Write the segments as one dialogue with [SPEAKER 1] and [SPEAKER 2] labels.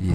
[SPEAKER 1] 以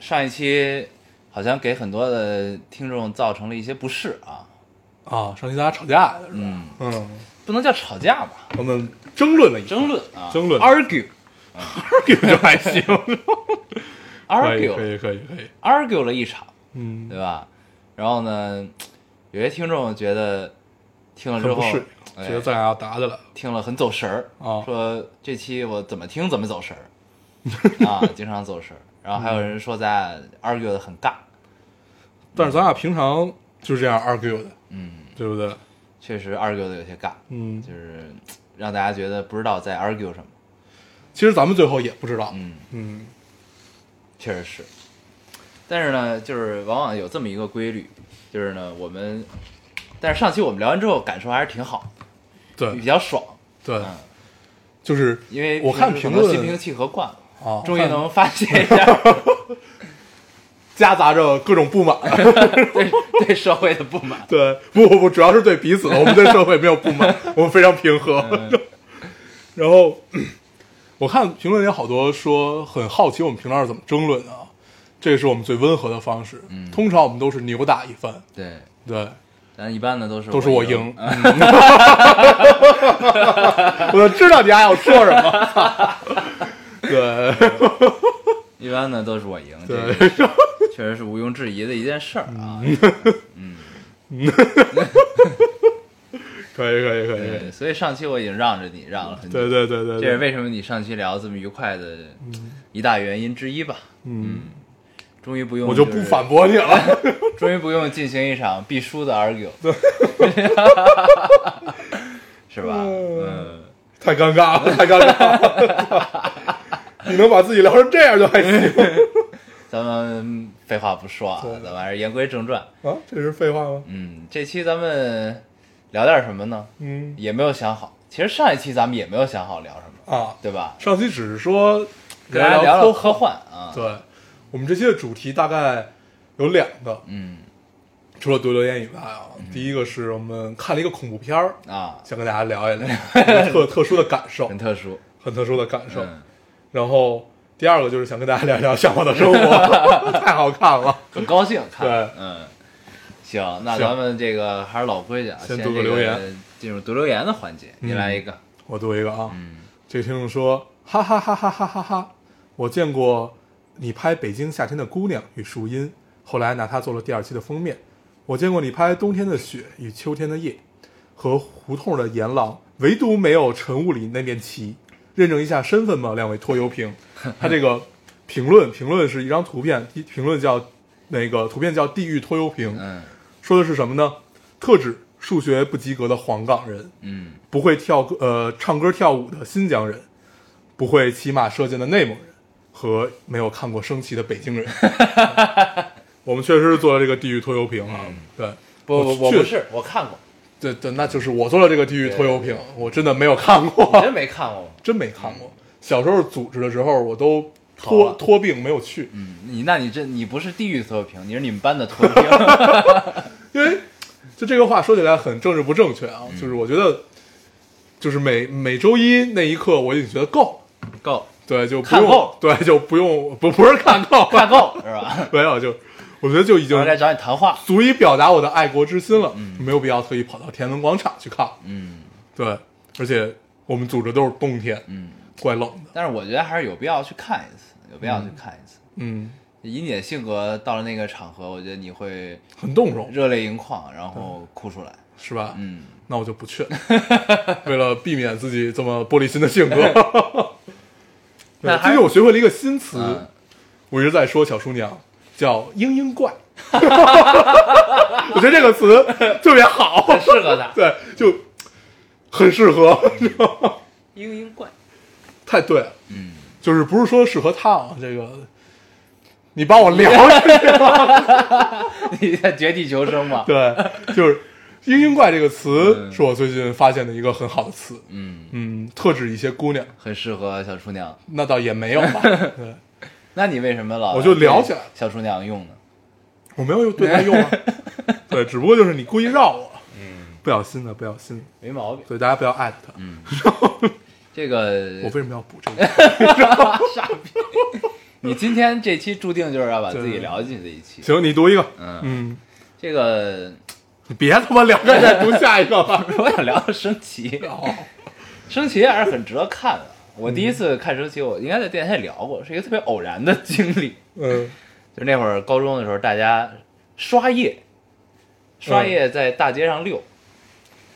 [SPEAKER 2] 上一期好像给很多的听众造成了一些不适啊，
[SPEAKER 3] 啊，上期咱俩吵架来着，
[SPEAKER 2] 嗯，
[SPEAKER 3] 嗯，
[SPEAKER 2] 不能叫吵架吧，
[SPEAKER 3] 我们争论了一下，
[SPEAKER 2] 争论啊，
[SPEAKER 3] 争论
[SPEAKER 2] ，argue，argue，argue
[SPEAKER 3] 这个就还行，可以可以可以可以，
[SPEAKER 2] argue 了一场，
[SPEAKER 3] 嗯，
[SPEAKER 2] 对吧？然后呢，有些听众觉得听了之
[SPEAKER 3] 很
[SPEAKER 2] 后
[SPEAKER 3] 不适，，
[SPEAKER 2] 哎
[SPEAKER 3] 觉得咱俩要打起来了，
[SPEAKER 2] 听了很走神儿，
[SPEAKER 3] 哦
[SPEAKER 2] 说这期我怎么听怎么走 神儿啊，经常走神儿。然后还有人说咱俩 argue 的很尬，
[SPEAKER 3] 但是咱俩平常就这样 argue 的，
[SPEAKER 2] 嗯，
[SPEAKER 3] 对不对？
[SPEAKER 2] 确实 argue 的有些尬，
[SPEAKER 3] 嗯
[SPEAKER 2] 就，是让大家觉得不知道在 argue 什么。
[SPEAKER 3] 其实咱们最后也不知道，
[SPEAKER 2] 嗯，
[SPEAKER 3] 嗯，
[SPEAKER 2] 确实是。但是呢，就是往往有这么一个规律，就是呢，我们，但是上期我们聊完之后感受还是挺好，比
[SPEAKER 3] 对
[SPEAKER 2] 较爽，
[SPEAKER 3] 对
[SPEAKER 2] 嗯，
[SPEAKER 3] 就是
[SPEAKER 2] 因为
[SPEAKER 3] 嗯我看
[SPEAKER 2] 平时
[SPEAKER 3] 评
[SPEAKER 2] 可能
[SPEAKER 3] 论
[SPEAKER 2] 心平气和惯了，
[SPEAKER 3] 啊，
[SPEAKER 2] 终于
[SPEAKER 3] 看
[SPEAKER 2] 能发泄一 下
[SPEAKER 3] 夹杂着各种不满，
[SPEAKER 2] 对对社会的不满。
[SPEAKER 3] 对，不不不，主要是对彼此，我们对社会没有不满，我们非常平和。
[SPEAKER 2] 嗯
[SPEAKER 3] 然后我看评论里有好多说很好奇我们平常是怎么争论的啊，这是我们最温和的方式。
[SPEAKER 2] 嗯
[SPEAKER 3] 通常我们都是扭打一番，
[SPEAKER 2] 对，
[SPEAKER 3] 对，
[SPEAKER 2] 咱一般的都是
[SPEAKER 3] 都是我
[SPEAKER 2] 我
[SPEAKER 3] 赢。 我就知道你还要说什么。 对，
[SPEAKER 2] 一般的都是我赢，这
[SPEAKER 3] 对嗯
[SPEAKER 2] 个 是确实是毋庸置疑的一件事儿啊。
[SPEAKER 3] 可以可以可以，
[SPEAKER 2] 对，所以上期我已经让着你，让了很久。
[SPEAKER 3] 对对对对嗯
[SPEAKER 2] 这是
[SPEAKER 3] 对，
[SPEAKER 2] 为什么你上期聊这么愉快的一大原因之一吧？
[SPEAKER 3] 嗯，
[SPEAKER 2] 终于不用
[SPEAKER 3] 我就
[SPEAKER 2] 就
[SPEAKER 3] 不
[SPEAKER 2] 是
[SPEAKER 3] 反，驳你了。
[SPEAKER 2] 终于不用进行一场必输的 argue，是吧？嗯，
[SPEAKER 3] 太尴尬了，太尴尬了。 你能把自己聊成这样就还 行
[SPEAKER 2] 咱们废话不说啊，
[SPEAKER 3] 对
[SPEAKER 2] 咱们还是言归正传。
[SPEAKER 3] 啊？这是废话吗？
[SPEAKER 2] 嗯，这期咱们聊点什么呢？
[SPEAKER 3] 嗯
[SPEAKER 2] 也没有想好。其实上一期咱们也没有想好聊什么，
[SPEAKER 3] 啊，
[SPEAKER 2] 对吧？
[SPEAKER 3] 上期只是说
[SPEAKER 2] 跟大家聊
[SPEAKER 3] 科
[SPEAKER 2] 聊科幻啊，
[SPEAKER 3] 对，我们这期的主题大概有两个，
[SPEAKER 2] 嗯
[SPEAKER 3] 除了读留言以外啊，第一个是我们看了一个恐怖片儿，
[SPEAKER 2] 啊，
[SPEAKER 3] 想跟大家聊一 聊特特殊的感受
[SPEAKER 2] 很，特殊，
[SPEAKER 3] 很特殊的感受。
[SPEAKER 2] 嗯，
[SPEAKER 3] 然后第二个就是想跟大家聊一聊《向往的生活》， 太好看了。
[SPEAKER 2] 很高兴看，
[SPEAKER 3] 对
[SPEAKER 2] 嗯，行，那
[SPEAKER 3] 行
[SPEAKER 2] 咱们这个还是老规矩啊，
[SPEAKER 3] 先
[SPEAKER 2] 先
[SPEAKER 3] 读个
[SPEAKER 2] 这个
[SPEAKER 3] 留言，
[SPEAKER 2] 进入读留言的环节，你
[SPEAKER 3] 嗯
[SPEAKER 2] 来一个，
[SPEAKER 3] 我读一个啊，
[SPEAKER 2] 嗯
[SPEAKER 3] 这个听众说，哈哈哈哈哈哈哈！我见过你拍《北京夏天的姑娘与树荫》，后来拿它做了第二期的封面。我见过你拍《冬天的雪与秋天的夜》和《胡同的岩廊》，唯独没有晨雾里那面旗。认证一下身份吧，两位拖油 瓶。他这个评论评论是一张图片，一评论叫那个图片叫“地狱拖油瓶
[SPEAKER 2] 嗯”，
[SPEAKER 3] 说的是什么呢？特指数学不及格的黄冈人。
[SPEAKER 2] 嗯
[SPEAKER 3] 不会跳歌呃唱歌跳舞的新疆人，不会骑马射箭的内蒙人和没有看过升旗的北 京人。我们确实是做了这个地域拖油瓶啊，对，
[SPEAKER 2] 嗯不不，我
[SPEAKER 3] 确
[SPEAKER 2] 不是，我看过，
[SPEAKER 3] 对对，那就是我做了这个地域拖油瓶，我真的没有看
[SPEAKER 2] 你
[SPEAKER 3] 过，
[SPEAKER 2] 真没看过吗？
[SPEAKER 3] 真没看过。小时候组织的时候，我都
[SPEAKER 2] 逃
[SPEAKER 3] 托
[SPEAKER 2] 了
[SPEAKER 3] 托病没有去，
[SPEAKER 2] 嗯，你那你这你不是地狱脱贫，你是你们班的脱贫，
[SPEAKER 3] 因为就这个话说起来很政治不正确啊，
[SPEAKER 2] 嗯
[SPEAKER 3] 就是我觉得，就是每每周一那一刻我已经觉得够了。
[SPEAKER 2] 够
[SPEAKER 3] 对，就不
[SPEAKER 2] 看
[SPEAKER 3] 用
[SPEAKER 2] 够，
[SPEAKER 3] 对，就不用，不不是看够，
[SPEAKER 2] 看够是吧？
[SPEAKER 3] 没有，就我觉得就已
[SPEAKER 2] 我
[SPEAKER 3] 经
[SPEAKER 2] 来找你谈话，
[SPEAKER 3] 足以表达我的爱国之心了，没有必要特意跑到天安门广场去看。
[SPEAKER 2] 嗯
[SPEAKER 3] 对，而且我们组织都是冬天，
[SPEAKER 2] 嗯，
[SPEAKER 3] 怪冷的。
[SPEAKER 2] 但是我觉得还是有必要去看一次，有必要去看一次。
[SPEAKER 3] 嗯，
[SPEAKER 2] 以你的性格，到了那个场合，我觉得你会
[SPEAKER 3] 很动容，
[SPEAKER 2] 热泪盈眶，然后哭出来。
[SPEAKER 3] 是吧？
[SPEAKER 2] 嗯，
[SPEAKER 3] 那我就不去了， 为了避免自己这么玻璃心的性格。
[SPEAKER 2] 那
[SPEAKER 3] 对，
[SPEAKER 2] 还
[SPEAKER 3] 最近我学会了一个新词，
[SPEAKER 2] 嗯
[SPEAKER 3] 我一直在说小叔娘，叫“嘤嘤怪”， 我觉得这个词特别 好。
[SPEAKER 2] 很适合他，
[SPEAKER 3] 对，就很适合，你知道吗？
[SPEAKER 2] 嘤嘤怪。
[SPEAKER 3] 太对了，
[SPEAKER 2] 嗯，
[SPEAKER 3] 就是不是说适合他啊，这个你帮我聊一下。
[SPEAKER 2] 你在 绝地求生嘛？
[SPEAKER 3] 对，就是“嘤嘤怪”这个词
[SPEAKER 2] 嗯
[SPEAKER 3] 是我最近发现的一个很好的词，
[SPEAKER 2] 嗯，
[SPEAKER 3] 嗯，特指一些姑娘，
[SPEAKER 2] 很适合小厨娘。
[SPEAKER 3] 那倒也没有吧。 对，
[SPEAKER 2] 那你为什么老
[SPEAKER 3] 我就聊起来
[SPEAKER 2] 小厨娘用呢？
[SPEAKER 3] 我没有对它用啊， 对，只不过就是你故意绕我，嗯，不小心的，不小心的，
[SPEAKER 2] 没毛病。
[SPEAKER 3] 所以大家不要艾特他。
[SPEAKER 2] 嗯这
[SPEAKER 3] 我
[SPEAKER 2] 个
[SPEAKER 3] 为什么要补这个？
[SPEAKER 2] 你今天这期注定就是要把
[SPEAKER 3] 对
[SPEAKER 2] 自己聊进去的一期。
[SPEAKER 3] 行，你读一个，
[SPEAKER 2] 嗯，
[SPEAKER 3] 嗯，
[SPEAKER 2] 这个
[SPEAKER 3] 你别他妈聊这 再读下一个吧。哦
[SPEAKER 2] 我想聊聊升旗，升旗还是很值得看的。我第一次看升旗，我应该在电台聊过，是一个特别偶然的经历。
[SPEAKER 3] 嗯，
[SPEAKER 2] 就那会儿高中的时候，大家刷夜，
[SPEAKER 3] 嗯
[SPEAKER 2] 刷夜在大街上溜，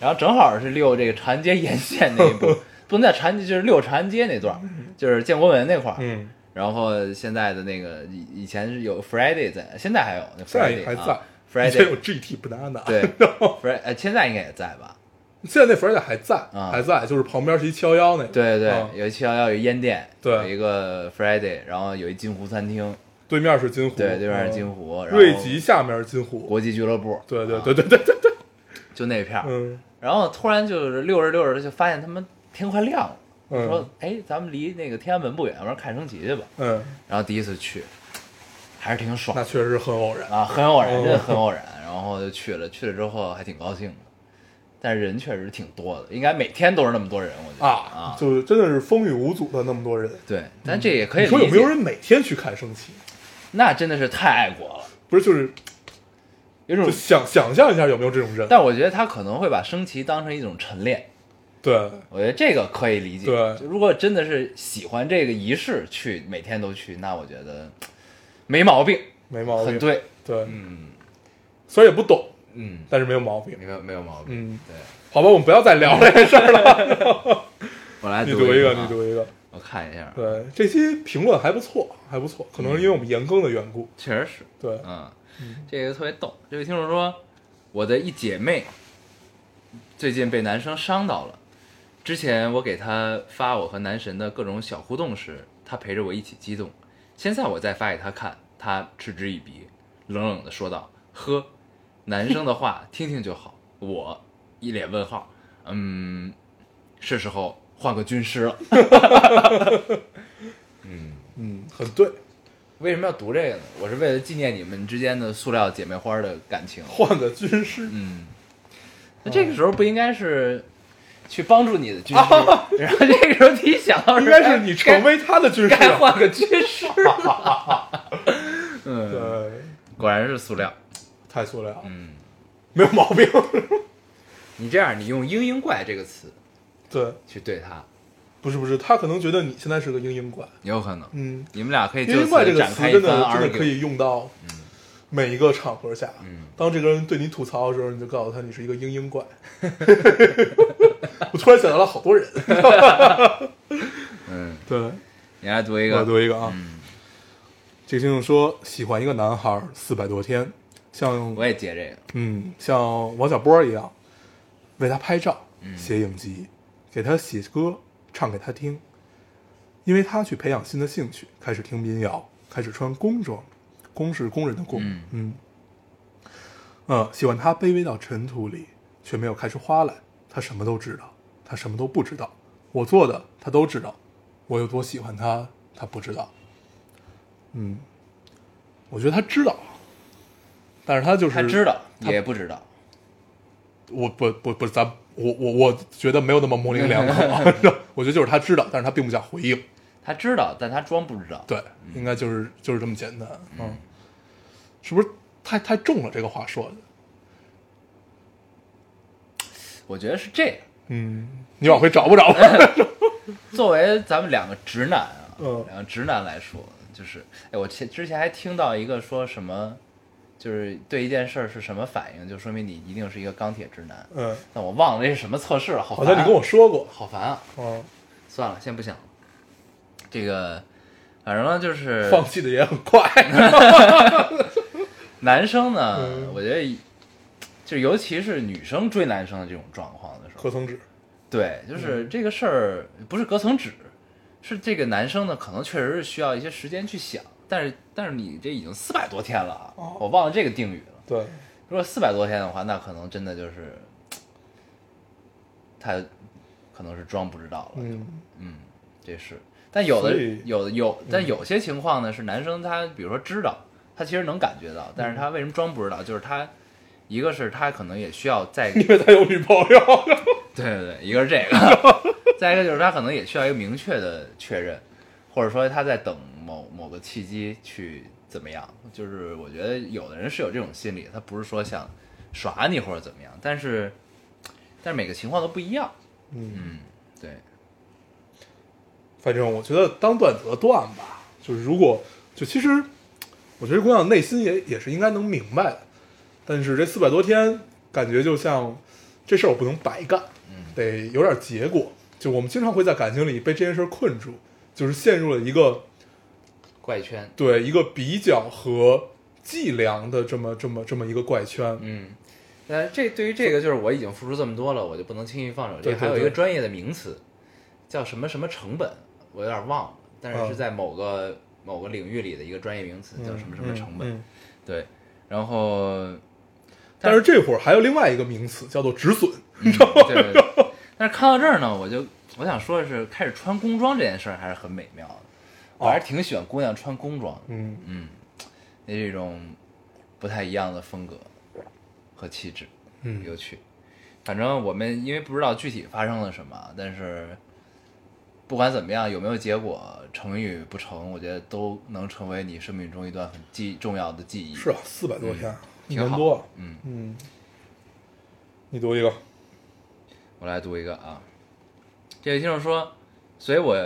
[SPEAKER 2] 然后正好是溜这个长安街沿线那一 部，不能在长安街，就是溜长安街那段儿，就是建国门那块儿。
[SPEAKER 3] 嗯，
[SPEAKER 2] 然后现在的那个以以前是有 Friday 在，现在还有那
[SPEAKER 3] 现在
[SPEAKER 2] Friday
[SPEAKER 3] 也还
[SPEAKER 2] 啊
[SPEAKER 3] 在，以前有
[SPEAKER 2] Friday
[SPEAKER 3] GT banana，
[SPEAKER 2] 对 Friday 呃现在应该也在吧？
[SPEAKER 3] 现在那 Friday 还在，
[SPEAKER 2] 啊
[SPEAKER 3] 还在，就是旁边是一七幺幺那个，
[SPEAKER 2] 对对，
[SPEAKER 3] 啊
[SPEAKER 2] 有一七幺幺有烟店，
[SPEAKER 3] 对
[SPEAKER 2] 有一个 Friday，然后有一金湖餐厅，
[SPEAKER 3] 对面是金湖，
[SPEAKER 2] 对，对面是金
[SPEAKER 3] 嗯，
[SPEAKER 2] 湖，然后
[SPEAKER 3] 瑞吉下面是金湖，
[SPEAKER 2] 国际俱乐部，
[SPEAKER 3] 对对对对对对，
[SPEAKER 2] 啊就那片儿。
[SPEAKER 3] 嗯
[SPEAKER 2] 然后突然就是溜着溜着就发现他们天快亮了，我
[SPEAKER 3] 嗯
[SPEAKER 2] 说哎，咱们离那个天安门不远，我说看升旗去吧。
[SPEAKER 3] 嗯，
[SPEAKER 2] 然后第一次去，还是挺爽
[SPEAKER 3] 那
[SPEAKER 2] 的
[SPEAKER 3] 确实是很偶然，
[SPEAKER 2] 啊，很偶然，
[SPEAKER 3] 嗯
[SPEAKER 2] 真的很偶然。然后就去了，去了之后还挺高兴的，但是人确实挺多的，应该每天都是那么多人，我觉得
[SPEAKER 3] 啊，就是真的是风雨无阻的那么多人。
[SPEAKER 2] 对，但这也可以
[SPEAKER 3] 嗯你
[SPEAKER 2] 理解。
[SPEAKER 3] 说有没有人每天去看升旗？
[SPEAKER 2] 那真的是太爱国了，
[SPEAKER 3] 不是，就是
[SPEAKER 2] 有种
[SPEAKER 3] 就。想想象一下有没有这种人？
[SPEAKER 2] 但我觉得他可能会把升旗当成一种晨练，
[SPEAKER 3] 对，
[SPEAKER 2] 我觉得这个可以理解。
[SPEAKER 3] 对
[SPEAKER 2] 就如果真的是喜欢这个仪式，去每天都去，那我觉得没毛病，
[SPEAKER 3] 没毛病。
[SPEAKER 2] 很对。
[SPEAKER 3] 对，
[SPEAKER 2] 嗯
[SPEAKER 3] 虽然也不懂，
[SPEAKER 2] 嗯，
[SPEAKER 3] 但是没有毛病。
[SPEAKER 2] 没有没有毛病。
[SPEAKER 3] 嗯，
[SPEAKER 2] 对，
[SPEAKER 3] 好吧，我们不要再聊这件事 儿了。
[SPEAKER 2] 我来
[SPEAKER 3] 你读一个，
[SPEAKER 2] 啊
[SPEAKER 3] 你，读一个。
[SPEAKER 2] 我看一下，
[SPEAKER 3] 对，这期评论还不错，还不错，可能是因为我们延更的缘故。
[SPEAKER 2] 确实是，
[SPEAKER 3] 对，
[SPEAKER 2] 嗯，这个特别逗。这位听众说，我的一姐妹最近被男生伤到了。之前我给她发我和男神的各种小互动时，她陪着我一起激动。现在我再发给她看，她嗤之以鼻，冷冷的说道：“呵，男生的话听听就好。”我一脸问号，嗯，是时候换个军师了。
[SPEAKER 3] 嗯，很对，
[SPEAKER 2] 为什么要读这个呢？我是为了纪念你们之间的塑料姐妹花的感情。
[SPEAKER 3] 换个军师。
[SPEAKER 2] 嗯，那这个时候不应该是去帮助你的军师， 然后这个时候你想到
[SPEAKER 3] 哦应该是你成为他的军
[SPEAKER 2] 该该
[SPEAKER 3] 师。啊
[SPEAKER 2] 换个军师了。嗯，
[SPEAKER 3] 对，
[SPEAKER 2] 果然是塑料。
[SPEAKER 3] 太塑料，了，
[SPEAKER 2] 嗯，
[SPEAKER 3] 没有毛病。
[SPEAKER 2] 你这样，你用“嘤嘤怪”这个词
[SPEAKER 3] 对，
[SPEAKER 2] 去对他，
[SPEAKER 3] 不是不是，他可能觉得你现在是个嘤嘤怪。
[SPEAKER 2] 有可能。
[SPEAKER 3] 嗯，
[SPEAKER 2] 你们俩可以
[SPEAKER 3] 嘤
[SPEAKER 2] 就
[SPEAKER 3] 嘤怪这
[SPEAKER 2] 此
[SPEAKER 3] 个
[SPEAKER 2] 展
[SPEAKER 3] 词
[SPEAKER 2] 开一
[SPEAKER 3] 真
[SPEAKER 2] 番
[SPEAKER 3] 的真的
[SPEAKER 2] argue。
[SPEAKER 3] 可以用到每一个场合下。
[SPEAKER 2] 嗯
[SPEAKER 3] 当这个人对你吐槽的时候，你就告诉他你是一个嘤嘤怪。 我突然想到了好多人。
[SPEAKER 2] 嗯，
[SPEAKER 3] 对，
[SPEAKER 2] 你来读一
[SPEAKER 3] 我
[SPEAKER 2] 个。
[SPEAKER 3] 读一个啊。
[SPEAKER 2] 嗯
[SPEAKER 3] 这个听众说喜欢一个男孩四百多天，像
[SPEAKER 2] 我也接这个。
[SPEAKER 3] 嗯像王小波一样，为他拍照、写影集，给他写歌，唱给他听。因为他去培养新的兴趣，开始听民谣，开始穿工装，工是工人的工，
[SPEAKER 2] 嗯
[SPEAKER 3] 嗯，呃，喜欢他卑微到尘土里，却没有开出花来。他什么都知道，他什么都不知道。我做的他都知道，我有多喜欢他，他不知道。嗯，我觉得他知道，但是他就是
[SPEAKER 2] 他知道
[SPEAKER 3] 他
[SPEAKER 2] 也不知道，
[SPEAKER 3] 我不不不，咱我我我觉得没有那么模棱两可， 我觉得就是他知道，但是他并不想回应。
[SPEAKER 2] 他知道，但他装不知道。
[SPEAKER 3] 对，应该就是就是这么简单。嗯，是不是太太重了？这个话说的，
[SPEAKER 2] 我觉得是这样。
[SPEAKER 3] 嗯，你往回找 不找嗯吧？
[SPEAKER 2] 作为咱们两个直男啊，
[SPEAKER 3] 嗯
[SPEAKER 2] 两个直男来说，就是，哎，我前之前还听到一个说什么，就是对一件事儿是什么反应，就说明你一定是一个钢铁直男。
[SPEAKER 3] 嗯，
[SPEAKER 2] 但我忘了这是什么测试了，好
[SPEAKER 3] 好
[SPEAKER 2] 烦、啊
[SPEAKER 3] 像你跟我，说过。
[SPEAKER 2] 好烦啊！
[SPEAKER 3] 嗯，
[SPEAKER 2] 算了，先不想了。这个，反正呢就是
[SPEAKER 3] 放弃的也很快。
[SPEAKER 2] 男生呢，
[SPEAKER 3] 嗯
[SPEAKER 2] 我觉得，就尤其是女生追男生的这种状况的时候，
[SPEAKER 3] 可层纸，
[SPEAKER 2] 对，
[SPEAKER 3] 嗯
[SPEAKER 2] 就是这个事儿不是隔层纸，是这个男生呢，可能确实是需要一些时间去想，但是但是你这已经四百多天了啊，
[SPEAKER 3] 哦
[SPEAKER 2] 我忘了这个定语了。
[SPEAKER 3] 对，
[SPEAKER 2] 如果四百多天的话，那可能真的就是他可能是装不知道了。
[SPEAKER 3] 嗯，
[SPEAKER 2] 嗯，这是。但有的
[SPEAKER 3] 所以嗯
[SPEAKER 2] 有的有，但有些情况呢是男生他比如说知道，他其实能感觉到，但是他为什么装不知道？就是他一个是他可能也需要再对
[SPEAKER 3] 因为他有女朋友，
[SPEAKER 2] 对对，一个是这个， 再一个就是他可能也需要一个明确的确认，或者说他在等某某个契机去怎么样。就是我觉得有的人是有这种心理，他不是说想耍你或者怎么样，但是但是每个情况都不一样。
[SPEAKER 3] 嗯，
[SPEAKER 2] 嗯，对，
[SPEAKER 3] 反正我觉得当断则断吧，就是如果就其实，我觉得姑娘内心也也是应该能明白的，但是这四百多天感觉就像这事儿我不能白干，
[SPEAKER 2] 嗯
[SPEAKER 3] 得有点结果。就我们经常会在感情里被这件事儿困住，就是陷入了一个
[SPEAKER 2] 怪圈。
[SPEAKER 3] 对一个比较和计量的这么这么这么一个怪圈。
[SPEAKER 2] 嗯，那这对于这个就是我已经付出这么多了，我就不能轻易放手。这
[SPEAKER 3] 对
[SPEAKER 2] 个还
[SPEAKER 3] 对
[SPEAKER 2] 有一
[SPEAKER 3] 对
[SPEAKER 2] 个专业的名词，叫什么什么成本，我有点忘了，但是
[SPEAKER 3] 嗯
[SPEAKER 2] 是在某个、某个领域里的一个专业名词，叫什么什么成本。
[SPEAKER 3] 嗯嗯嗯
[SPEAKER 2] 对，然 后嗯
[SPEAKER 3] 但是这会儿还有另外一个名词叫做止损，
[SPEAKER 2] 对对对，但是看到这儿呢，我就我想说的是，开始穿工装这件事儿还是很美妙的，我
[SPEAKER 3] 哦
[SPEAKER 2] 还是挺喜欢姑娘穿工装的。
[SPEAKER 3] 嗯，
[SPEAKER 2] 嗯，那这种不太一样的风格和气质，
[SPEAKER 3] 嗯
[SPEAKER 2] 有趣。反正我们因为不知道具体发生了什么，但是不管怎么样，有没有结果，成与不成，我觉得都能成为你生命中一段很记重要的记忆。
[SPEAKER 3] 是啊，四百多天，一
[SPEAKER 2] 挺
[SPEAKER 3] 年
[SPEAKER 2] 好
[SPEAKER 3] 多了。
[SPEAKER 2] 嗯，
[SPEAKER 3] 嗯，你读一个，
[SPEAKER 2] 我来读一个啊，这位听众说，所以我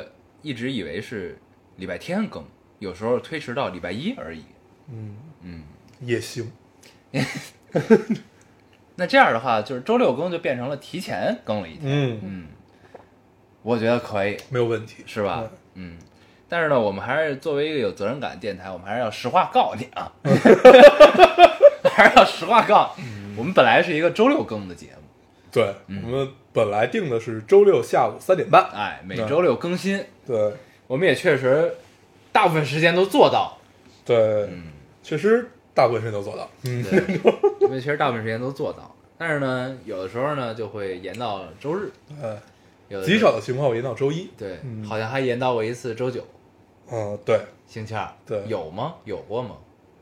[SPEAKER 2] 一直以为是礼拜天更，有时候推迟到礼拜一而已。
[SPEAKER 3] 嗯，
[SPEAKER 2] 嗯，
[SPEAKER 3] 也行，
[SPEAKER 2] 那这样的话，就是周六更就变成了提前更了一天。
[SPEAKER 3] 嗯，
[SPEAKER 2] 嗯，我觉得可以，
[SPEAKER 3] 没有问题，
[SPEAKER 2] 是吧？嗯，但是呢，我们还是作为一个有责任感的电台，我们还是要实话告你 啊，还是要实话告你。
[SPEAKER 3] 嗯
[SPEAKER 2] 我们本来是一个周六更的节目，
[SPEAKER 3] 对，
[SPEAKER 2] 嗯
[SPEAKER 3] 我们本来定的是周六下午三点半，
[SPEAKER 2] 哎，每周六更新，
[SPEAKER 3] 对
[SPEAKER 2] 我们也确实大部分时间都做到，
[SPEAKER 3] 对，
[SPEAKER 2] 嗯，
[SPEAKER 3] 确实大部分人都做到，嗯，
[SPEAKER 2] 对，我们确实大部分时间都做到。但是呢，有的时候呢就会延到周日，
[SPEAKER 3] 哎，
[SPEAKER 2] 有的时
[SPEAKER 3] 极
[SPEAKER 2] 候
[SPEAKER 3] 少的情况我延到周一，
[SPEAKER 2] 对，
[SPEAKER 3] 嗯
[SPEAKER 2] 好像还延到过一次周九、
[SPEAKER 3] 嗯，对
[SPEAKER 2] 星期二，
[SPEAKER 3] 对哦
[SPEAKER 2] 有吗？有过吗？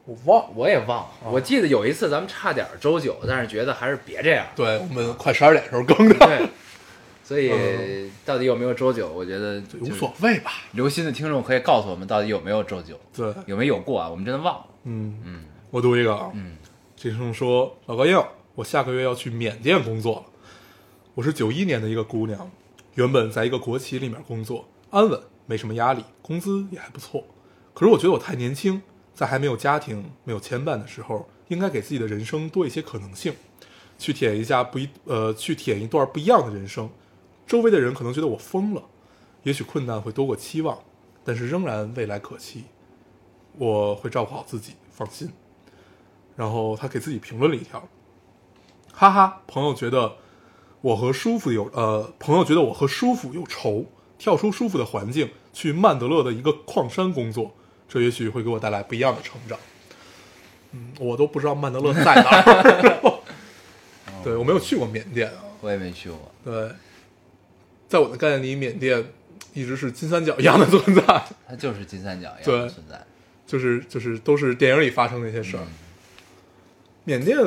[SPEAKER 3] 我忘了，
[SPEAKER 2] 我也忘了，我记得有一次咱们差点儿周九，但是觉得还是别这样。
[SPEAKER 3] 对我们快十二点的时候更的，
[SPEAKER 2] 对，所以到底有没有周九，我觉得
[SPEAKER 3] 嗯无所。谓吧，
[SPEAKER 2] 留心的听众可以告诉我们，到底有没有周九，
[SPEAKER 3] 对，
[SPEAKER 2] 有没有过啊？我们真的忘了。
[SPEAKER 3] 嗯
[SPEAKER 2] 嗯，
[SPEAKER 3] 我读一个啊，
[SPEAKER 2] 嗯，
[SPEAKER 3] 这听众说，老高要，我下个月要去缅甸工作了。我是九一年的一个姑娘，原本在一个国企里面工作，安稳，没什么压力，工资也还不错。可是我觉得我太年轻，在还没有家庭、没有牵绊的时候，应该给自己的人生多一些可能性，去体验一下不一呃，去体验一段不一样的人生。周围的人可能觉得我疯了，也许困难会多过期望，但是仍然未来可期。我会照顾好自己，放心。然后他给自己评论了一条，哈哈，朋友觉得我和舒服有呃，朋友觉得我和舒服有仇，跳出舒服的环境，去曼德勒的一个矿山工作，这也许会给我带来不一样的成长。嗯，我都不知道曼德勒在哪儿， 对我没有去过缅甸啊，
[SPEAKER 2] 我也没去过。
[SPEAKER 3] 对，在我的概念里，缅甸一直是金三角一样的存在，
[SPEAKER 2] 它就是金三角一样
[SPEAKER 3] 对
[SPEAKER 2] 的存在，
[SPEAKER 3] 就是就是都是电影里发生的一些事儿。缅甸，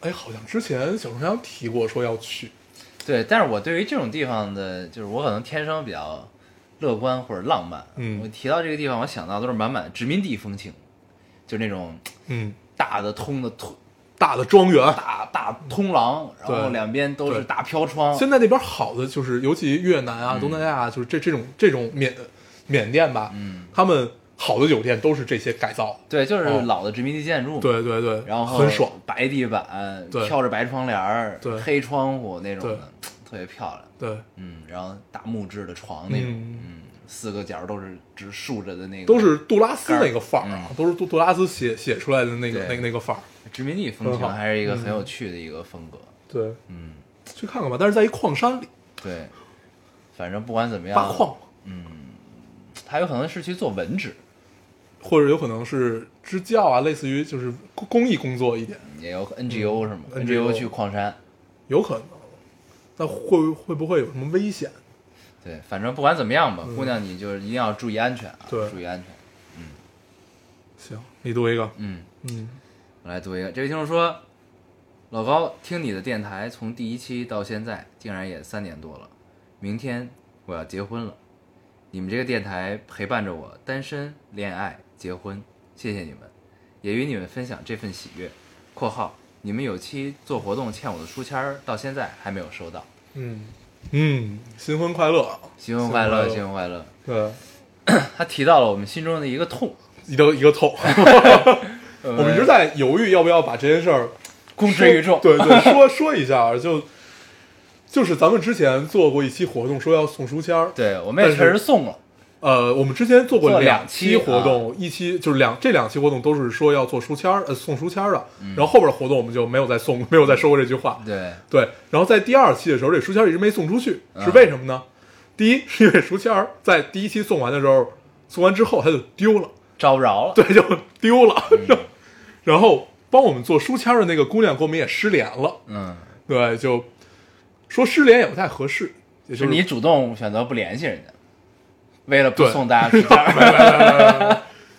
[SPEAKER 3] 哎，好像之前小春阳提过说要去，
[SPEAKER 2] 对。但是我对于这种地方的，就是我可能天生比较乐观或者浪漫。
[SPEAKER 3] 嗯
[SPEAKER 2] 我提到这个地方，我想到都是满满殖民地风情，就是那种
[SPEAKER 3] 嗯，
[SPEAKER 2] 大的通的通
[SPEAKER 3] 大的庄园。
[SPEAKER 2] 大大通廊，然后
[SPEAKER 3] 对
[SPEAKER 2] 两边都是
[SPEAKER 3] 对
[SPEAKER 2] 大飘窗。
[SPEAKER 3] 现在那边好的就是，尤其越南啊、东南亚啊，就是这这种这种缅缅甸吧，
[SPEAKER 2] 嗯，
[SPEAKER 3] 他们好的酒店都是这些改造的。
[SPEAKER 2] 对，就是
[SPEAKER 3] 哦
[SPEAKER 2] 老的殖民地建筑嘛。
[SPEAKER 3] 对对对，
[SPEAKER 2] 然后
[SPEAKER 3] 很爽。，
[SPEAKER 2] 白地板，
[SPEAKER 3] 对
[SPEAKER 2] 飘着白窗帘儿，
[SPEAKER 3] 对
[SPEAKER 2] 黑窗户那种的
[SPEAKER 3] 对，
[SPEAKER 2] 特别漂亮。
[SPEAKER 3] 对，
[SPEAKER 2] 嗯，然后大木质的床那种，
[SPEAKER 3] 嗯
[SPEAKER 2] 嗯，四个角儿都是直竖着的那个，
[SPEAKER 3] 都是杜拉斯那个范儿啊，
[SPEAKER 2] 嗯
[SPEAKER 3] 都是杜杜拉斯写写出来的那个
[SPEAKER 2] 对
[SPEAKER 3] 那个那个范儿。
[SPEAKER 2] 殖民地风
[SPEAKER 3] 很
[SPEAKER 2] 情，
[SPEAKER 3] 好嗯
[SPEAKER 2] 还是一个很有趣的一个风格。
[SPEAKER 3] 对，
[SPEAKER 2] 嗯，
[SPEAKER 3] 去看看吧。但是在一矿山里
[SPEAKER 2] 对，反正不管怎么样，
[SPEAKER 3] 挖矿，
[SPEAKER 2] 它有可能是去做文职，
[SPEAKER 3] 或者有可能是支教啊，类似于就是公公益工作一点，
[SPEAKER 2] 也有 NGO 是吗、
[SPEAKER 3] 嗯
[SPEAKER 2] n g o
[SPEAKER 3] NGO
[SPEAKER 2] 去矿山，
[SPEAKER 3] 有可能。那会会不会有什么危险？
[SPEAKER 2] 对，反正不管怎么样吧，姑娘你就是一定要注意安全啊，
[SPEAKER 3] 嗯对
[SPEAKER 2] 注意安全。
[SPEAKER 3] 行，你读一个，
[SPEAKER 2] 嗯，
[SPEAKER 3] 嗯，
[SPEAKER 2] 我来读一个，这位听众说，老高听你的电台从第一期到现在，竟然也三年多了，明天我要结婚了，你们这个电台陪伴着我单身、恋爱、结婚，谢谢你们，也与你们分享这份喜悦。（括号你们有期做活动欠我的书签儿到现在还没有收到，
[SPEAKER 3] 嗯嗯，新婚快乐，
[SPEAKER 2] 新婚快乐，
[SPEAKER 3] 新
[SPEAKER 2] 新婚
[SPEAKER 3] 婚
[SPEAKER 2] 快乐。
[SPEAKER 3] 对，
[SPEAKER 2] 他提到了我们心中的一个 痛，
[SPEAKER 3] 一个一个 痛。
[SPEAKER 2] 我
[SPEAKER 3] 我们一直在犹豫要不要把这件事儿
[SPEAKER 2] 公之于众。
[SPEAKER 3] 对对， 说说一下，啊就就是咱们之前做过一期活动，说要送书签儿。
[SPEAKER 2] 对，我们也确实送了，
[SPEAKER 3] 呃，我们之前做过
[SPEAKER 2] 做
[SPEAKER 3] 两
[SPEAKER 2] 两期
[SPEAKER 3] 期啊活动，一期就是两这两期活动都是说要做书签儿，呃，送书签儿的。然后后边的活动我们就没有再送， 没有再说过这句话。
[SPEAKER 2] 对，
[SPEAKER 3] 对，然后在第二期的时候，这书签儿一直没送出去，
[SPEAKER 2] 嗯
[SPEAKER 3] 是为什么呢？第一是因为书签儿在第一期送完的时候，送完之后它就丢了，
[SPEAKER 2] 找不着了。
[SPEAKER 3] 对，就丢了。 然后帮我们做书签儿的那个姑娘跟我们也失联了。
[SPEAKER 2] 嗯，
[SPEAKER 3] 对，就说失联也不太合适，也就是
[SPEAKER 2] 你主动选择不联系人家，为了不
[SPEAKER 3] 对
[SPEAKER 2] 送大家书签儿。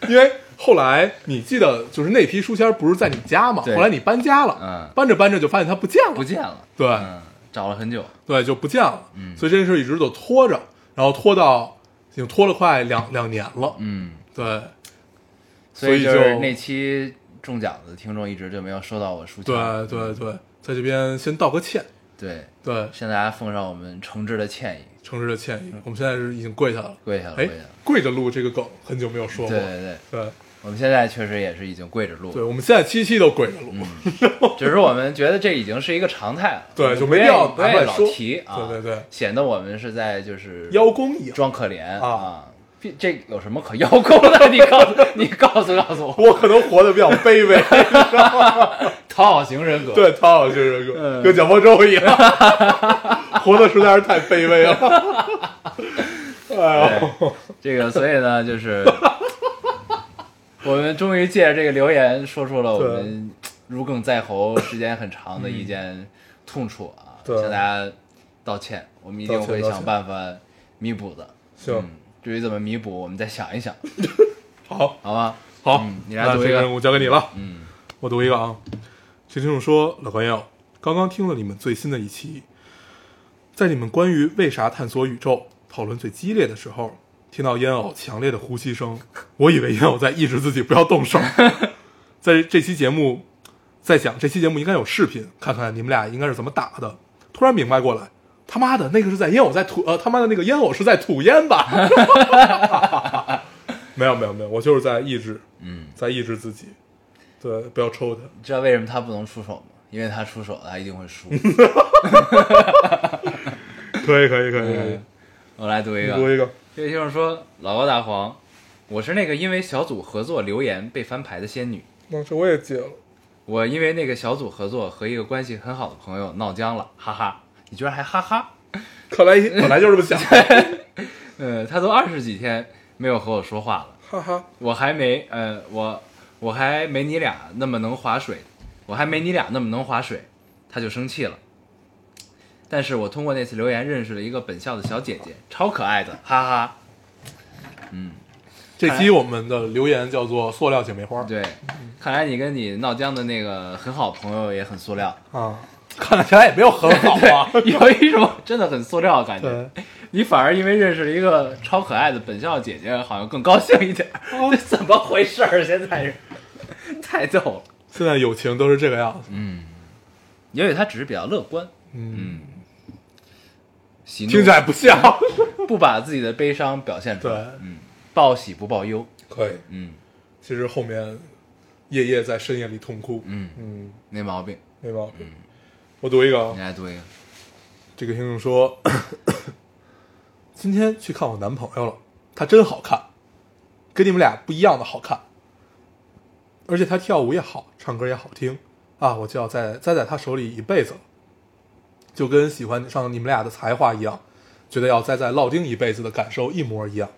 [SPEAKER 3] 因为后来你记得就是那批书签儿不是在你家嘛，
[SPEAKER 2] 对
[SPEAKER 3] 后来你搬家了，
[SPEAKER 2] 嗯
[SPEAKER 3] 搬着搬着就发现它不见了，
[SPEAKER 2] 不见了。
[SPEAKER 3] 对
[SPEAKER 2] 嗯，找了很久。
[SPEAKER 3] 对，就不见了，所以这件事一直就拖着，然后拖到已经拖了快两两年了，
[SPEAKER 2] 嗯，
[SPEAKER 3] 对
[SPEAKER 2] 所以就
[SPEAKER 3] 所以
[SPEAKER 2] 是
[SPEAKER 3] 就
[SPEAKER 2] 那期中奖的听众一直就没有收到我书签儿。
[SPEAKER 3] 对对对，在这边先道个歉，
[SPEAKER 2] 对，
[SPEAKER 3] 对，
[SPEAKER 2] 向大家奉上我们诚挚的歉意，
[SPEAKER 3] 诚挚的歉意，我们现在是已经跪下了，
[SPEAKER 2] 嗯跪下了，跪
[SPEAKER 3] 哎
[SPEAKER 2] 下了。，
[SPEAKER 3] 跪着录这个梗很久没有说
[SPEAKER 2] 对
[SPEAKER 3] 过，
[SPEAKER 2] 对对，
[SPEAKER 3] 对
[SPEAKER 2] 我们现在确实也是已经跪着录
[SPEAKER 3] 对，
[SPEAKER 2] 了，
[SPEAKER 3] 我们现在七期都跪着录，
[SPEAKER 2] 嗯只是我们觉得这已经是一个常态了，
[SPEAKER 3] 对
[SPEAKER 2] 我们
[SPEAKER 3] 就
[SPEAKER 2] 不
[SPEAKER 3] 没
[SPEAKER 2] 愿
[SPEAKER 3] 必要
[SPEAKER 2] 意不
[SPEAKER 3] 拿
[SPEAKER 2] 愿
[SPEAKER 3] 出
[SPEAKER 2] 意
[SPEAKER 3] 来
[SPEAKER 2] 老
[SPEAKER 3] 说
[SPEAKER 2] 提啊，
[SPEAKER 3] 对对对
[SPEAKER 2] 显得我们是在就是
[SPEAKER 3] 邀功一样。
[SPEAKER 2] 装可怜
[SPEAKER 3] 啊
[SPEAKER 2] 啊。这这有什么可邀功的？ 你告诉，你告诉告诉 我，
[SPEAKER 3] 我可能活得比较卑 微，
[SPEAKER 2] 讨好型人格。，
[SPEAKER 3] 对，讨好型人格，
[SPEAKER 2] 嗯
[SPEAKER 3] 跟蒋方舟一样， 活得实在是太卑微了。 哎呦，
[SPEAKER 2] 对这个，所以呢，就是我们终于借着这个留言，说出了我们如鲠在喉、时间很长的一件痛处啊，
[SPEAKER 3] 对
[SPEAKER 2] 向大家道歉，我们一定会想办法弥补的。
[SPEAKER 3] 行
[SPEAKER 2] 嗯，，至于怎么弥补，我们再想一 想，
[SPEAKER 3] 好，
[SPEAKER 2] 好吗？
[SPEAKER 3] 好
[SPEAKER 2] 嗯，你来
[SPEAKER 3] 那
[SPEAKER 2] 读
[SPEAKER 3] 这
[SPEAKER 2] 一
[SPEAKER 3] 个
[SPEAKER 2] 个
[SPEAKER 3] 任务交给你了。
[SPEAKER 2] 嗯，
[SPEAKER 3] 我读一个啊，这听众说，老朋友，刚刚听了你们最新的一期，在你们关于为啥探索宇宙讨论最激烈的时候，听到烟偶强烈的呼吸声，我以为烟偶在抑制自己不要 动手。在这期节目，在想这期节目应该有视频，看看你们俩应该是怎么打的。突然明白过来，他妈的那个是在烟偶在吐，呃，他妈的那个烟偶是在吐 烟吧？ 没有没有没有，我就是在抑制，
[SPEAKER 2] 嗯，
[SPEAKER 3] 在抑制自己，对，不要抽他。
[SPEAKER 2] 你知道为什么他不能出手吗？因为他出手，他一定会 输。
[SPEAKER 3] 可以可以可以可以啊
[SPEAKER 2] 嗯，我来读一
[SPEAKER 3] 你
[SPEAKER 2] 个，
[SPEAKER 3] 读一个，
[SPEAKER 2] 这位听众说：“老高大黄，我是那个因为小组合作留言被翻牌的仙女。
[SPEAKER 3] 那这我也解了。
[SPEAKER 2] 我因为那个小组合作和一个关系很好的朋友闹僵了，哈哈！你居然还哈哈？
[SPEAKER 3] 看来本来就是这么想，
[SPEAKER 2] 呃，他都二十几天没有和我说话了，
[SPEAKER 3] 哈哈，
[SPEAKER 2] 我还没呃，我我还没你俩那么能划水，我还没你俩那么能划水，他就生气了。但是我通过那次留言认识了一个本校的小姐姐，超可爱的，哈哈。
[SPEAKER 3] 这期我们的留言叫做“塑料姐妹花
[SPEAKER 2] 对，看来你跟你闹僵的那个很好朋友也很塑料。”
[SPEAKER 3] 啊，看起来也没有很好 啊。
[SPEAKER 2] 有一种真的很塑料的感觉
[SPEAKER 3] 对。
[SPEAKER 2] 你反而因为认识了一个超可爱的本校姐姐，好像更高兴一点。 这怎么回事儿？现在是哦 太逗了。
[SPEAKER 3] 现在友情都是这个样子，
[SPEAKER 2] 也许他只是比较乐观，
[SPEAKER 3] 嗯，
[SPEAKER 2] 喜怒
[SPEAKER 3] 听起来不像。
[SPEAKER 2] 不把自己的悲伤表现出来
[SPEAKER 3] 对，
[SPEAKER 2] 嗯，报喜不报忧，
[SPEAKER 3] 可以，
[SPEAKER 2] 嗯
[SPEAKER 3] 其实后面夜夜在深夜里痛哭，
[SPEAKER 2] 嗯，哦
[SPEAKER 3] 嗯，
[SPEAKER 2] 没毛病。
[SPEAKER 3] 没毛病。我读一个啊
[SPEAKER 2] 你，来读一个，
[SPEAKER 3] 这个听众说，今天去看我男朋友了，他真好看，跟你们俩不一样的好看，而且他跳舞也好，唱歌也好听啊，我就要栽栽在他手里一辈子了，就跟喜欢上你们俩的才华一样，觉得要栽在烙丁一辈子的感受一模一样。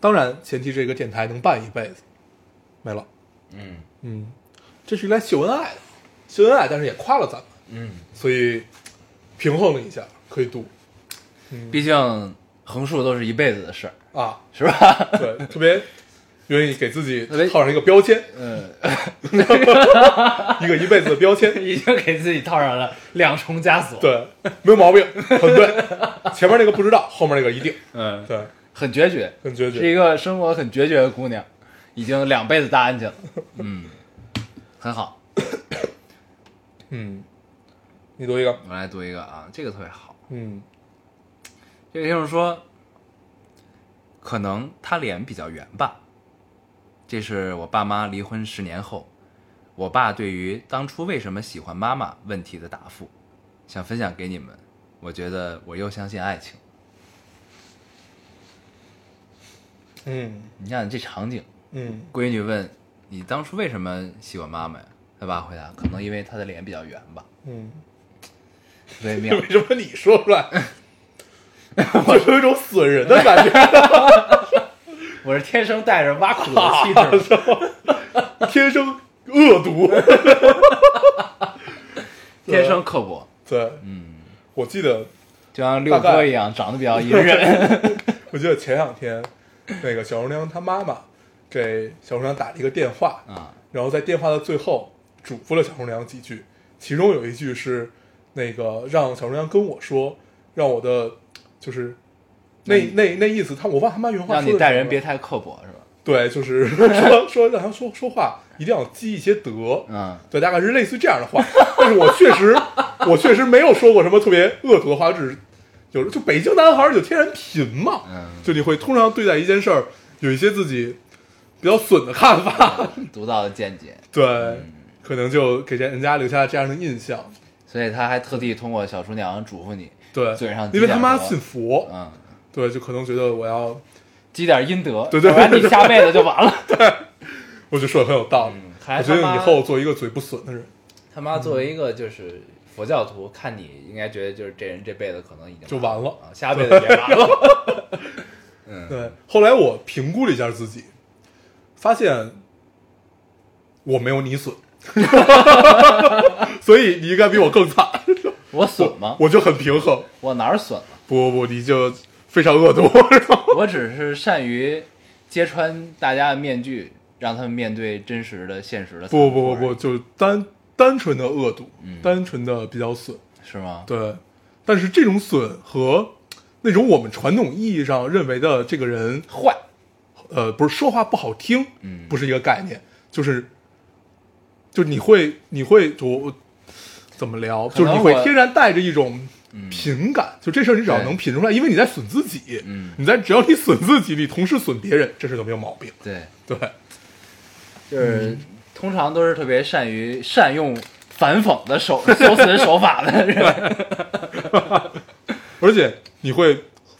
[SPEAKER 3] 当然，前提这个电台能办一辈子。没了。
[SPEAKER 2] 嗯
[SPEAKER 3] 嗯，这是来秀恩爱的，秀恩爱，但是也夸了咱们，
[SPEAKER 2] 嗯，
[SPEAKER 3] 所以平衡了一下，可以读
[SPEAKER 2] 毕竟横竖都是一辈子的事儿，
[SPEAKER 3] 啊，
[SPEAKER 2] 是吧？
[SPEAKER 3] 对，特别愿意给自己
[SPEAKER 2] 特别
[SPEAKER 3] 套上一个标签，
[SPEAKER 2] 嗯，
[SPEAKER 3] 一个一辈子的标签，
[SPEAKER 2] 已经给自己套上了两重枷锁。，
[SPEAKER 3] 对，没有毛病，很对，前面那个不知道，后面那个一定，
[SPEAKER 2] 嗯，
[SPEAKER 3] 对，
[SPEAKER 2] 很决绝，
[SPEAKER 3] 很决
[SPEAKER 2] 是一
[SPEAKER 3] 绝，
[SPEAKER 2] 个生活很决绝的姑娘，已经两辈子大安去了。嗯，很好，
[SPEAKER 3] 嗯，你读一个，
[SPEAKER 2] 我来读一个啊，这个特别好。
[SPEAKER 3] 嗯
[SPEAKER 2] 这个听众说，可能他脸比较圆吧。这是我爸妈离婚十年后，我爸对于当初为什么喜欢妈妈问题的答复，想分享给你们。我觉得我又相信爱情。
[SPEAKER 3] 嗯
[SPEAKER 2] 你看这场景，
[SPEAKER 3] 嗯
[SPEAKER 2] 闺女问你当初为什么喜欢妈妈呀？他爸回答：可能因为她的脸比较圆吧。
[SPEAKER 3] 嗯，
[SPEAKER 2] 特别妙
[SPEAKER 3] 为什么你说出来，我有一种损人的感觉，
[SPEAKER 2] 我是天生带着挖苦 的气质嘛，
[SPEAKER 3] 天生恶毒。
[SPEAKER 2] 天生刻薄，
[SPEAKER 3] 对，嗯，我记得，
[SPEAKER 2] 就像六
[SPEAKER 3] 大
[SPEAKER 2] 哥
[SPEAKER 3] 概
[SPEAKER 2] 一样，长得比较隐 忍。
[SPEAKER 3] 我记得前两天，那个小红娘她妈妈给小红娘打了一个电话，
[SPEAKER 2] 啊，
[SPEAKER 3] 然后在电话的最后嘱咐了小红娘几句，其中有一句是那个让小红娘跟我说，让我的就是那
[SPEAKER 2] 那你
[SPEAKER 3] 那那意思，她我忘他妈原话
[SPEAKER 2] 让
[SPEAKER 3] 说的
[SPEAKER 2] 你待
[SPEAKER 3] 什么
[SPEAKER 2] 人
[SPEAKER 3] 了
[SPEAKER 2] 别太刻薄，是吧？
[SPEAKER 3] 对，就是说说让他说说话一定要积一些德，
[SPEAKER 2] 嗯，
[SPEAKER 3] 对，大概是类似这样的话。但是我确实，我确实没有说过什么特别恶毒的话，只是有时就北京男孩儿有天然贫嘛，
[SPEAKER 2] 嗯
[SPEAKER 3] 就你会通常对待一件事儿有一些自己比较损的看法，
[SPEAKER 2] 独到的见解，
[SPEAKER 3] 对，
[SPEAKER 2] 嗯
[SPEAKER 3] 可能就给人家留下这样的印象。
[SPEAKER 2] 所以他还特地通过小厨娘嘱咐你，
[SPEAKER 3] 对，
[SPEAKER 2] 嘴上
[SPEAKER 3] 因为
[SPEAKER 2] 积
[SPEAKER 3] 他
[SPEAKER 2] 点
[SPEAKER 3] 妈
[SPEAKER 2] 德
[SPEAKER 3] 信佛，
[SPEAKER 2] 嗯，
[SPEAKER 3] 对，就可能觉得我要，
[SPEAKER 2] 积点阴德，
[SPEAKER 3] 对对对
[SPEAKER 2] 不然你下辈子就完 了。
[SPEAKER 3] 我就说的很有道理。
[SPEAKER 2] 嗯还
[SPEAKER 3] 我决定
[SPEAKER 2] 他妈
[SPEAKER 3] 以后做一个嘴不损的人。
[SPEAKER 2] 他妈作为一个就是佛教徒，看你应该觉得就是这人这辈子可能已经
[SPEAKER 3] 就完了
[SPEAKER 2] 啊，下辈子也完 了。
[SPEAKER 3] 对，后来我评估了一下自己，发现我没有你损， 所以你应该比我更惨。
[SPEAKER 2] 我损吗？
[SPEAKER 3] 我就很平衡。
[SPEAKER 2] 我哪儿损了？
[SPEAKER 3] 不不不，你就非常恶毒， 是吧？
[SPEAKER 2] 我只是善于揭穿大家的面具，让他们面对真实的、现实的残酷而
[SPEAKER 3] 不
[SPEAKER 2] 已。
[SPEAKER 3] 不不不，就单单纯的恶毒，
[SPEAKER 2] 嗯
[SPEAKER 3] 单纯的比较损。
[SPEAKER 2] 是吗？
[SPEAKER 3] 对，但是这种损和那种我们传统意义上认为的这个人
[SPEAKER 2] 坏，
[SPEAKER 3] 呃，不是说话不好听，
[SPEAKER 2] 嗯
[SPEAKER 3] 不是一个概念，就是，就你会你会我我怎么聊，
[SPEAKER 2] 可
[SPEAKER 3] 就
[SPEAKER 2] 能
[SPEAKER 3] 是你
[SPEAKER 2] 我嗯
[SPEAKER 3] 会天然带着一种品感，就这事儿你只要
[SPEAKER 2] 对
[SPEAKER 3] 能品出来，因为你在损自己，
[SPEAKER 2] 嗯
[SPEAKER 3] 你在只要你损自己，你同时损别人，这事儿就没有毛病，
[SPEAKER 2] 对，
[SPEAKER 3] 对，
[SPEAKER 2] 就是、
[SPEAKER 3] 嗯
[SPEAKER 2] 通常都是特别善于善用反讽的手修辞手法的 人。
[SPEAKER 3] 而且你会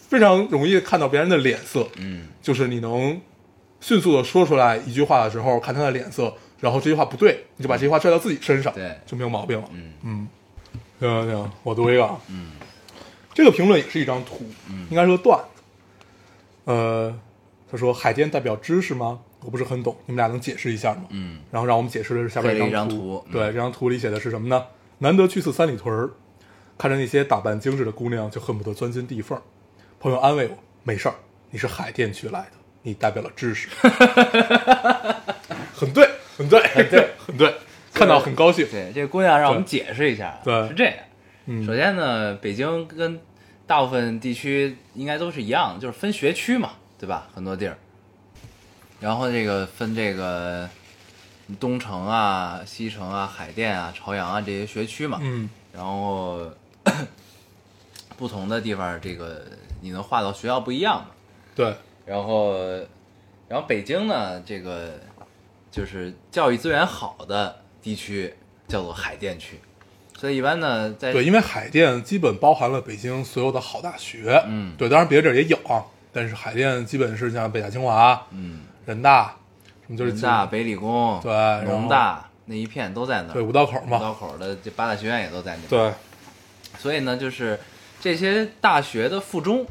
[SPEAKER 3] 非常容易看到别人的脸色，
[SPEAKER 2] 嗯，
[SPEAKER 3] 就是你能迅速的说出来一句话的时候，看他的脸色，然后这句话不对，你就把这句话拽到自己身上，
[SPEAKER 2] 对
[SPEAKER 3] 就没有毛病了。
[SPEAKER 2] 嗯
[SPEAKER 3] 行行行，我读一个啊，嗯，这个评论也是一张图，嗯，应该是个段子，
[SPEAKER 2] 嗯
[SPEAKER 3] 呃，他说海淀代表知识吗？我不是很懂，你们俩能解释一下吗？
[SPEAKER 2] 嗯，
[SPEAKER 3] 然后让我们解释的是下边
[SPEAKER 2] 配了一张
[SPEAKER 3] 张图
[SPEAKER 2] 图，嗯
[SPEAKER 3] 对，这张图里写的是什么呢？难得去次三里屯儿，看着那些打扮精致的姑娘，就恨不得钻进地缝儿。朋友安慰我，没事儿，你是海淀区来的，你代表了 知识，很对，很对，很对， 很对，看到很高兴，
[SPEAKER 2] 对，这姑娘让我们
[SPEAKER 3] 对
[SPEAKER 2] 解释一下啊，
[SPEAKER 3] 对
[SPEAKER 2] 是这样。
[SPEAKER 3] 嗯
[SPEAKER 2] 首先呢，北京跟大部分地区应该都是一样的，就是分学区嘛，对吧？很多地儿，然后这个分这个东城啊、西城啊、海淀啊、朝阳啊这些学区嘛，
[SPEAKER 3] 嗯
[SPEAKER 2] 然后不同的地方，这个你能划到学校不一样嘛。
[SPEAKER 3] 对，
[SPEAKER 2] 然后，然后北京呢，这个就是教育资源好的地区叫做海淀区，所以一般呢，在
[SPEAKER 3] 对，因为海淀基本包含了北京所有的好大学，
[SPEAKER 2] 嗯
[SPEAKER 3] 对，当然别的地儿也有啊，但是海淀基本是像北大、清华、
[SPEAKER 2] 嗯，
[SPEAKER 3] 人大，什么就是
[SPEAKER 2] 人大、北理工、
[SPEAKER 3] 对然后
[SPEAKER 2] 农大那一片都在那儿，
[SPEAKER 3] 对五道口
[SPEAKER 2] 五
[SPEAKER 3] 嘛，
[SPEAKER 2] 道口的这八大学院也都在那儿，
[SPEAKER 3] 对，
[SPEAKER 2] 所以呢，就是这些大学的附中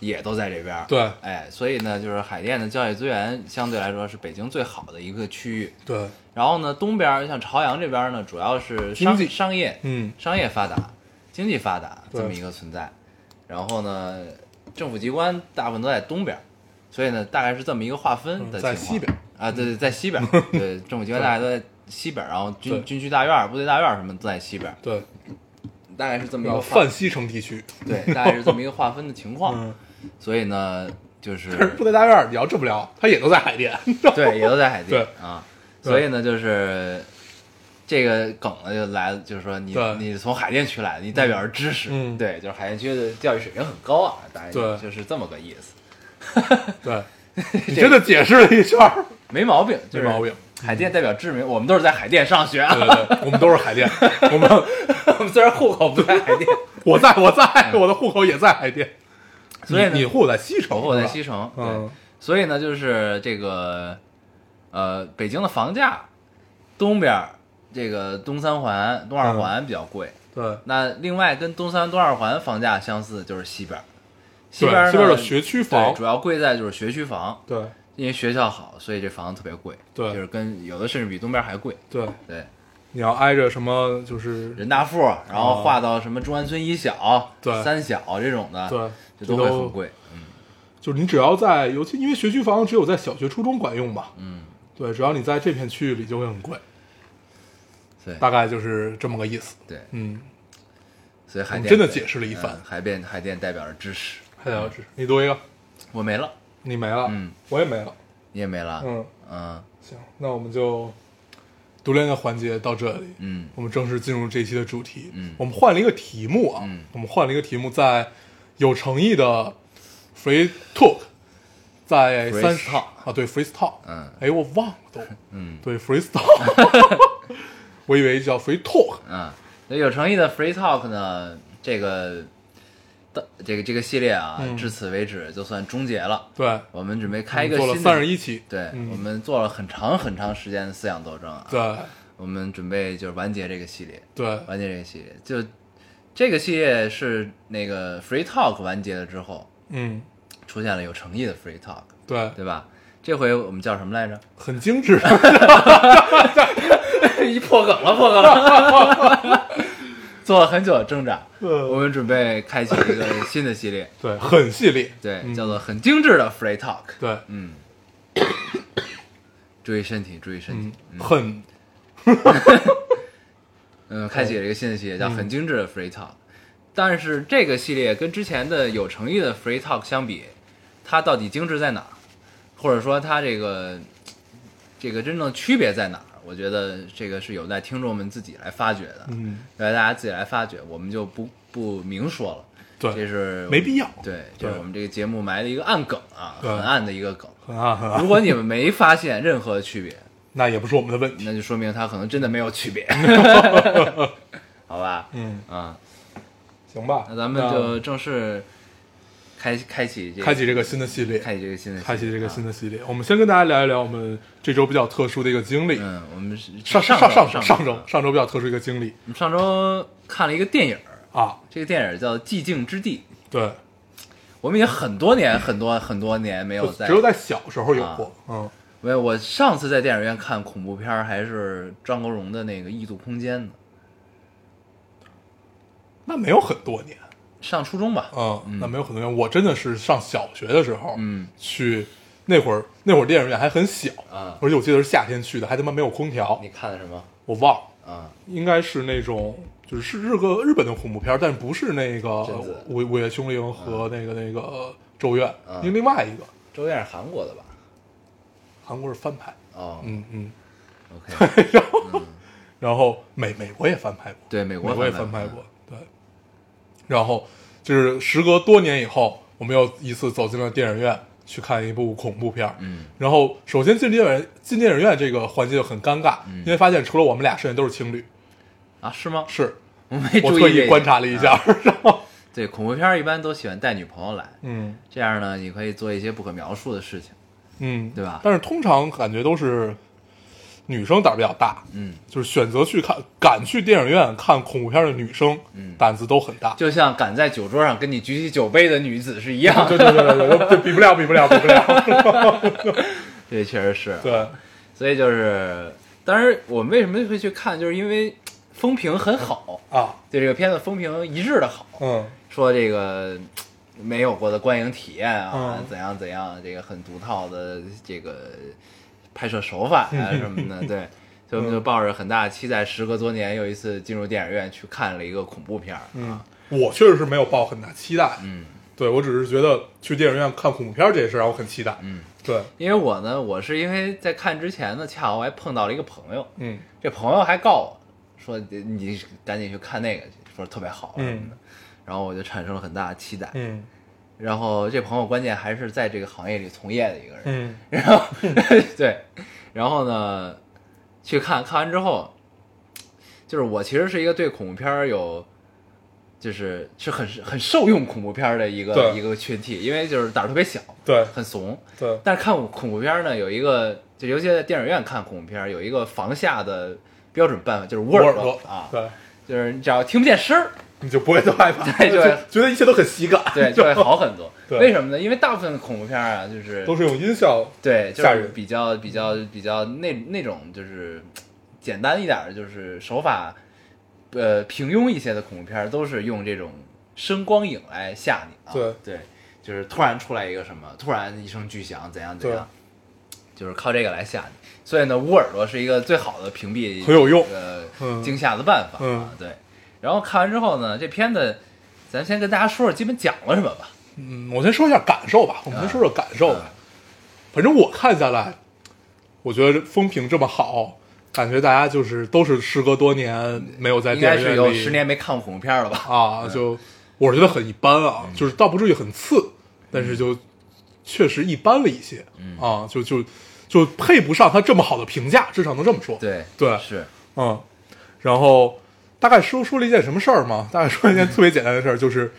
[SPEAKER 2] 也都在这边儿。
[SPEAKER 3] 对
[SPEAKER 2] 哎，所以呢，就是海淀的教育资源相对来说是北京最好的一个区域。
[SPEAKER 3] 对，
[SPEAKER 2] 然后呢，东边儿像朝阳这边儿呢，主要是商
[SPEAKER 3] 经济
[SPEAKER 2] 商业，
[SPEAKER 3] 嗯
[SPEAKER 2] 商业发达，经济发达
[SPEAKER 3] 对
[SPEAKER 2] 这么一个存在。然后呢，政府机关大部分都在东边儿，所以呢，大概是这么一个划分
[SPEAKER 3] 嗯
[SPEAKER 2] 的情
[SPEAKER 3] 在
[SPEAKER 2] 况。
[SPEAKER 3] 西边儿
[SPEAKER 2] 啊，对对，在西边 儿，对，政府机关大概都在西边儿，然后
[SPEAKER 3] 对
[SPEAKER 2] 军军区大院儿、部队大院儿什么都在西边儿，
[SPEAKER 3] 对，
[SPEAKER 2] 大概是这么一
[SPEAKER 3] 然
[SPEAKER 2] 个
[SPEAKER 3] 后
[SPEAKER 2] 划
[SPEAKER 3] 泛西城地区，
[SPEAKER 2] 对，大概是这么一个划分的情况。
[SPEAKER 3] 嗯，
[SPEAKER 2] 所以呢，就是
[SPEAKER 3] 但是部队大院儿你要这么聊，他也都在海淀，
[SPEAKER 2] 对，也都在海淀
[SPEAKER 3] 对
[SPEAKER 2] 啊。
[SPEAKER 3] 对
[SPEAKER 2] 所以呢，就是这个梗呢就来了，就是说你
[SPEAKER 3] 对
[SPEAKER 2] 你从海淀区来的，你代表着知识，
[SPEAKER 3] 嗯
[SPEAKER 2] 对，就是海淀区的教育水平很高啊，大概
[SPEAKER 3] 对
[SPEAKER 2] 就是这么个意思，
[SPEAKER 3] 对，你真的解释了一圈儿，
[SPEAKER 2] 没毛病，就
[SPEAKER 3] 没
[SPEAKER 2] 是
[SPEAKER 3] 毛病。
[SPEAKER 2] 海淀代表知名，我们都是在海淀上学啊
[SPEAKER 3] 对，对对，我们都是 海淀，我们
[SPEAKER 2] 我们虽然户口不在海淀， 嗯
[SPEAKER 3] 我在我在我的户口也在海淀，
[SPEAKER 2] 所以呢
[SPEAKER 3] 你你户口在西
[SPEAKER 2] 我
[SPEAKER 3] 城，
[SPEAKER 2] 户口在
[SPEAKER 3] 是
[SPEAKER 2] 西
[SPEAKER 3] 吧，
[SPEAKER 2] 城，
[SPEAKER 3] 嗯
[SPEAKER 2] 对，所以呢，就是这个呃，北京的房价，东边儿这个东三环、东二
[SPEAKER 3] 嗯
[SPEAKER 2] 环比较贵，
[SPEAKER 3] 对。
[SPEAKER 2] 那另外跟东三、东二环房价相似，就是西边儿。西
[SPEAKER 3] 对
[SPEAKER 2] 边儿呢
[SPEAKER 3] 西边儿有学区房
[SPEAKER 2] 对主要贵在就是学区房，
[SPEAKER 3] 对
[SPEAKER 2] 因为学校好，所以这房子特别贵。
[SPEAKER 3] 对
[SPEAKER 2] 就是跟有的甚至比东边儿还贵。
[SPEAKER 3] 对，
[SPEAKER 2] 对，
[SPEAKER 3] 你要挨着什么就是
[SPEAKER 2] 人大附，然后划到什么中关村一小、
[SPEAKER 3] 啊对
[SPEAKER 2] 三小这种的，
[SPEAKER 3] 对
[SPEAKER 2] 啊这
[SPEAKER 3] 这
[SPEAKER 2] 都会
[SPEAKER 3] 都
[SPEAKER 2] 很贵。
[SPEAKER 3] 就是你只要在，尤其因为学区房只有在小学、初中管用嘛，
[SPEAKER 2] 嗯，
[SPEAKER 3] 对，只要你在这片区域里就会很贵，
[SPEAKER 2] 对
[SPEAKER 3] 大概就是这么个意思。
[SPEAKER 2] 对，
[SPEAKER 3] 嗯，
[SPEAKER 2] 所以海
[SPEAKER 3] 我们
[SPEAKER 2] 淀
[SPEAKER 3] 真的
[SPEAKER 2] 对
[SPEAKER 3] 解释了一番
[SPEAKER 2] 嗯海淀海淀代表着知识，
[SPEAKER 3] 还有这，你读一个，
[SPEAKER 2] 我没了，
[SPEAKER 3] 你没了，
[SPEAKER 2] 嗯，
[SPEAKER 3] 我也没了，
[SPEAKER 2] 你也没了。
[SPEAKER 3] 嗯，
[SPEAKER 2] 嗯
[SPEAKER 3] 行，那我们就读联的环节到这里，
[SPEAKER 2] 嗯
[SPEAKER 3] 我们正式进入这一期的主题。
[SPEAKER 2] 嗯
[SPEAKER 3] 我们换了一个题目啊，
[SPEAKER 2] 嗯
[SPEAKER 3] 我们换了一个题目，在有诚意的 free talk，在
[SPEAKER 2] Free
[SPEAKER 3] 三十
[SPEAKER 2] talk
[SPEAKER 3] 啊，对 free talk，
[SPEAKER 2] 嗯
[SPEAKER 3] 哎，我忘了都，
[SPEAKER 2] 嗯
[SPEAKER 3] 对 free talk，我以为叫 free talk，
[SPEAKER 2] 嗯，那有诚意的 Free Talk 呢，这个的这个这个系列啊，
[SPEAKER 3] 嗯
[SPEAKER 2] 至此为止就算终结了。
[SPEAKER 3] 对，
[SPEAKER 2] 我们准备开一个
[SPEAKER 3] 我
[SPEAKER 2] 新
[SPEAKER 3] 们做
[SPEAKER 2] 的，
[SPEAKER 3] 了三十一期，
[SPEAKER 2] 对、
[SPEAKER 3] 嗯
[SPEAKER 2] 我们做了很长很长时间的思想斗争啊。，
[SPEAKER 3] 对
[SPEAKER 2] 我们准备就是完结这个系列，
[SPEAKER 3] 对
[SPEAKER 2] 完结这个系列。就这个系列是那个 Free Talk 完结了之后，
[SPEAKER 3] 嗯
[SPEAKER 2] 出现了有诚意的 Free Talk，
[SPEAKER 3] 对，
[SPEAKER 2] 对吧？这回我们叫什么来着？
[SPEAKER 3] 很精致，
[SPEAKER 2] 一破梗了，破梗了。做了很久的挣扎，
[SPEAKER 3] 嗯
[SPEAKER 2] 我们准备开启一个新的系 列，
[SPEAKER 3] 对，很系列，
[SPEAKER 2] 对，
[SPEAKER 3] 嗯
[SPEAKER 2] 叫做很精致的 free talk。
[SPEAKER 3] 对，
[SPEAKER 2] 嗯，注意身体，注意身
[SPEAKER 3] 嗯
[SPEAKER 2] 体。，
[SPEAKER 3] 很
[SPEAKER 2] 嗯，开启了一个新的系列，叫很精致的 free talk。但是这个系列跟之前的有诚意的 free talk 相比，它到底精致在哪儿？或者说它这个这个真正区别在哪儿？我觉得这个是有待听众们自己来发掘的。
[SPEAKER 3] 嗯，
[SPEAKER 2] 来大家自己来发掘，我们就不不明说了。这
[SPEAKER 3] 对，
[SPEAKER 2] 是
[SPEAKER 3] 没必要
[SPEAKER 2] 对，这是
[SPEAKER 3] 对
[SPEAKER 2] 我们这个节目埋的一个暗梗啊，
[SPEAKER 3] 对
[SPEAKER 2] 很暗的一个梗。
[SPEAKER 3] 很暗很啊暗
[SPEAKER 2] 如，果你们没发现任何区别，
[SPEAKER 3] 那也不是我们的问题，
[SPEAKER 2] 那就说明它可能真的没有区 别，好吧？
[SPEAKER 3] 嗯。
[SPEAKER 2] 啊，
[SPEAKER 3] 行吧，
[SPEAKER 2] 那咱们就正式开开启这
[SPEAKER 3] 那
[SPEAKER 2] 个
[SPEAKER 3] 开启这个新的系列，
[SPEAKER 2] 开启这个新的啊
[SPEAKER 3] 开启这个新
[SPEAKER 2] 的。
[SPEAKER 3] 的系列。我们先跟大家聊一聊我们这周比较特殊的一个经历。
[SPEAKER 2] 嗯，我们是
[SPEAKER 3] 上
[SPEAKER 2] 上
[SPEAKER 3] 上上
[SPEAKER 2] 上
[SPEAKER 3] 上
[SPEAKER 2] 周
[SPEAKER 3] 周上周比较特殊一个经历
[SPEAKER 2] 我们上周看了一个电影儿，
[SPEAKER 3] 啊，
[SPEAKER 2] 这个电影儿叫《寂静之地》。
[SPEAKER 3] 对，
[SPEAKER 2] 我们已经很多年、很多很多年没有
[SPEAKER 3] 就
[SPEAKER 2] 在啊
[SPEAKER 3] 只有在小时候有过。嗯，
[SPEAKER 2] 没有，我上次在电影院看恐怖片儿还是张国荣的那个《异度空间》呢，
[SPEAKER 3] 那没有很多年，
[SPEAKER 2] 上初中吧。
[SPEAKER 3] 嗯，那没有很多年。我真的是上小学的时候，
[SPEAKER 2] 嗯，
[SPEAKER 3] 去那会儿那会儿电影院还很小
[SPEAKER 2] 啊
[SPEAKER 3] 而且我记得是夏天去的，还他妈没有空调
[SPEAKER 2] 你，看的什么？
[SPEAKER 3] 我忘了。
[SPEAKER 2] 啊，
[SPEAKER 3] 应该是那种就是是日个日本的恐怖片儿，但不是那个
[SPEAKER 2] 贞子啊
[SPEAKER 3] 《午午夜凶铃》和那个、那个呃咒怨，
[SPEAKER 2] 嗯
[SPEAKER 3] 另、另外一个
[SPEAKER 2] 周燕是韩国的吧？
[SPEAKER 3] 韩国是翻拍，
[SPEAKER 2] 哦、
[SPEAKER 3] 嗯嗯，
[SPEAKER 2] o k
[SPEAKER 3] 然后美美国也翻拍过，
[SPEAKER 2] 嗯对，美国
[SPEAKER 3] 美国也
[SPEAKER 2] 翻
[SPEAKER 3] 翻拍过，对，然后就是时隔多年以后，我们又一次走进了电影院去看一部恐怖片，
[SPEAKER 2] 嗯，
[SPEAKER 3] 然后首先进电影院进电影院这个环节就很尴尬，因为发现除了我们俩，剩下都是情侣，
[SPEAKER 2] 嗯啊，是吗？
[SPEAKER 3] 是
[SPEAKER 2] 我没
[SPEAKER 3] 我
[SPEAKER 2] 注
[SPEAKER 3] 特
[SPEAKER 2] 意这
[SPEAKER 3] 意啊
[SPEAKER 2] 个
[SPEAKER 3] 观察了一下，然后
[SPEAKER 2] 对，恐怖片儿一般都喜欢带女朋友来，
[SPEAKER 3] 嗯。
[SPEAKER 2] 这样呢，你可以做一些不可描述的事情。
[SPEAKER 3] 嗯，
[SPEAKER 2] 对吧
[SPEAKER 3] 但是通常感觉都是女生胆儿比较大，
[SPEAKER 2] 嗯，
[SPEAKER 3] 就是选择去看敢去电影院看恐怖片的女生，
[SPEAKER 2] 嗯
[SPEAKER 3] 胆子都很大。
[SPEAKER 2] 就像敢在酒桌上跟你举起酒杯的女子是一样
[SPEAKER 3] 啊对
[SPEAKER 2] 的。
[SPEAKER 3] 对对对对，我比不了，比不了，比不了。
[SPEAKER 2] 对，确实是。
[SPEAKER 3] 对，
[SPEAKER 2] 所以就是，当然我们为什么会去看，就是因为风评很好，
[SPEAKER 3] 啊，
[SPEAKER 2] 对这个片子风评一致的好，
[SPEAKER 3] 嗯
[SPEAKER 2] 说这个没有过的观影体验啊，
[SPEAKER 3] 嗯
[SPEAKER 2] 怎样怎样，这个很独套的这个拍摄手法啊
[SPEAKER 3] 嗯
[SPEAKER 2] 什么的， 对，所以我们就抱着很大的期待，时隔多年又一次进入电影院去看了一个恐怖片儿
[SPEAKER 3] 嗯
[SPEAKER 2] 啊，，
[SPEAKER 3] 我确实是没有抱很大期待，
[SPEAKER 2] 嗯
[SPEAKER 3] 对我只是觉得去电影院看恐怖片这件事让我很期待。
[SPEAKER 2] 嗯，
[SPEAKER 3] 对，
[SPEAKER 2] 因为我呢，我是因为在看之前呢，恰好我还碰到了一个朋友，
[SPEAKER 3] 嗯
[SPEAKER 2] 这朋友还告我说你你赶紧去看那个去，说特别好什么的，然后我就产生了很大的期待。
[SPEAKER 3] 嗯
[SPEAKER 2] 然后这朋友关键还是在这个行业里从业的一个人，
[SPEAKER 3] 嗯
[SPEAKER 2] 然后 对，然后呢去看看完之后，就是我其实是一个对恐怖片儿有。就是是很很受用恐怖片儿的一个
[SPEAKER 3] 对
[SPEAKER 2] 一个群体，因为就是胆儿特别小，
[SPEAKER 3] 对
[SPEAKER 2] 很怂，
[SPEAKER 3] 对，
[SPEAKER 2] 但是看恐怖片儿呢，有一个就尤其在电影院看恐怖片儿，有一个防吓的标准办法，就是捂
[SPEAKER 3] 捂耳
[SPEAKER 2] 朵
[SPEAKER 3] 朵
[SPEAKER 2] 啊，
[SPEAKER 3] 对，
[SPEAKER 2] 就是你只要听不见声儿，
[SPEAKER 3] 你就不会再害怕，
[SPEAKER 2] 对
[SPEAKER 3] 就
[SPEAKER 2] 对
[SPEAKER 3] 觉得一切都很喜感，
[SPEAKER 2] 对，就会好很多。
[SPEAKER 3] 对
[SPEAKER 2] 为什么呢？因为大部分恐怖片儿啊，就是
[SPEAKER 3] 都是用音效。
[SPEAKER 2] 对，就
[SPEAKER 3] 吓
[SPEAKER 2] 是
[SPEAKER 3] 人
[SPEAKER 2] 比较比较比较那那种就是简单一点儿的，就是手法呃平庸一些的恐怖片儿，都是用这种声光影来吓你啊。
[SPEAKER 3] 对
[SPEAKER 2] 对，就是突然出来一个什么，突然一声巨响，怎样怎样，就是靠这个来吓你。所以呢，捂耳朵是一个最好的屏蔽
[SPEAKER 3] 很有用
[SPEAKER 2] 呃
[SPEAKER 3] 嗯
[SPEAKER 2] 惊吓的办法啊。对，然后看完之后呢，这片子咱先跟大家说说基本讲了什么吧。
[SPEAKER 3] 嗯，我先说一下感受吧，我们先说说感受吧。
[SPEAKER 2] 嗯
[SPEAKER 3] 反正我看下来，我觉得风评这么好，感觉大家就是都是时隔多年没有在
[SPEAKER 2] 应
[SPEAKER 3] 哎电
[SPEAKER 2] 该
[SPEAKER 3] 影院
[SPEAKER 2] 是
[SPEAKER 3] 里
[SPEAKER 2] 有十年嗯没看过恐怖片了吧？
[SPEAKER 3] 啊，就我是觉得很一般啊，
[SPEAKER 2] 嗯
[SPEAKER 3] 就是倒不至于很次，但是就确实一般了一些、
[SPEAKER 2] 嗯
[SPEAKER 3] 啊，就就就配不上他这么好的评价，至少能这么说。，
[SPEAKER 2] 对
[SPEAKER 3] 对
[SPEAKER 2] 是
[SPEAKER 3] 嗯，然后大概说说了一件什么事儿嘛？大概说了一件特别简单的事儿，就是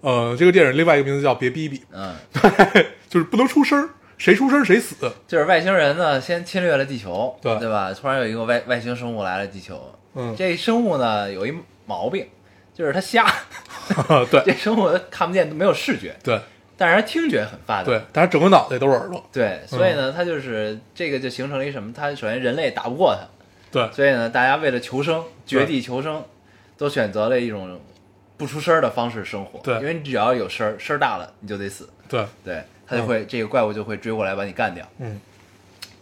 [SPEAKER 3] 呃，这个电影另外一个名字叫《别逼逼
[SPEAKER 2] 嗯。》，
[SPEAKER 3] 就是不能出声儿，谁出声儿 谁死。
[SPEAKER 2] 就是外星人呢，先侵略了地球，
[SPEAKER 3] 对
[SPEAKER 2] 吧？突然有一个外外星生物来了地球，
[SPEAKER 3] 嗯，
[SPEAKER 2] 这生物呢有一毛病，就是它 瞎，这
[SPEAKER 3] 对
[SPEAKER 2] 生物看不见，没有视觉，
[SPEAKER 3] 对
[SPEAKER 2] 但是它听觉很发达。
[SPEAKER 3] 对，嗯但是整个脑袋都是耳朵。
[SPEAKER 2] 对所以呢，它就是这个就形成了一什么？它首先人类打不过它，
[SPEAKER 3] 对
[SPEAKER 2] 所以呢，大家为了求生，
[SPEAKER 3] 对
[SPEAKER 2] 绝地求生，都选择了一种不出声儿的方式生活。
[SPEAKER 3] 对
[SPEAKER 2] 因为你只要有声儿，声儿大了你就得死，
[SPEAKER 3] 对，
[SPEAKER 2] 对，它就会、这个怪物就会追过来把你干掉。
[SPEAKER 3] 嗯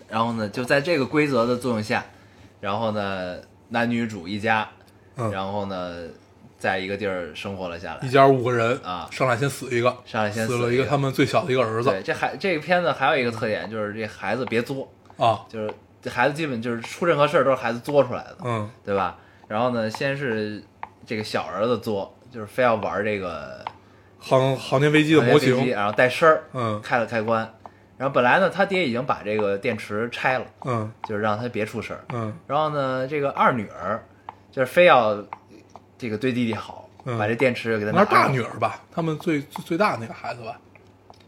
[SPEAKER 2] 然后呢，就在这个规则的作用下，然后呢，男女主一家，
[SPEAKER 3] 嗯
[SPEAKER 2] 然后呢，在一个地儿生活了下
[SPEAKER 3] 一
[SPEAKER 2] 来。
[SPEAKER 3] 家五个人
[SPEAKER 2] 啊
[SPEAKER 3] 上来先死一个，
[SPEAKER 2] 上来先
[SPEAKER 3] 死
[SPEAKER 2] 死
[SPEAKER 3] 了
[SPEAKER 2] 一
[SPEAKER 3] 一
[SPEAKER 2] 个
[SPEAKER 3] 个他们最小的一个儿子
[SPEAKER 2] 对，这孩这个片子还有一个特点就是这孩子别作，
[SPEAKER 3] 啊，
[SPEAKER 2] 就是这孩子基本就是出任何事儿都是孩子作出来的，
[SPEAKER 3] 嗯
[SPEAKER 2] 对吧？然后呢，先是这个小儿子作，就是非要玩这个
[SPEAKER 3] 航航天飞机的模
[SPEAKER 2] 航天飞机
[SPEAKER 3] 型，
[SPEAKER 2] 然后带声儿，
[SPEAKER 3] 嗯
[SPEAKER 2] 开了开关。然后本来呢，他爹已经把这个电池拆了，
[SPEAKER 3] 嗯
[SPEAKER 2] 就是让他别出声儿。
[SPEAKER 3] 嗯
[SPEAKER 2] 然后呢，这个二女儿就是非要呃这个对弟弟好，
[SPEAKER 3] 嗯
[SPEAKER 2] 把这电池给他
[SPEAKER 3] 那
[SPEAKER 2] 拿
[SPEAKER 3] 是
[SPEAKER 2] 走
[SPEAKER 3] 大女儿吧？他们最最最大的那个孩子吧？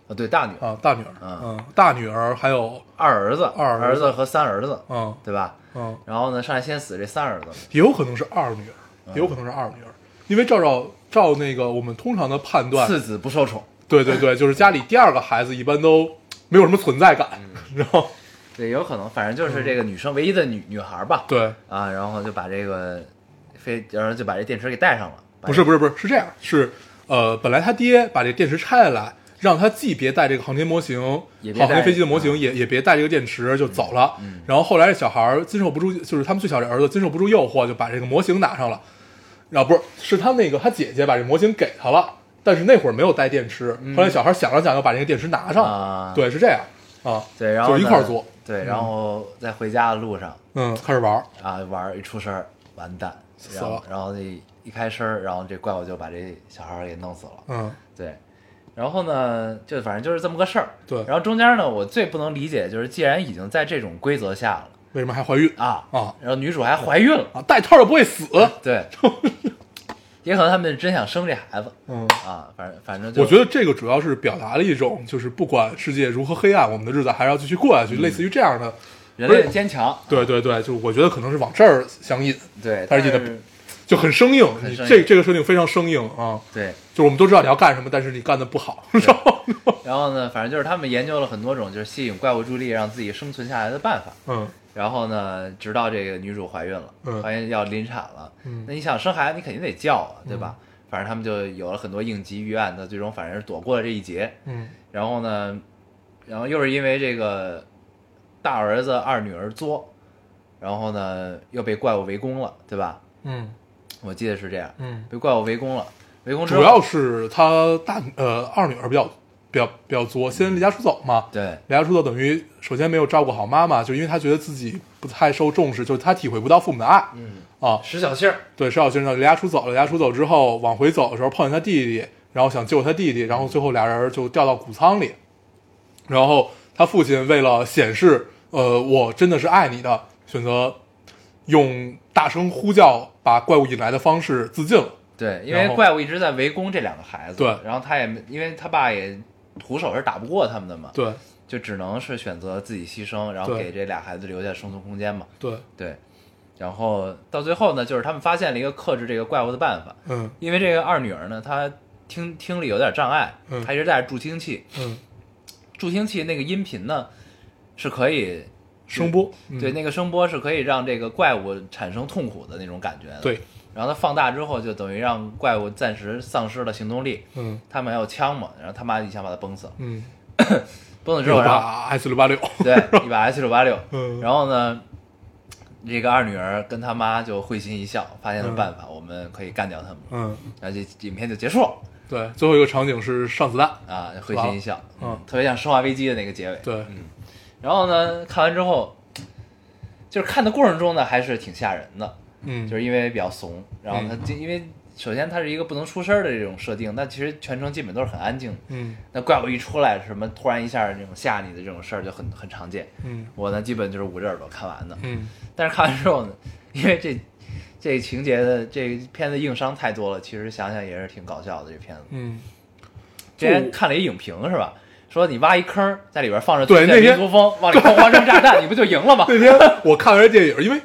[SPEAKER 2] 啊，对大女儿、
[SPEAKER 3] 啊，大女儿，
[SPEAKER 2] 嗯
[SPEAKER 3] 嗯，大女儿还有，
[SPEAKER 2] 二儿子、
[SPEAKER 3] 二儿
[SPEAKER 2] 儿
[SPEAKER 3] 子
[SPEAKER 2] 子和三儿子，
[SPEAKER 3] 嗯
[SPEAKER 2] 对吧？
[SPEAKER 3] 嗯，
[SPEAKER 2] 然后呢，上来先死这三儿子嘛，
[SPEAKER 3] 也有可能是二女儿，也有可能是二
[SPEAKER 2] 啊
[SPEAKER 3] 女儿，因为照照照那个我们通常的判断，
[SPEAKER 2] 次子不受宠，
[SPEAKER 3] 对对对，就是家里第二个孩子一般都没有什么存在感，
[SPEAKER 2] 嗯
[SPEAKER 3] 然后
[SPEAKER 2] 对，有可能，反正就是这个女生唯一的女、女孩吧，
[SPEAKER 3] 对，
[SPEAKER 2] 啊，然后就把这个非，然后就把这电池给带上了，把
[SPEAKER 3] 不是不是不是是这样，是呃，本来他爹把这电池拆下来，让他既别带这个航天模型，
[SPEAKER 2] 也别带嗯
[SPEAKER 3] 航天飞机的模型，也也别带这个电池就走了。然后后来这小孩儿经受不住，就是他们最小的儿子经受不住诱惑，就把这个模型拿上了。然后不是是他那个他姐姐把这模型给他了，但是那会儿没有带电池。后来小孩想了想，又把这个电池拿上了。
[SPEAKER 2] 嗯啊
[SPEAKER 3] 对，是这样啊。
[SPEAKER 2] 对，然后
[SPEAKER 3] 就一
[SPEAKER 2] 呢
[SPEAKER 3] 块儿做，
[SPEAKER 2] 对，然后在回家的路上
[SPEAKER 3] 嗯，开始玩儿。
[SPEAKER 2] 啊玩儿一出声儿，完蛋，
[SPEAKER 3] 死
[SPEAKER 2] 然后
[SPEAKER 3] 了
[SPEAKER 2] 然后那一开声儿，然后这怪物就把这小孩儿给弄死了。
[SPEAKER 3] 嗯
[SPEAKER 2] 对，然后呢，就反正就是这么个事儿。
[SPEAKER 3] 对
[SPEAKER 2] 然后中间呢，我最不能理解就是，既然已经在这种规则下了
[SPEAKER 3] 为什么还怀孕
[SPEAKER 2] 啊
[SPEAKER 3] 啊
[SPEAKER 2] 然后女主还怀孕了，
[SPEAKER 3] 啊？带套也不会死。
[SPEAKER 2] 对， 也可能他们真想生这孩子
[SPEAKER 3] 嗯。
[SPEAKER 2] 啊，反正反正就
[SPEAKER 3] 我觉得这个主要嗯是表达了一种，就是不管世界如何黑暗，我们的日子还是要继续过下去，类似于这样的
[SPEAKER 2] 人类的坚强，
[SPEAKER 3] 对对对，就是我觉得可能是往这儿相引，
[SPEAKER 2] 对，
[SPEAKER 3] 但
[SPEAKER 2] 但
[SPEAKER 3] 是你的就很生硬。
[SPEAKER 2] 很
[SPEAKER 3] 你
[SPEAKER 2] 生硬
[SPEAKER 3] 这这个设定非常生硬啊，
[SPEAKER 2] 对，
[SPEAKER 3] 就是我们都知道你要干什么， 但是你干的不好，然后
[SPEAKER 2] 然后呢，反正就是他们研究了很多种就是吸引怪物注意力让自己生存下来的办法。
[SPEAKER 3] 嗯
[SPEAKER 2] 然后呢，直到这个女主怀孕了，
[SPEAKER 3] 嗯
[SPEAKER 2] 怀孕要临产了，
[SPEAKER 3] 嗯
[SPEAKER 2] 那你想生孩子，你肯定得叫啊，对吧？反正他们就有了很多应急预案的，最终反正是躲过了这一劫。
[SPEAKER 3] 嗯
[SPEAKER 2] 然后呢，然后又是因为这个大儿子二女儿作，然后呢又被怪物围攻了，对吧？
[SPEAKER 3] 嗯
[SPEAKER 2] 我记得是这样，
[SPEAKER 3] 嗯，
[SPEAKER 2] 被怪物围攻了，围攻之后
[SPEAKER 3] 主要是他大呃二女儿比较比较比较作，先离家出走嘛，
[SPEAKER 2] 对
[SPEAKER 3] 离家出走等于首先没有照顾好妈妈，就因为他觉得自己不太受重视，就是他体会不到父母的爱，嗯啊，
[SPEAKER 2] 使小性儿，
[SPEAKER 3] 对，石小先生离家出走了，离家出走之后往回走的时候碰见他弟弟，然后想救他弟弟，然后最后俩人就掉到谷仓里，然后他父亲为了显示呃我真的是爱你的，选择用大声呼叫把怪物引来的方式自尽了。
[SPEAKER 2] 对，因
[SPEAKER 3] 然
[SPEAKER 2] 为
[SPEAKER 3] 后
[SPEAKER 2] 怪物一直在围攻这两个孩子，
[SPEAKER 3] 对
[SPEAKER 2] 然后他也没因为他爸也徒手是打不过他们的嘛，
[SPEAKER 3] 对
[SPEAKER 2] 就只能是选择自己牺牲，然后
[SPEAKER 3] 对
[SPEAKER 2] 给这俩孩子留下生存空间嘛，
[SPEAKER 3] 对，
[SPEAKER 2] 对，然后到最后呢，就是他们发现了一个克制这个怪物的办法，
[SPEAKER 3] 嗯
[SPEAKER 2] 因为这个二女儿呢，她听听力有点障碍，
[SPEAKER 3] 嗯
[SPEAKER 2] 她一直戴着助听器，
[SPEAKER 3] 嗯，
[SPEAKER 2] 助听器那个音频呢是可以。
[SPEAKER 3] 声波，嗯
[SPEAKER 2] 对，那个声波是可以让这个怪物产生痛苦的那种感觉的。
[SPEAKER 3] 对，
[SPEAKER 2] 然后它放大之后，就等于让怪物暂时丧失了行动力。
[SPEAKER 3] 嗯
[SPEAKER 2] 他们还有枪嘛，然后他妈一枪把他崩死了，
[SPEAKER 3] 嗯，
[SPEAKER 2] 崩死之
[SPEAKER 3] 六
[SPEAKER 2] 后，然后
[SPEAKER 3] 八 S 六八六，
[SPEAKER 2] 对一把 S 六八六，
[SPEAKER 3] 嗯
[SPEAKER 2] 然后呢，这个二女儿跟他妈就会心一笑，发现了
[SPEAKER 3] 嗯
[SPEAKER 2] 办法，我们可以干掉他们，
[SPEAKER 3] 嗯，
[SPEAKER 2] 然后这影片就结束了
[SPEAKER 3] 对，最后一个场景是上子弹，
[SPEAKER 2] 啊，会心一笑，
[SPEAKER 3] 嗯
[SPEAKER 2] 特别像《生化危机》的那个结尾。
[SPEAKER 3] 对，
[SPEAKER 2] 然后呢，看完之后，就是看的过程中呢，还是挺吓人的，
[SPEAKER 3] 嗯，
[SPEAKER 2] 就是因为比较怂，然后他就因为首先它是一个不能出声儿的这种设定，但其实全程基本都是很安静的。
[SPEAKER 3] 嗯
[SPEAKER 2] 那怪物一出来，什么突然一下那种吓你的这种事儿就很很常见。
[SPEAKER 3] 嗯
[SPEAKER 2] 我呢，基本就是捂着耳朵看完的。
[SPEAKER 3] 嗯
[SPEAKER 2] 但是看完之后呢，因为这这情节的这片子硬伤太多了，其实想想也是挺搞笑的。这片子
[SPEAKER 3] 嗯，
[SPEAKER 2] 之前看了一影评是吧？说你挖一坑儿，在里边放着
[SPEAKER 3] 对那天
[SPEAKER 2] 民族风，往里放花生炸弹，你不就赢了吗？
[SPEAKER 3] 那天我看完这电影，因为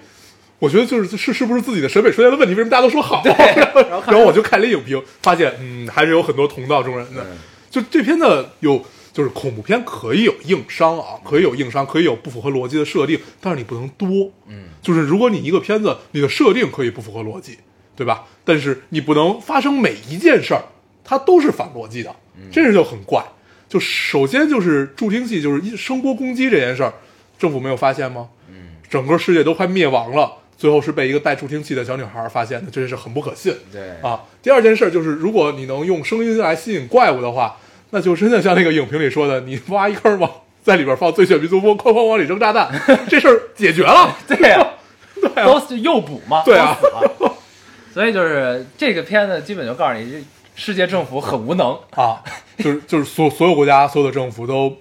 [SPEAKER 3] 我觉得就是是是不是自己的审美出现了问题，为什么大家都说 好？然后然后我就看了一影评，发现嗯，还是有很多同道中人的。就这片的有就是恐怖片可以有硬伤啊，可以有硬伤，可以有不符合逻辑的设定，但是你不能多。嗯，就是如果你一个片子你的设定可以不符合逻辑，对吧？但是你不能发生每一件事儿，它都是反逻辑的，这事就很怪。就首先就是助听器，就是一声波攻击这件事儿，政府没有发现吗？整个世界都快灭亡了，最后是被一个带助听器的小女孩发现的，这是很不可信。
[SPEAKER 2] 对
[SPEAKER 3] 啊，第二件事就是，如果你能用声音来吸引怪物的话，那就真的像那个影评里说的，你挖一坑往在里边放最炫民族风，哐哐往里扔炸弹，这事儿解决了。
[SPEAKER 2] 对呀、
[SPEAKER 3] 对啊，
[SPEAKER 2] 都是诱捕嘛，
[SPEAKER 3] 对啊
[SPEAKER 2] 都死了。所以就是这个片子基本就告诉你，这世界政府很无能。
[SPEAKER 3] 啊，就是就是所所有国家所有的政府都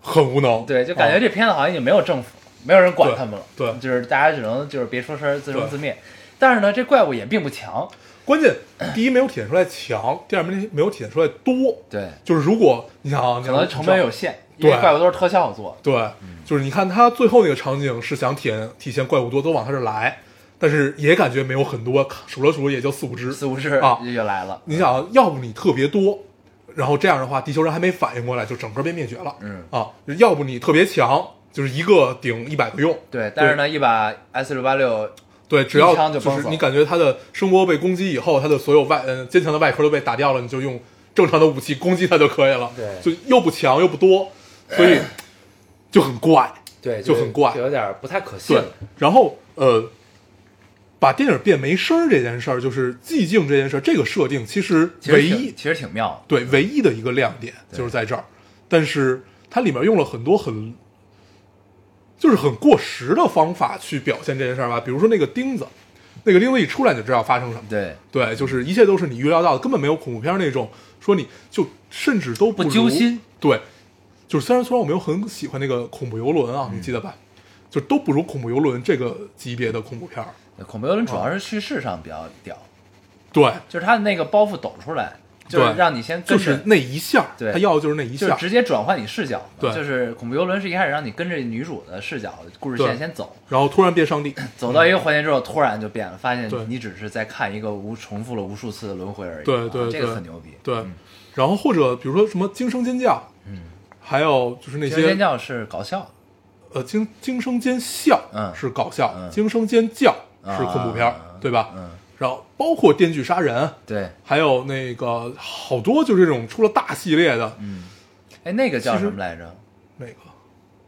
[SPEAKER 3] 很无能，啊
[SPEAKER 2] 对，就感觉这片子好像已经没有政府，没有人管他们了。
[SPEAKER 3] 哦对对
[SPEAKER 2] 就是大家只能就是别出声儿，自生
[SPEAKER 3] 对
[SPEAKER 2] 自灭。但是呢，这怪物也并不强。
[SPEAKER 3] 关键第一没有体现出来强，第二没没有体现出来多，
[SPEAKER 2] 对，
[SPEAKER 3] 就是如果你想啊，
[SPEAKER 2] 可
[SPEAKER 3] 你要
[SPEAKER 2] 能成本有限，因为
[SPEAKER 3] 对
[SPEAKER 2] 怪物都是特效做的。
[SPEAKER 3] 对，
[SPEAKER 2] 嗯
[SPEAKER 3] 就是你看他最后那个场景是想体现体现怪物多都往他这儿来，但是也感觉没有很多，数了数也就四五只。
[SPEAKER 2] 四五十
[SPEAKER 3] 啊
[SPEAKER 2] 就来了，
[SPEAKER 3] 你想啊，要不你特别多，然后这样的话，地球人还没反应过来，就整个被灭绝了。
[SPEAKER 2] 嗯
[SPEAKER 3] 啊，要不你特别强，就是一个顶一百个用。
[SPEAKER 2] 对，但是呢，一把 S 六八六，
[SPEAKER 3] 对，只
[SPEAKER 2] 一
[SPEAKER 3] 要
[SPEAKER 2] 枪就
[SPEAKER 3] 就
[SPEAKER 2] 崩死
[SPEAKER 3] 是
[SPEAKER 2] 了
[SPEAKER 3] 你感觉他的声波被攻击以后，他的所有外嗯坚强的外壳都被打掉了，你就用正常的武器攻击他就可以了。
[SPEAKER 2] 对
[SPEAKER 3] 就又不强又不多，所以就很怪。
[SPEAKER 2] 对
[SPEAKER 3] 就很怪
[SPEAKER 2] 就有点不太可信
[SPEAKER 3] 对。，然后呃，把电影变没声儿这件事儿，就是寂静这件事儿，这个设定其实
[SPEAKER 2] 其实
[SPEAKER 3] 唯
[SPEAKER 2] 挺
[SPEAKER 3] 一
[SPEAKER 2] 其实挺妙的。
[SPEAKER 3] 对唯一的一个亮点就是在这儿，但是它里面用了很多很就是很过时的方法去表现这件事儿吧，比如说那个钉子，那个钉子一出来你就知道发生什么。
[SPEAKER 2] 对，
[SPEAKER 3] 对，就是一切都是你预料到的，根本没有恐怖片那种说你就甚至都
[SPEAKER 2] 不
[SPEAKER 3] 如
[SPEAKER 2] 揪心。
[SPEAKER 3] 对，就是虽然虽然我没有很喜欢那个恐怖游轮啊，你记得吧？
[SPEAKER 2] 嗯
[SPEAKER 3] 就都不如恐怖游轮这个级别的恐怖片儿。
[SPEAKER 2] 恐怖游轮主要是叙事上比较屌，
[SPEAKER 3] 对
[SPEAKER 2] 就是它的那个包袱抖出来，就是
[SPEAKER 3] 对
[SPEAKER 2] 让你先跟
[SPEAKER 3] 就
[SPEAKER 2] 着
[SPEAKER 3] 是那一下儿，
[SPEAKER 2] 对
[SPEAKER 3] 他要的就是那一
[SPEAKER 2] 就是
[SPEAKER 3] 下儿，
[SPEAKER 2] 直接转换你视角嘛，
[SPEAKER 3] 对
[SPEAKER 2] 就是恐怖游轮是一开始让你跟着女主的视角故事
[SPEAKER 3] 对
[SPEAKER 2] 线先走，
[SPEAKER 3] 然后突然变上 帝，
[SPEAKER 2] 走到一个环节之后，突然就变了，发现
[SPEAKER 3] 对
[SPEAKER 2] 你只是在看一个无重复了无数次的轮回而已，
[SPEAKER 3] 对
[SPEAKER 2] 啊
[SPEAKER 3] 对
[SPEAKER 2] 这
[SPEAKER 3] 对
[SPEAKER 2] 个很牛逼，
[SPEAKER 3] 对，然后或者比如说什么惊声尖叫，
[SPEAKER 2] 嗯，
[SPEAKER 3] 还有就是那
[SPEAKER 2] 惊尖
[SPEAKER 3] 些
[SPEAKER 2] 叫是搞笑的，
[SPEAKER 3] 呃惊惊声尖笑，
[SPEAKER 2] 嗯
[SPEAKER 3] 是搞笑，
[SPEAKER 2] 嗯
[SPEAKER 3] 惊声尖叫是恐怖片儿，
[SPEAKER 2] 啊
[SPEAKER 3] 对吧？
[SPEAKER 2] 嗯，
[SPEAKER 3] 然后包括电锯杀人，
[SPEAKER 2] 对，
[SPEAKER 3] 还有那个好多就是这种出了大系列的
[SPEAKER 2] 嗯，哎，那个叫什么来着？
[SPEAKER 3] 那个，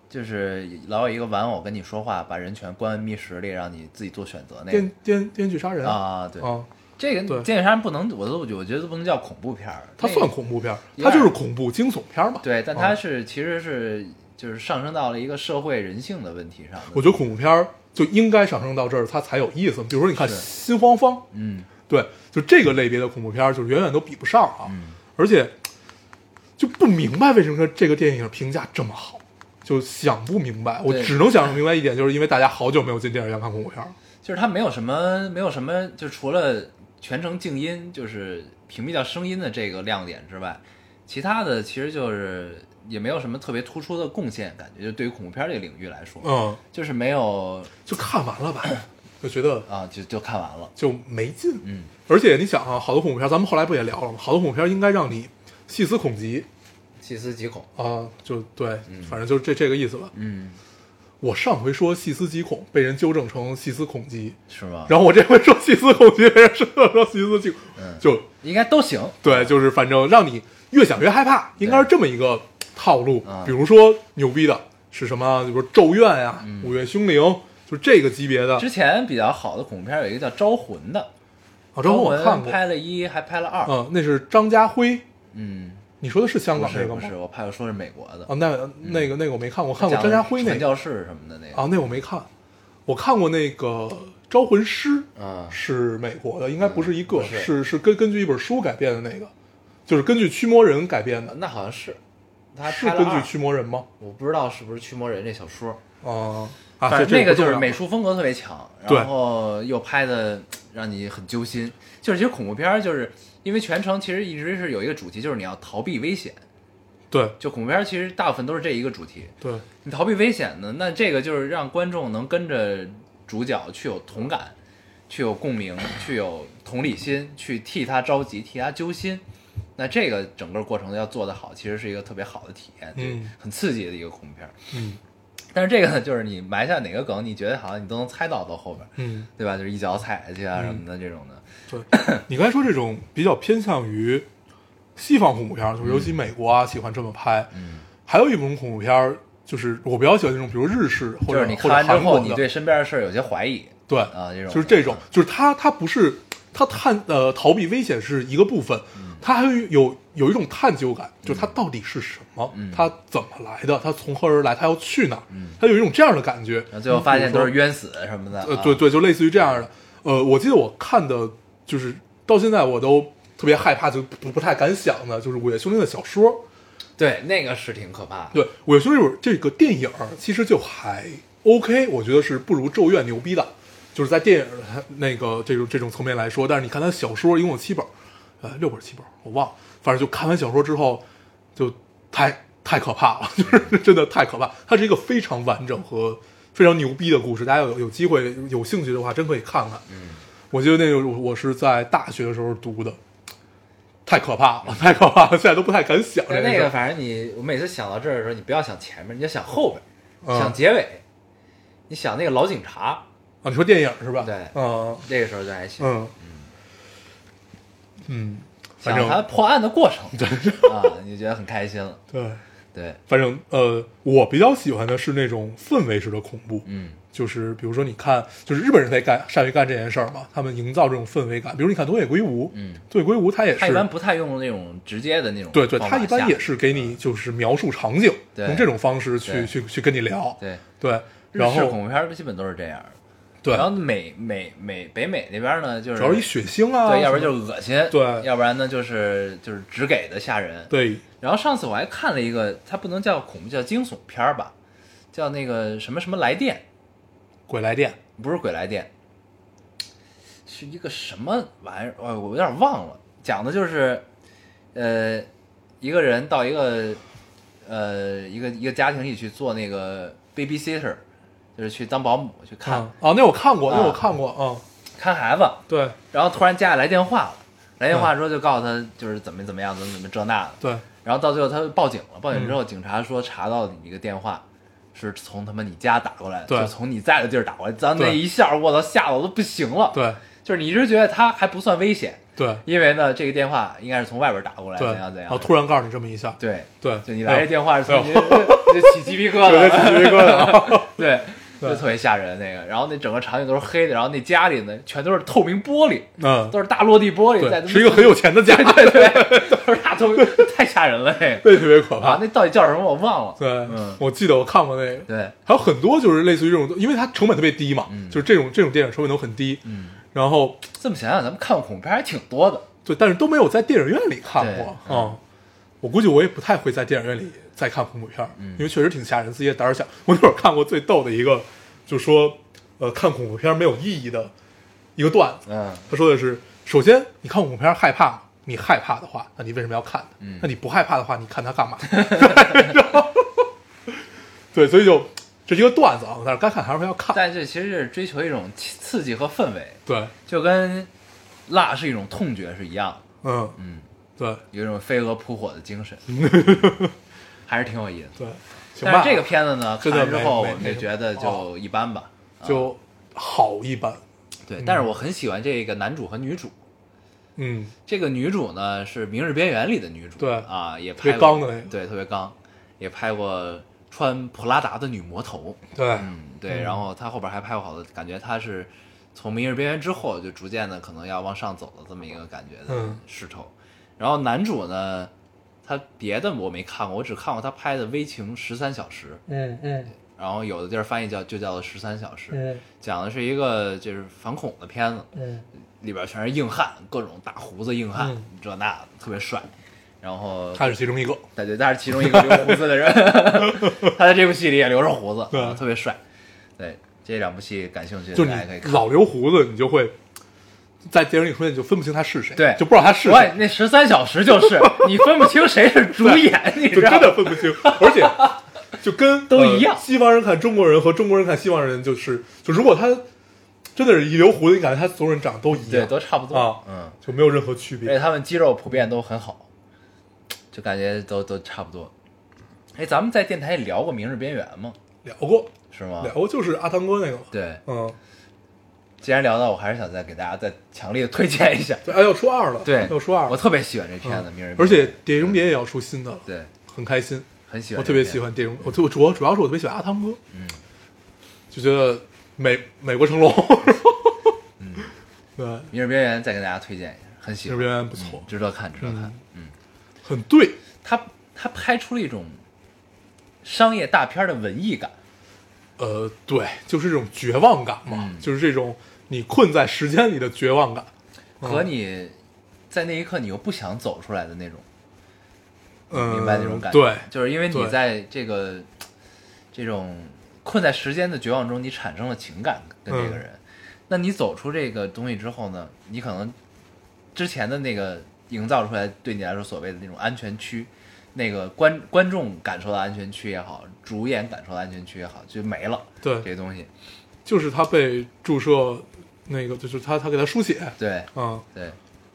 [SPEAKER 2] 就是老有一个玩偶跟你说话，把人全关密室里，让你自己做选择那
[SPEAKER 3] 电
[SPEAKER 2] 个
[SPEAKER 3] 电电锯杀人
[SPEAKER 2] 啊，对，
[SPEAKER 3] 啊，
[SPEAKER 2] 这个
[SPEAKER 3] 对
[SPEAKER 2] 《电锯杀人》不能，我都我觉得都不能叫恐怖片儿，
[SPEAKER 3] 它
[SPEAKER 2] 那
[SPEAKER 3] 算恐怖片儿，
[SPEAKER 2] 有
[SPEAKER 3] 它
[SPEAKER 2] 点
[SPEAKER 3] 就是恐怖惊悚片儿嘛。
[SPEAKER 2] 对，但
[SPEAKER 3] 啊
[SPEAKER 2] 它是、其实是就是上升到了一个社会人性的问题上的。
[SPEAKER 3] 我觉得恐怖片儿就应该上升到这儿，它才有意思。比如说，你看《心慌慌》，
[SPEAKER 2] 嗯，
[SPEAKER 3] 对，就这个类别的恐怖片儿，就是远远都比不上啊。
[SPEAKER 2] 嗯
[SPEAKER 3] 而且就不明白为什么说这个电影评价这么好，就想不明白。我
[SPEAKER 2] 对
[SPEAKER 3] 只能想明白一点，就是因为大家好久没有进电影院看恐怖片儿了。
[SPEAKER 2] 就是它没有什么没有什么，就除了全程静音，就是屏蔽掉声音的这个亮点之外，其他的其实就是也没有什么特别突出的贡献，感觉就对于恐怖片这个领域来说，
[SPEAKER 3] 嗯，
[SPEAKER 2] 就是没有
[SPEAKER 3] 就看完 了吧，就觉得
[SPEAKER 2] 啊，就就看完了。
[SPEAKER 3] 就没劲。
[SPEAKER 2] 嗯，
[SPEAKER 3] 而且你想啊，好多恐怖片儿，咱们后来不也聊了吗？好多恐怖片儿应该让你细思恐极
[SPEAKER 2] 细思极恐。
[SPEAKER 3] 啊，就对，反正就是这这个意思吧。
[SPEAKER 2] 嗯，
[SPEAKER 3] 我上回说细思极恐，被人纠正成细思恐极，
[SPEAKER 2] 是吗？
[SPEAKER 3] 然后我这回说细思恐极，被人说说细思极恐，
[SPEAKER 2] 嗯
[SPEAKER 3] 就
[SPEAKER 2] 应该都行。
[SPEAKER 3] 对，就是反正让你越想越害怕，应该是这么一个套路
[SPEAKER 2] 嗯。
[SPEAKER 3] 比如说牛逼的是什么，比如说《咒怨》呀，
[SPEAKER 2] 嗯
[SPEAKER 3] 《五月凶铃》，就这个级别的。
[SPEAKER 2] 之前比较好的恐怖片有一个叫《招魂》的，
[SPEAKER 3] 啊，
[SPEAKER 2] 《
[SPEAKER 3] 这我
[SPEAKER 2] 魂》
[SPEAKER 3] 看过，
[SPEAKER 2] 拍了一，还拍了二。
[SPEAKER 3] 嗯，那是张家辉。
[SPEAKER 2] 嗯，
[SPEAKER 3] 你说的是香
[SPEAKER 2] 不
[SPEAKER 3] 港那
[SPEAKER 2] 是
[SPEAKER 3] 个
[SPEAKER 2] 不
[SPEAKER 3] 吗
[SPEAKER 2] 是，？我怕我说是美国的
[SPEAKER 3] 啊，，那那个那个我没看过，我看过
[SPEAKER 2] 嗯讲
[SPEAKER 3] 张家辉那
[SPEAKER 2] 传
[SPEAKER 3] 个
[SPEAKER 2] 教士什么的那个
[SPEAKER 3] 啊，那我没看，我看过那个《招魂师》，
[SPEAKER 2] 啊
[SPEAKER 3] 是美国的，应该不是一
[SPEAKER 2] 嗯
[SPEAKER 3] 个，
[SPEAKER 2] 不是
[SPEAKER 3] 是是根根据一本书改编的那个，就是根据驱魔人改编的，
[SPEAKER 2] 那好像是，他
[SPEAKER 3] 是
[SPEAKER 2] 拍了
[SPEAKER 3] 根据
[SPEAKER 2] 二，
[SPEAKER 3] 驱魔人吗？
[SPEAKER 2] 我不知道是不是驱魔人这小说，
[SPEAKER 3] 哦、啊，
[SPEAKER 2] 反
[SPEAKER 3] 这
[SPEAKER 2] 正那个就
[SPEAKER 3] 这
[SPEAKER 2] 是
[SPEAKER 3] 不重要
[SPEAKER 2] 美术风格特别强，
[SPEAKER 3] 对
[SPEAKER 2] 然后又拍的让你很揪心。就是其实恐怖片儿就是因为全程其实一直是有一个主题，就是你要逃避危险。
[SPEAKER 3] 对
[SPEAKER 2] 就恐怖片儿其实大部分都是这一个主题，
[SPEAKER 3] 对
[SPEAKER 2] 你逃避危险呢，那这个就是让观众能跟着主角去有同感，去有共鸣，去有同理心，去替他着急，替他揪心。那这个整个过程要做得好，其实是一个特别好的体验，
[SPEAKER 3] 嗯
[SPEAKER 2] 对很刺激的一个恐怖片儿。
[SPEAKER 3] 嗯
[SPEAKER 2] 但是这个呢，就是你埋下哪个梗，你觉得好像你都能猜到到后边儿，
[SPEAKER 3] 嗯，
[SPEAKER 2] 对吧？就是一脚踩下去啊什么的这种的。
[SPEAKER 3] 对，你刚才说这种比较偏向于西方恐怖片儿，就是尤其美国啊、喜欢这么拍，
[SPEAKER 2] 嗯，
[SPEAKER 3] 还有一种恐怖片儿，就是我比较喜欢这种，比如日式
[SPEAKER 2] 就
[SPEAKER 3] 或者
[SPEAKER 2] 是你看
[SPEAKER 3] 或者
[SPEAKER 2] 完之
[SPEAKER 3] 韩国
[SPEAKER 2] 后，你
[SPEAKER 3] 的，
[SPEAKER 2] 对身边的事儿有些怀疑。
[SPEAKER 3] 对
[SPEAKER 2] 啊这种
[SPEAKER 3] 就是这种，就是它它不是它探呃逃避危险是一个部分，
[SPEAKER 2] 嗯
[SPEAKER 3] 它还有有有一种探究感，就是它到底是什么，
[SPEAKER 2] 嗯
[SPEAKER 3] 它怎么来的，它从何而来，它要去哪儿
[SPEAKER 2] 嗯，
[SPEAKER 3] 它有一种这样的感觉。
[SPEAKER 2] 然后最后发
[SPEAKER 3] 比
[SPEAKER 2] 现
[SPEAKER 3] 如说
[SPEAKER 2] 都是冤死什么的。
[SPEAKER 3] 呃，
[SPEAKER 2] 啊
[SPEAKER 3] 对，对，就类似于这样的。呃，我记得我看的，就是到现在我都特别害怕，就不不太敢想的，就是《午夜凶铃》的小说。
[SPEAKER 2] 对，那个是挺可怕的。
[SPEAKER 3] 对，《午夜凶铃》这个电影儿其实就还 OK，我觉得是不如《咒怨》牛逼的，就是在电影儿它那个这种这种层面来说。但是你看它小说一共有七本儿，呃，六本儿七本儿我忘了，反正就看完小说之后，就太太可怕了， 就是真的太可怕。它是一个非常完整和非常牛逼的故事，大家有有机会有兴趣的话，真可以看看。嗯，我记得那个我我是在大学的时候读的。太可怕了，太可怕了！现在都不太敢想这
[SPEAKER 2] 但
[SPEAKER 3] 事
[SPEAKER 2] 呃那
[SPEAKER 3] 儿
[SPEAKER 2] 个，反正你，我每次想到这儿的时候，你不要想前面，你就想后边，
[SPEAKER 3] 嗯
[SPEAKER 2] 想结尾，你想那个老警察，
[SPEAKER 3] 啊，你说电影是吧？
[SPEAKER 2] 对
[SPEAKER 3] 嗯
[SPEAKER 2] 这个时候就还行，
[SPEAKER 3] 嗯嗯，反
[SPEAKER 2] 想他
[SPEAKER 3] 正
[SPEAKER 2] 破案的过 程，啊，你就觉得很开心了。
[SPEAKER 3] 对，
[SPEAKER 2] 对，
[SPEAKER 3] 反正呃，我比较喜欢的是那种氛围式的恐怖，
[SPEAKER 2] 嗯，
[SPEAKER 3] 就是比如说你看，就是日本人在干善于干这件事儿嘛，他们营造这种氛围感。比如你看东野圭吾，
[SPEAKER 2] 嗯，
[SPEAKER 3] 东野圭吾他也
[SPEAKER 2] 他一般
[SPEAKER 3] 是，
[SPEAKER 2] 不太用那种直接的那种，
[SPEAKER 3] 对对，他一般也，是给你就是描述场景，
[SPEAKER 2] 对
[SPEAKER 3] 用这种方式去
[SPEAKER 2] 对
[SPEAKER 3] 去去跟你聊，
[SPEAKER 2] 对，
[SPEAKER 3] 对，
[SPEAKER 2] 日
[SPEAKER 3] 然
[SPEAKER 2] 式
[SPEAKER 3] 后
[SPEAKER 2] 恐怖片儿基本都是这样的。
[SPEAKER 3] 对，
[SPEAKER 2] 然后美美美北美那边呢，就是
[SPEAKER 3] 主要是一血腥啊，
[SPEAKER 2] 对，要不然
[SPEAKER 3] 什
[SPEAKER 2] 就
[SPEAKER 3] 么
[SPEAKER 2] 是恶心，
[SPEAKER 3] 对
[SPEAKER 2] 要不然呢就是就是只给的吓人，
[SPEAKER 3] 对，
[SPEAKER 2] 然后上次我还看了一个，它不能叫恐怖，叫惊悚片儿吧，叫那个什么什么来电，
[SPEAKER 3] 鬼来电，
[SPEAKER 2] 不是鬼来电，是一个什么玩意儿，哎，我有点忘了，讲的就是呃，一个人到一个呃一个一个家庭里去做那个 babysitter，就是去当保姆去看、
[SPEAKER 3] 嗯哦，那我看过，那我
[SPEAKER 2] 啊
[SPEAKER 3] 看过，嗯，
[SPEAKER 2] 看孩子，
[SPEAKER 3] 对
[SPEAKER 2] 然后突然家里来电话了，来电话之后就告诉他就是怎么怎么样，怎么怎么这那的，
[SPEAKER 3] 对，
[SPEAKER 2] 然后到最后他报警了，报警之
[SPEAKER 3] 嗯
[SPEAKER 2] 后警察说查到你一个电话。是从他妈你家打过来的，
[SPEAKER 3] 对
[SPEAKER 2] 就从你在的地儿打过来。咱那
[SPEAKER 3] 对
[SPEAKER 2] 一下，我操，吓得我都不行了。
[SPEAKER 3] 对
[SPEAKER 2] 就是你一直觉得他还不算危险，
[SPEAKER 3] 对
[SPEAKER 2] 因为呢，这个电话应该是从外边打过来，
[SPEAKER 3] 对，
[SPEAKER 2] 怎样怎样。
[SPEAKER 3] 然后突然告诉你这么一下，
[SPEAKER 2] 对，
[SPEAKER 3] 对，
[SPEAKER 2] 就你来这电话是从
[SPEAKER 3] 哎
[SPEAKER 2] 你你就起鸡皮 疙
[SPEAKER 3] 有点
[SPEAKER 2] 瘩
[SPEAKER 3] 起
[SPEAKER 2] 了，
[SPEAKER 3] 鸡皮疙瘩，
[SPEAKER 2] 对，
[SPEAKER 3] 对
[SPEAKER 2] 就特别吓人那个。然后那整个场景都是黑的，然后那家里呢全都是透明玻璃，
[SPEAKER 3] 嗯，
[SPEAKER 2] 都是大落地玻璃，在
[SPEAKER 3] 对，是一个很有钱的家，
[SPEAKER 2] 对对，都是大透明，太吓人了那个
[SPEAKER 3] 对，特别可
[SPEAKER 2] 啊
[SPEAKER 3] 怕，，
[SPEAKER 2] 那到底叫什么我忘了。
[SPEAKER 3] 对
[SPEAKER 2] 嗯，
[SPEAKER 3] 我记得我看过那个，
[SPEAKER 2] 对，
[SPEAKER 3] 还有很多就是类似于这种，因为它成本特别低嘛，
[SPEAKER 2] 嗯
[SPEAKER 3] 就是这种这种电影成本都很低，
[SPEAKER 2] 嗯，
[SPEAKER 3] 然后
[SPEAKER 2] 这么想想，咱们看过恐怖片还挺多的。
[SPEAKER 3] 对，但是都没有在电影院里看
[SPEAKER 2] 对
[SPEAKER 3] 过啊、我估计我也不太会在电影院里再看恐怖片儿，
[SPEAKER 2] 嗯
[SPEAKER 3] 因为确实挺吓人，自己也胆儿小。我那会儿看过最逗的一个，就说呃看恐怖片儿没有意义的一个段子。
[SPEAKER 2] 嗯
[SPEAKER 3] 他说的是，首先你看恐怖片儿害怕，你害怕的话，那你为什么要看它？
[SPEAKER 2] 嗯
[SPEAKER 3] 那你不害怕的话，你看它干嘛？ 对，所以就这是一个段子啊，但是该看还是要看。
[SPEAKER 2] 但这其实是追求一种刺刺激和氛围，
[SPEAKER 3] 对，
[SPEAKER 2] 就跟辣是一种痛觉是一样的。
[SPEAKER 3] 嗯，
[SPEAKER 2] 嗯，
[SPEAKER 3] 对
[SPEAKER 2] 有一种飞蛾扑火的精 神，还是挺有意思的。
[SPEAKER 3] 对，行
[SPEAKER 2] 但
[SPEAKER 3] 吧，
[SPEAKER 2] 是这个片子呢，看
[SPEAKER 3] 真的
[SPEAKER 2] 完之
[SPEAKER 3] 没
[SPEAKER 2] 后
[SPEAKER 3] 没
[SPEAKER 2] 我们就
[SPEAKER 3] 没哦
[SPEAKER 2] 觉得就一般吧。
[SPEAKER 3] 就好一般。
[SPEAKER 2] 对，但是我很喜欢这个男主和女主。
[SPEAKER 3] 嗯，
[SPEAKER 2] 这个女主呢是《明日边缘》里的女主，
[SPEAKER 3] 对
[SPEAKER 2] 啊，也拍
[SPEAKER 3] 特别
[SPEAKER 2] 过
[SPEAKER 3] 刚的那个
[SPEAKER 2] 对，特别刚，也拍过穿普拉达的女魔头，
[SPEAKER 3] 对，
[SPEAKER 2] 嗯，对，然后她后边还拍过好多，感觉她是从《明日边缘》之后就逐渐的可能要往上走的这么一个感觉的
[SPEAKER 3] 嗯
[SPEAKER 2] 势头。然后男主呢，他别的我没看过，我只看过他拍的《微情十三小时》，
[SPEAKER 3] 嗯嗯
[SPEAKER 2] 然后有的地儿翻译叫就叫做《十三小时》，
[SPEAKER 3] 嗯
[SPEAKER 2] 讲的是一个就是反恐的片子，
[SPEAKER 3] 嗯
[SPEAKER 2] 里边全是硬汉，各种大胡子硬汉，
[SPEAKER 3] 嗯
[SPEAKER 2] 这那的特别帅。然后，
[SPEAKER 3] 他是其中一个。
[SPEAKER 2] 对对，他是其中一个留胡子的 人， 他在这部戏里也留着胡子，
[SPEAKER 3] 对
[SPEAKER 2] 啊特别帅。对这两部戏感兴趣
[SPEAKER 3] 就
[SPEAKER 2] 的
[SPEAKER 3] 你
[SPEAKER 2] 大家可以看。
[SPEAKER 3] 老留胡子，你就会在电影里出现，你就分不清他是谁，
[SPEAKER 2] 对
[SPEAKER 3] 就不知道他是
[SPEAKER 2] 我
[SPEAKER 3] 谁，
[SPEAKER 2] 那十三小时 就是，你分不清谁是主演，你
[SPEAKER 3] 就
[SPEAKER 2] 知道
[SPEAKER 3] 真的
[SPEAKER 2] 吗？
[SPEAKER 3] 分不 清，而且就跟
[SPEAKER 2] 都
[SPEAKER 3] 呃
[SPEAKER 2] 一样
[SPEAKER 3] 西方人看中国人和中国人看西方人，就是就如果他真的是一留胡子，你感觉他所有人长得都一
[SPEAKER 2] 对，
[SPEAKER 3] 样，
[SPEAKER 2] 都差不多。
[SPEAKER 3] 啊
[SPEAKER 2] 嗯，哎
[SPEAKER 3] 就没有任何区
[SPEAKER 2] 而且
[SPEAKER 3] 别。
[SPEAKER 2] 他们肌肉普遍都很好，就感觉都都差不多。哎，咱们在电台里聊过《明日边缘》吗？
[SPEAKER 3] 聊过
[SPEAKER 2] 是吗
[SPEAKER 3] 聊？过，就是阿汤哥那个嘛，
[SPEAKER 2] 嗯对，
[SPEAKER 3] 嗯，
[SPEAKER 2] 既然聊到，我还是想再给大家再强烈推荐一 下。
[SPEAKER 3] 对，哎，要出二了，
[SPEAKER 2] 对，
[SPEAKER 3] 要出二
[SPEAKER 2] 我
[SPEAKER 3] 了，
[SPEAKER 2] 特别喜欢这片子《
[SPEAKER 3] 嗯
[SPEAKER 2] 明日边缘》，
[SPEAKER 3] 而且《碟中谍》也要出新的了，
[SPEAKER 2] 对
[SPEAKER 3] 很开心。
[SPEAKER 2] 很喜欢，
[SPEAKER 3] 我特别喜。欢这种，我就主要主要是我特别喜欢阿汤哥，
[SPEAKER 2] 嗯，
[SPEAKER 3] 就觉得美美国成龙， 嗯，
[SPEAKER 2] 《明日边缘》再给大家推荐一下，很喜
[SPEAKER 3] 对，这
[SPEAKER 2] 欢，
[SPEAKER 3] 边不错
[SPEAKER 2] 嗯，值得看，值得看。嗯，
[SPEAKER 3] 很对，
[SPEAKER 2] 他他拍出了一种商业大片的文艺感，
[SPEAKER 3] 呃，对，就是这种绝望感嘛，
[SPEAKER 2] 嗯
[SPEAKER 3] 就是这种你困在时间里的绝望感，嗯
[SPEAKER 2] 和你在那一刻你又不想走出来的那种，
[SPEAKER 3] 嗯，
[SPEAKER 2] 明白那种感觉？
[SPEAKER 3] 对，
[SPEAKER 2] 就是因为你
[SPEAKER 3] 对
[SPEAKER 2] 在这个这种困在时间的绝望中，你产生了情感跟这个
[SPEAKER 3] 嗯
[SPEAKER 2] 人。那你走出这个东西之后呢，你可能之前的那个营造出来对你来说所谓的那种安全区，那个观观众感受到安全区也好，主演感受到安全区也好，就没了。
[SPEAKER 3] 对
[SPEAKER 2] 这个东西，
[SPEAKER 3] 就是他被注射那个，就是他他给他输血，
[SPEAKER 2] 对
[SPEAKER 3] 嗯，
[SPEAKER 2] 对，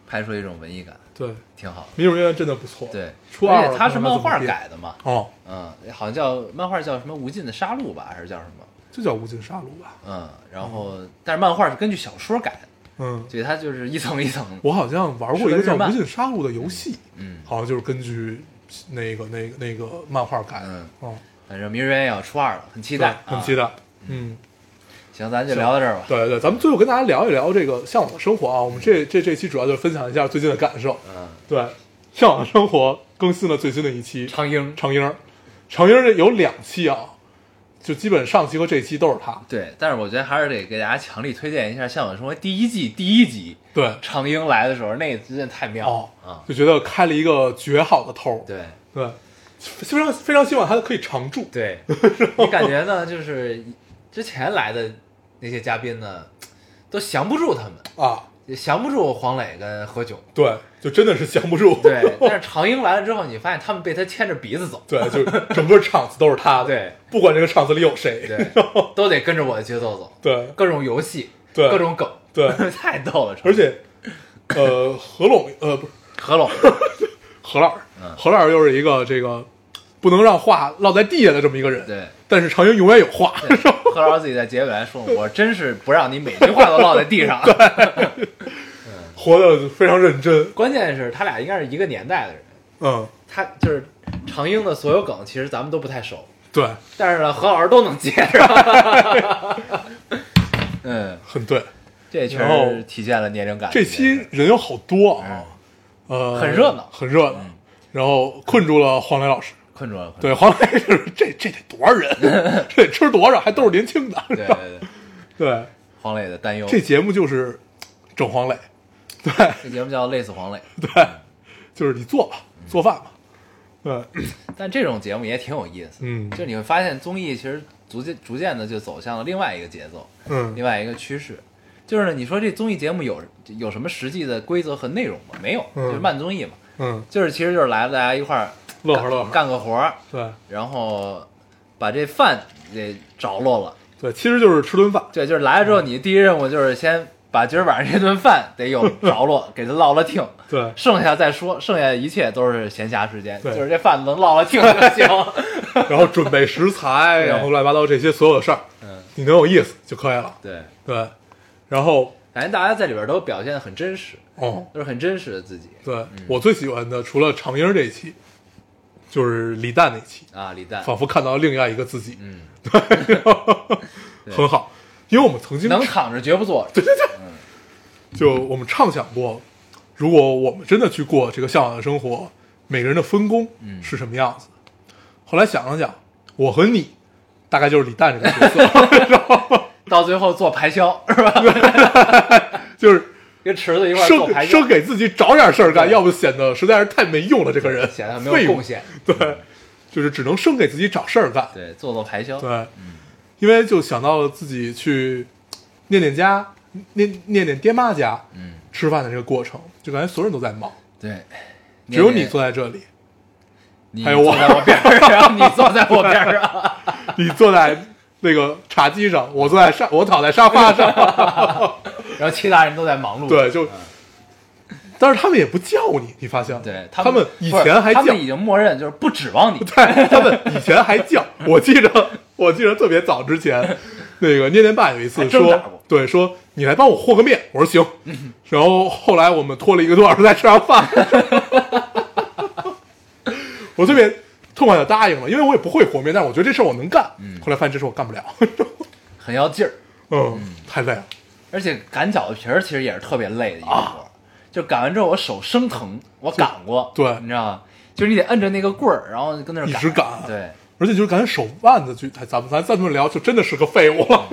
[SPEAKER 2] 拍出一种文艺感，
[SPEAKER 3] 对，《
[SPEAKER 2] 挺好的。
[SPEAKER 3] 民主人员》真的不错，
[SPEAKER 2] 对，
[SPEAKER 3] 初
[SPEAKER 2] 而
[SPEAKER 3] 二
[SPEAKER 2] 且它是
[SPEAKER 3] 看看它
[SPEAKER 2] 漫
[SPEAKER 3] 怎么
[SPEAKER 2] 画
[SPEAKER 3] 变
[SPEAKER 2] 改的嘛，
[SPEAKER 3] 哦，
[SPEAKER 2] 嗯，好像叫漫画叫什么《无尽的杀戮》吧，还是叫什么？
[SPEAKER 3] 就叫《无尽杀戮》吧，
[SPEAKER 2] 嗯，然后但是漫画是根据小说改的，
[SPEAKER 3] 嗯，
[SPEAKER 2] 所以它就是一层一层的。
[SPEAKER 3] 我好像玩过一
[SPEAKER 2] 是
[SPEAKER 3] 个
[SPEAKER 2] 个
[SPEAKER 3] 叫
[SPEAKER 2] 日
[SPEAKER 3] 《
[SPEAKER 2] 漫
[SPEAKER 3] 无尽杀戮》的游戏，
[SPEAKER 2] 嗯
[SPEAKER 3] 好像就是根据那个、那个、那个漫画改的
[SPEAKER 2] 嗯。
[SPEAKER 3] 嗯，
[SPEAKER 2] 反正《明日边缘》也要出二了，很期
[SPEAKER 3] 期
[SPEAKER 2] 待，
[SPEAKER 3] 很
[SPEAKER 2] 啊
[SPEAKER 3] 期。待。嗯，
[SPEAKER 2] 行，咱就聊到这儿吧。
[SPEAKER 3] 对对，咱们最后跟大家聊一聊这个向往的生活啊。我们这这这期主要就是分享一下最近的感受。
[SPEAKER 2] 嗯，
[SPEAKER 3] 对，向往的生活更新了最新的一期
[SPEAKER 2] 苍鹰，
[SPEAKER 3] 长英儿，长英儿这有两期啊，就基本上期和这期都是他。
[SPEAKER 2] 对，但是我觉得还是得给大家强力推荐一下《向往生活》第一季第一集，
[SPEAKER 3] 对，
[SPEAKER 2] 苍鹰来的时候，那真的太妙
[SPEAKER 3] 哦
[SPEAKER 2] 了啊！
[SPEAKER 3] 就觉得开了一个绝好的头。
[SPEAKER 2] 对
[SPEAKER 3] 对，非常非常希望他可以常驻。
[SPEAKER 2] 对，我感觉呢，就是之前来的那些嘉宾呢，都降不住他们。
[SPEAKER 3] 啊，
[SPEAKER 2] 降不住黄磊跟何 炅。
[SPEAKER 3] 对，就真的是降不住。
[SPEAKER 2] 对，但是长英来了之后，你发现他们被他牵着鼻子走，
[SPEAKER 3] 对，就是整个场子都是他的。
[SPEAKER 2] 对，
[SPEAKER 3] 不管这个场子里有谁。
[SPEAKER 2] 对， 都得跟着我的节奏走，
[SPEAKER 3] 对
[SPEAKER 2] 各种游戏，
[SPEAKER 3] 对
[SPEAKER 2] 各种梗，
[SPEAKER 3] 对
[SPEAKER 2] 太逗了。
[SPEAKER 3] 而且，呃，何龙，呃，不是
[SPEAKER 2] 何龙，
[SPEAKER 3] 何老师，
[SPEAKER 2] 嗯
[SPEAKER 3] 何老师又是一个这个不能让话落在地下的这么一个人。
[SPEAKER 2] 对，
[SPEAKER 3] 但是常英永远有话。
[SPEAKER 2] 对何老师自己在结尾来说：“我真是不让你每句话都落在地上。”
[SPEAKER 3] 活得非常认真。
[SPEAKER 2] 关键是他俩应该是一个年代的人，
[SPEAKER 3] 嗯，
[SPEAKER 2] 他就是长英的所有梗，其实咱们都不太熟，
[SPEAKER 3] 对，
[SPEAKER 2] 但是呢，何老师都能接上。 嗯，
[SPEAKER 3] 很对。
[SPEAKER 2] 这确
[SPEAKER 3] 然后
[SPEAKER 2] 实体现了年龄感。
[SPEAKER 3] 这期人有好多
[SPEAKER 2] 嗯
[SPEAKER 3] 啊，呃，
[SPEAKER 2] 哎很热闹嗯
[SPEAKER 3] 很热闹。然后困住了黄磊老师。
[SPEAKER 2] 困住了，困住了
[SPEAKER 3] 对，黄磊是这这得多 少人？这得吃多少？还都是年轻的。
[SPEAKER 2] 对哦对对，
[SPEAKER 3] 对，
[SPEAKER 2] 黄磊的担忧。
[SPEAKER 3] 这节目就是整黄磊。对
[SPEAKER 2] 这节目叫累死黄磊，
[SPEAKER 3] 对，就是你做吧，做饭吧。对，
[SPEAKER 2] 但这种节目也挺有意思。
[SPEAKER 3] 嗯
[SPEAKER 2] 就你会发现综艺其实逐渐逐渐的就走向了另外一个节奏，另
[SPEAKER 3] 嗯，
[SPEAKER 2] 外一个趋势。就是呢，你说这综艺节目有有什么实际的规则和内容吗？没有，
[SPEAKER 3] 嗯
[SPEAKER 2] 就是慢综艺嘛。
[SPEAKER 3] 嗯，
[SPEAKER 2] 就是其实就是来了大家一块儿
[SPEAKER 3] 乐
[SPEAKER 2] 干
[SPEAKER 3] 呵乐呵。
[SPEAKER 2] 干个活儿，
[SPEAKER 3] 对
[SPEAKER 2] 然后把这饭给着落了。
[SPEAKER 3] 对，其实就是吃顿饭。
[SPEAKER 2] 对，就是来了之后，你第一任务就是先把今儿晚上这顿饭得有着落，给它落了听。
[SPEAKER 3] 对，
[SPEAKER 2] 剩下再说，剩下一切都是闲暇时间，就
[SPEAKER 3] 对
[SPEAKER 2] 是这饭能落了听就 行。
[SPEAKER 3] 然后准备食材，
[SPEAKER 2] 对
[SPEAKER 3] 然后乱七八糟这些所有的事儿，
[SPEAKER 2] 嗯，
[SPEAKER 3] 你能有意思就可以了。
[SPEAKER 2] 对，
[SPEAKER 3] 对，然后
[SPEAKER 2] 感觉大家在里边都表现的很真实，
[SPEAKER 3] 哦，
[SPEAKER 2] 都是很真实的自己
[SPEAKER 3] 对、
[SPEAKER 2] 嗯
[SPEAKER 3] 我最喜欢的除了长英这一期，就是李诞那一期，
[SPEAKER 2] 啊。李诞
[SPEAKER 3] 仿佛看到另外一个自己，
[SPEAKER 2] 嗯，
[SPEAKER 3] 对，很好。因为我们曾经
[SPEAKER 2] 能嗯躺着绝不坐着，
[SPEAKER 3] 就我们畅想过，如果我们真的去过这个向往的生活，每个人的分工
[SPEAKER 2] 嗯
[SPEAKER 3] 是什么样子。后来想了想，我和你大概就是李诞这个角色，
[SPEAKER 2] 到最后做排箫是吧？
[SPEAKER 3] 就是
[SPEAKER 2] 跟池子一块儿做
[SPEAKER 3] 生
[SPEAKER 2] 排箫
[SPEAKER 3] 生，给自己找点事儿干，
[SPEAKER 2] 对
[SPEAKER 3] 要不显得实在是太没用了。这个人
[SPEAKER 2] 显得没
[SPEAKER 3] 废
[SPEAKER 2] 有
[SPEAKER 3] 物
[SPEAKER 2] 贡献。
[SPEAKER 3] 对，就是只能生给自己找事儿干。
[SPEAKER 2] 对，做做排箫，
[SPEAKER 3] 对，因为就想到了自己去念念家、念念念爹妈家
[SPEAKER 2] 嗯，
[SPEAKER 3] 吃饭的这个过程，就感觉所有人都在忙，
[SPEAKER 2] 对，
[SPEAKER 3] 只有你坐在这里，
[SPEAKER 2] 你
[SPEAKER 3] 还有我
[SPEAKER 2] 坐在我边儿 上，你坐在我边儿上，
[SPEAKER 3] 你坐在那个茶几上，我坐在沙，我躺在沙发上，
[SPEAKER 2] 然后其他人都在忙碌。
[SPEAKER 3] 对，就。但是他们也不叫你，你发现了？
[SPEAKER 2] 嗯对
[SPEAKER 3] 他
[SPEAKER 2] 们
[SPEAKER 3] 以
[SPEAKER 2] 不是
[SPEAKER 3] 前还
[SPEAKER 2] 他
[SPEAKER 3] 叫，
[SPEAKER 2] 们已经默认就是不指望你，
[SPEAKER 3] 对，他们以前还叫。我记着，我记着特别早之前，那个念念爸有一次
[SPEAKER 2] 还挣扎
[SPEAKER 3] 说
[SPEAKER 2] 过，嗯
[SPEAKER 3] 对，说你来帮我和个面，我说行。然后后来我们拖了一个多小时才吃上饭， 我特别痛快的答应了，因为我也不会和面，但是我觉得这事儿我能干。
[SPEAKER 2] 嗯
[SPEAKER 3] 后来发现这事儿我干不了，
[SPEAKER 2] 很要劲儿。
[SPEAKER 3] 嗯， 太累了。
[SPEAKER 2] 而且擀饺子皮儿其实也是特别累的一个活
[SPEAKER 3] 啊
[SPEAKER 2] 儿，就擀完之后我手生疼，我擀过，
[SPEAKER 3] 对
[SPEAKER 2] 你知道吗？就是你得摁着那个棍儿，然后跟那儿
[SPEAKER 3] 一直擀
[SPEAKER 2] 对，
[SPEAKER 3] 而且就是感觉手腕子就，哎咱们咱咱这么聊，就真的是个废物
[SPEAKER 2] 嗯
[SPEAKER 3] 了。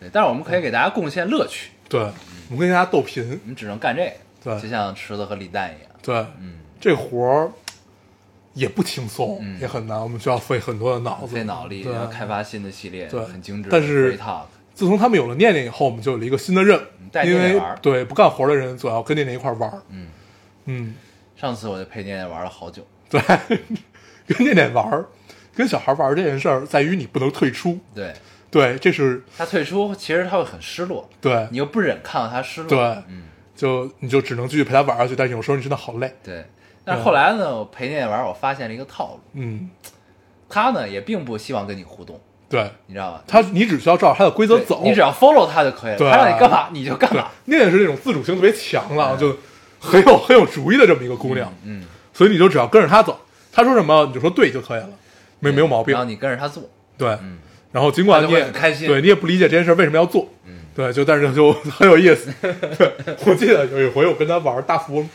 [SPEAKER 2] 对。但是我们可以给大家贡献乐趣，
[SPEAKER 3] 对，我们跟大家斗贫
[SPEAKER 2] 我，们只能干这个，
[SPEAKER 3] 对
[SPEAKER 2] 就像池子和李诞一样，
[SPEAKER 3] 对，
[SPEAKER 2] 嗯，
[SPEAKER 3] 这活儿也不轻松，
[SPEAKER 2] 嗯
[SPEAKER 3] 也很难，我们需要费很多的脑子，
[SPEAKER 2] 费脑力，
[SPEAKER 3] 对
[SPEAKER 2] 然后开发新的系列，
[SPEAKER 3] 对
[SPEAKER 2] 很精致，
[SPEAKER 3] 但是
[SPEAKER 2] free talk，
[SPEAKER 3] 自从他们有了念念以后，我们就有了一个新的任
[SPEAKER 2] 嗯带
[SPEAKER 3] 务，
[SPEAKER 2] 念
[SPEAKER 3] 因
[SPEAKER 2] 念
[SPEAKER 3] 为
[SPEAKER 2] 玩儿
[SPEAKER 3] 对不干活的人总要跟念念一块儿玩儿。
[SPEAKER 2] 嗯
[SPEAKER 3] 嗯，
[SPEAKER 2] 上次我就陪念念玩了好久，
[SPEAKER 3] 对，跟念念玩儿，跟小孩玩儿这件事儿，在于你不能退出。
[SPEAKER 2] 对
[SPEAKER 3] 对，这是
[SPEAKER 2] 他退出，其实他会很失落，
[SPEAKER 3] 对
[SPEAKER 2] 你又不忍看到他失落，
[SPEAKER 3] 对，
[SPEAKER 2] 嗯，
[SPEAKER 3] 就你就只能继续陪他玩儿下去，但是有时候你真的好累。
[SPEAKER 2] 对。但是后来呢，我陪念念玩，我发现了一个套路，
[SPEAKER 3] 嗯，
[SPEAKER 2] 他呢也并不希望跟你互动，
[SPEAKER 3] 对
[SPEAKER 2] 你知道吧？
[SPEAKER 3] 他，你只需要照着他的规则
[SPEAKER 2] 对
[SPEAKER 3] 走，
[SPEAKER 2] 你只要 follow 他就可以了，
[SPEAKER 3] 对
[SPEAKER 2] 他让你干嘛你就干
[SPEAKER 3] 对
[SPEAKER 2] 嘛。，
[SPEAKER 3] 念念是那种自主性特别强了，就很有很有主意的这么一个姑娘，
[SPEAKER 2] 嗯，
[SPEAKER 3] 所以你就只要跟着她走，她说什么你就说对就可以了，没没有毛病
[SPEAKER 2] 然。后你跟着他做，
[SPEAKER 3] 对，然后尽管
[SPEAKER 2] 嗯她
[SPEAKER 3] 你
[SPEAKER 2] 就会
[SPEAKER 3] 也
[SPEAKER 2] 很开心嗯
[SPEAKER 3] 对你也不理解这件事为什么要做，对，就但是就 很有意 思。对，我记得有一回我跟她玩大富翁，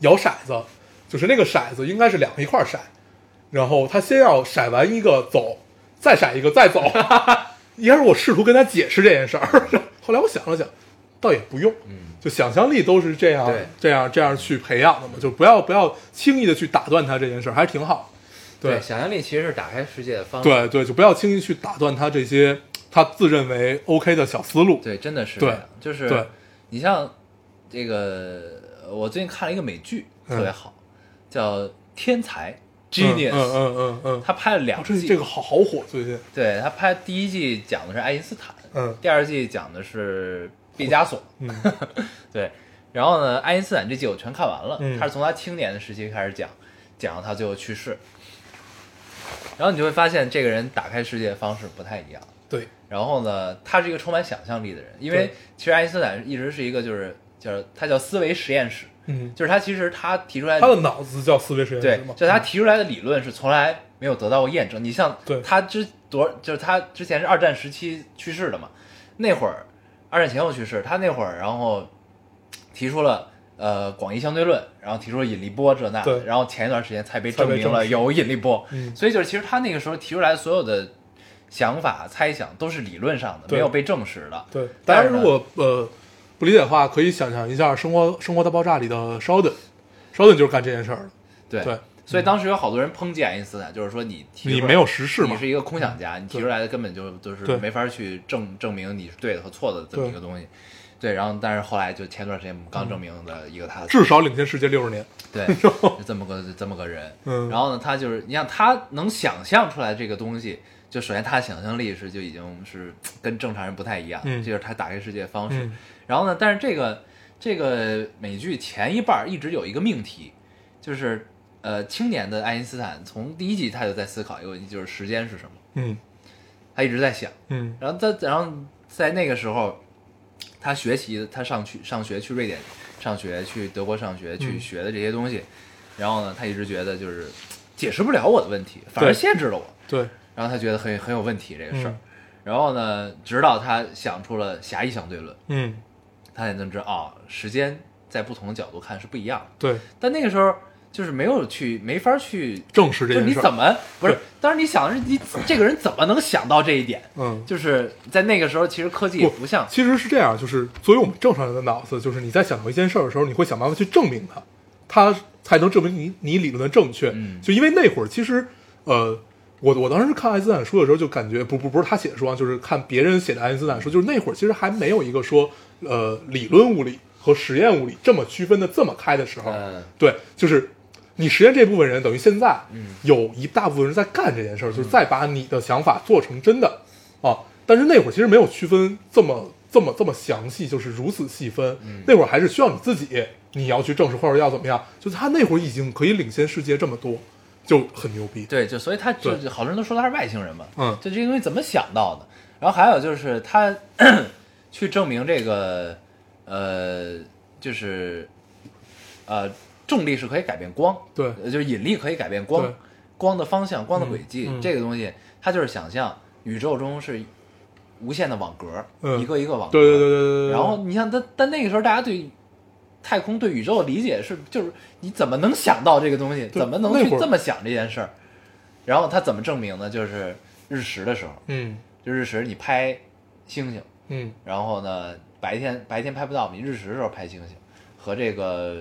[SPEAKER 3] 摇骰子，就是那个骰子应该是两个一块儿骰，然后她先要骰完一个走，再骰一个 再走。一开始我试图跟她解释这件事儿， 后来我想了想，倒也不用，就想象力都是这样
[SPEAKER 2] 嗯对
[SPEAKER 3] 这样这样去培养的嘛，就不要不要轻易的去打断她这件事儿，还是挺好。对
[SPEAKER 2] 想象力其实是打开世界的方法。
[SPEAKER 3] 对对，就不要轻易去打断他这些他自认为 OK 的小思路。
[SPEAKER 2] 对真的是
[SPEAKER 3] 对
[SPEAKER 2] 这样就是
[SPEAKER 3] 对
[SPEAKER 2] 你像这个，呃我最近看了一个美剧，
[SPEAKER 3] 嗯
[SPEAKER 2] 特别好，叫《天才
[SPEAKER 3] 嗯
[SPEAKER 2] Genius》，
[SPEAKER 3] 嗯嗯嗯嗯，
[SPEAKER 2] 他拍了两
[SPEAKER 3] 哦这
[SPEAKER 2] 季，
[SPEAKER 3] 这个好好火最近。
[SPEAKER 2] 对他拍第一季讲的是爱因斯坦，
[SPEAKER 3] 嗯
[SPEAKER 2] 第二季讲的是毕加索，
[SPEAKER 3] 嗯
[SPEAKER 2] 对，然后呢，爱因斯坦这季我全看完了，
[SPEAKER 3] 嗯
[SPEAKER 2] 他是从他青年的时期开始讲，讲到他最后去世，然后你就会发现这个人打开世界的方式不太一样。
[SPEAKER 3] 对，
[SPEAKER 2] 然后呢，他是一个充满想象力的人，因为
[SPEAKER 3] 对
[SPEAKER 2] 其实爱因斯坦一直是一个就是就是他叫思维实验室，
[SPEAKER 3] 嗯，
[SPEAKER 2] 就是他其实他提出来
[SPEAKER 3] 他的脑子叫思维实验
[SPEAKER 2] 对
[SPEAKER 3] 室嘛，，嗯
[SPEAKER 2] 就他提出来的理论是从来没有得到过验证。你像
[SPEAKER 3] 对
[SPEAKER 2] 他之多，就是他之前是二战时期去世的嘛，那会儿二战前后去世，他那会儿然后提出了呃广义相对论，然后提出了引力波这那的，
[SPEAKER 3] 对
[SPEAKER 2] 然后前一段时间才被
[SPEAKER 3] 才被
[SPEAKER 2] 证明
[SPEAKER 3] 证
[SPEAKER 2] 了
[SPEAKER 3] 实
[SPEAKER 2] 有引力波，
[SPEAKER 3] 嗯
[SPEAKER 2] 所以就是其实他那个时候提出来的所有的想法猜想都是理论上的，
[SPEAKER 3] 对
[SPEAKER 2] 没有被证实的。
[SPEAKER 3] 对，
[SPEAKER 2] 但
[SPEAKER 3] 大家
[SPEAKER 2] 是呢
[SPEAKER 3] 如果呃不理解的话，可以想象一下《生活生活大爆炸》里的 Sheldon，Sheldon 就是干这件事儿的。
[SPEAKER 2] 对
[SPEAKER 3] 对嗯
[SPEAKER 2] 所以当时有好多人抨击爱因斯坦，就是说你提
[SPEAKER 3] 你
[SPEAKER 2] 出来
[SPEAKER 3] 没有实事
[SPEAKER 2] 你
[SPEAKER 3] 嘛
[SPEAKER 2] 是？一个空想家，你提出来的根本就就是
[SPEAKER 3] 嗯对
[SPEAKER 2] 没法去证证明你是对的和错的这么一个东西。对，然后但是后来就前段时间我们刚证明的一个他的
[SPEAKER 3] 至少领先世界六十年。
[SPEAKER 2] 对，是这么个这么个人。
[SPEAKER 3] 嗯
[SPEAKER 2] 然后呢，他就是你像他能想象出来这个东西，就首先他想象力是就已经是跟正常人不太一样，
[SPEAKER 3] 嗯
[SPEAKER 2] 这就是他打开世界的方式。
[SPEAKER 3] 嗯
[SPEAKER 2] 然后呢，但是这个这个美剧前一半儿一直有一个命题，就是呃，青年的爱因斯坦从第一集他就在思考一个问题，就是时间是什么，
[SPEAKER 3] 嗯
[SPEAKER 2] 他一直在想。
[SPEAKER 3] 嗯
[SPEAKER 2] 然后在然后在那个时候，他学习，他上去上学去瑞典上学，去德国上学去
[SPEAKER 3] 嗯
[SPEAKER 2] 学的这些东西，然后呢，他一直觉得就是解释不了我的问题，反而
[SPEAKER 3] 对
[SPEAKER 2] 限制了我，
[SPEAKER 3] 对，
[SPEAKER 2] 然后他觉得很很有问题这个事儿。
[SPEAKER 3] 嗯
[SPEAKER 2] 然后呢，直到他想出了狭义相对论，
[SPEAKER 3] 嗯
[SPEAKER 2] 他才能知道啊、时间在不同的角度看是不一样的。
[SPEAKER 3] 对，
[SPEAKER 2] 但那个时候就是没有去，没法去，
[SPEAKER 3] 正视这
[SPEAKER 2] 就是
[SPEAKER 3] 件
[SPEAKER 2] 你
[SPEAKER 3] 事儿。
[SPEAKER 2] 怎么不是
[SPEAKER 3] 对？
[SPEAKER 2] 当时你想的是你这个人怎么能想到这一点？
[SPEAKER 3] 嗯，
[SPEAKER 2] 就是在那个时候，其实科技也不像，
[SPEAKER 3] 其实是这样，就是作为我们正常人的脑子，就是你在想到一件事儿的时候，你会想办法去证明它，它才能证明你你理论的正确。
[SPEAKER 2] 嗯
[SPEAKER 3] 就因为那会儿其实，呃，我我当时看爱因斯坦书的时候，就感觉不不不是他写的书啊，就是看别人写的爱因斯坦书，就是那会儿其实还没有一个说呃理论物理和实验物理这么区分的这么开的时候。
[SPEAKER 2] 嗯，
[SPEAKER 3] 对，就是你实验这部分人，等于现在
[SPEAKER 2] 嗯
[SPEAKER 3] 有一大部分人在干这件事儿，就是再把你的想法做成真的啊。但是那会儿其实没有区分这么这么这么详细，就是如此细分。
[SPEAKER 2] 嗯
[SPEAKER 3] 那会儿还是需要你自己，你要去证实或者要怎么样，就是他那会儿已经可以领先世界这么多，就很牛逼。
[SPEAKER 2] 对，就所以他就
[SPEAKER 3] 对
[SPEAKER 2] 好多人都说他是外星人嘛，
[SPEAKER 3] 嗯
[SPEAKER 2] 就这些东西怎么想到的？然后还有就是他 去证明这个，呃，就是呃，重力是可以改变光，
[SPEAKER 3] 对
[SPEAKER 2] 呃就是引力可以改变光
[SPEAKER 3] 对，
[SPEAKER 2] 光的方向、光的轨迹，
[SPEAKER 3] 嗯嗯
[SPEAKER 2] 这个东西，他就是想象宇宙中是无限的网格，
[SPEAKER 3] 嗯
[SPEAKER 2] 一个一个网格，
[SPEAKER 3] 对对对对对对。
[SPEAKER 2] 然后你像但但那个时候大家对太空对宇宙的理解是，就是你怎么能想到这个东西，
[SPEAKER 3] 对
[SPEAKER 2] 怎么能
[SPEAKER 3] 那
[SPEAKER 2] 去
[SPEAKER 3] 会儿
[SPEAKER 2] 这么想这件事儿？然后他怎么证明呢？就是日食的时候，
[SPEAKER 3] 嗯
[SPEAKER 2] 就日食你拍星星，
[SPEAKER 3] 嗯，
[SPEAKER 2] 然后呢白天白天拍不到，你日食的时候拍星星，和这个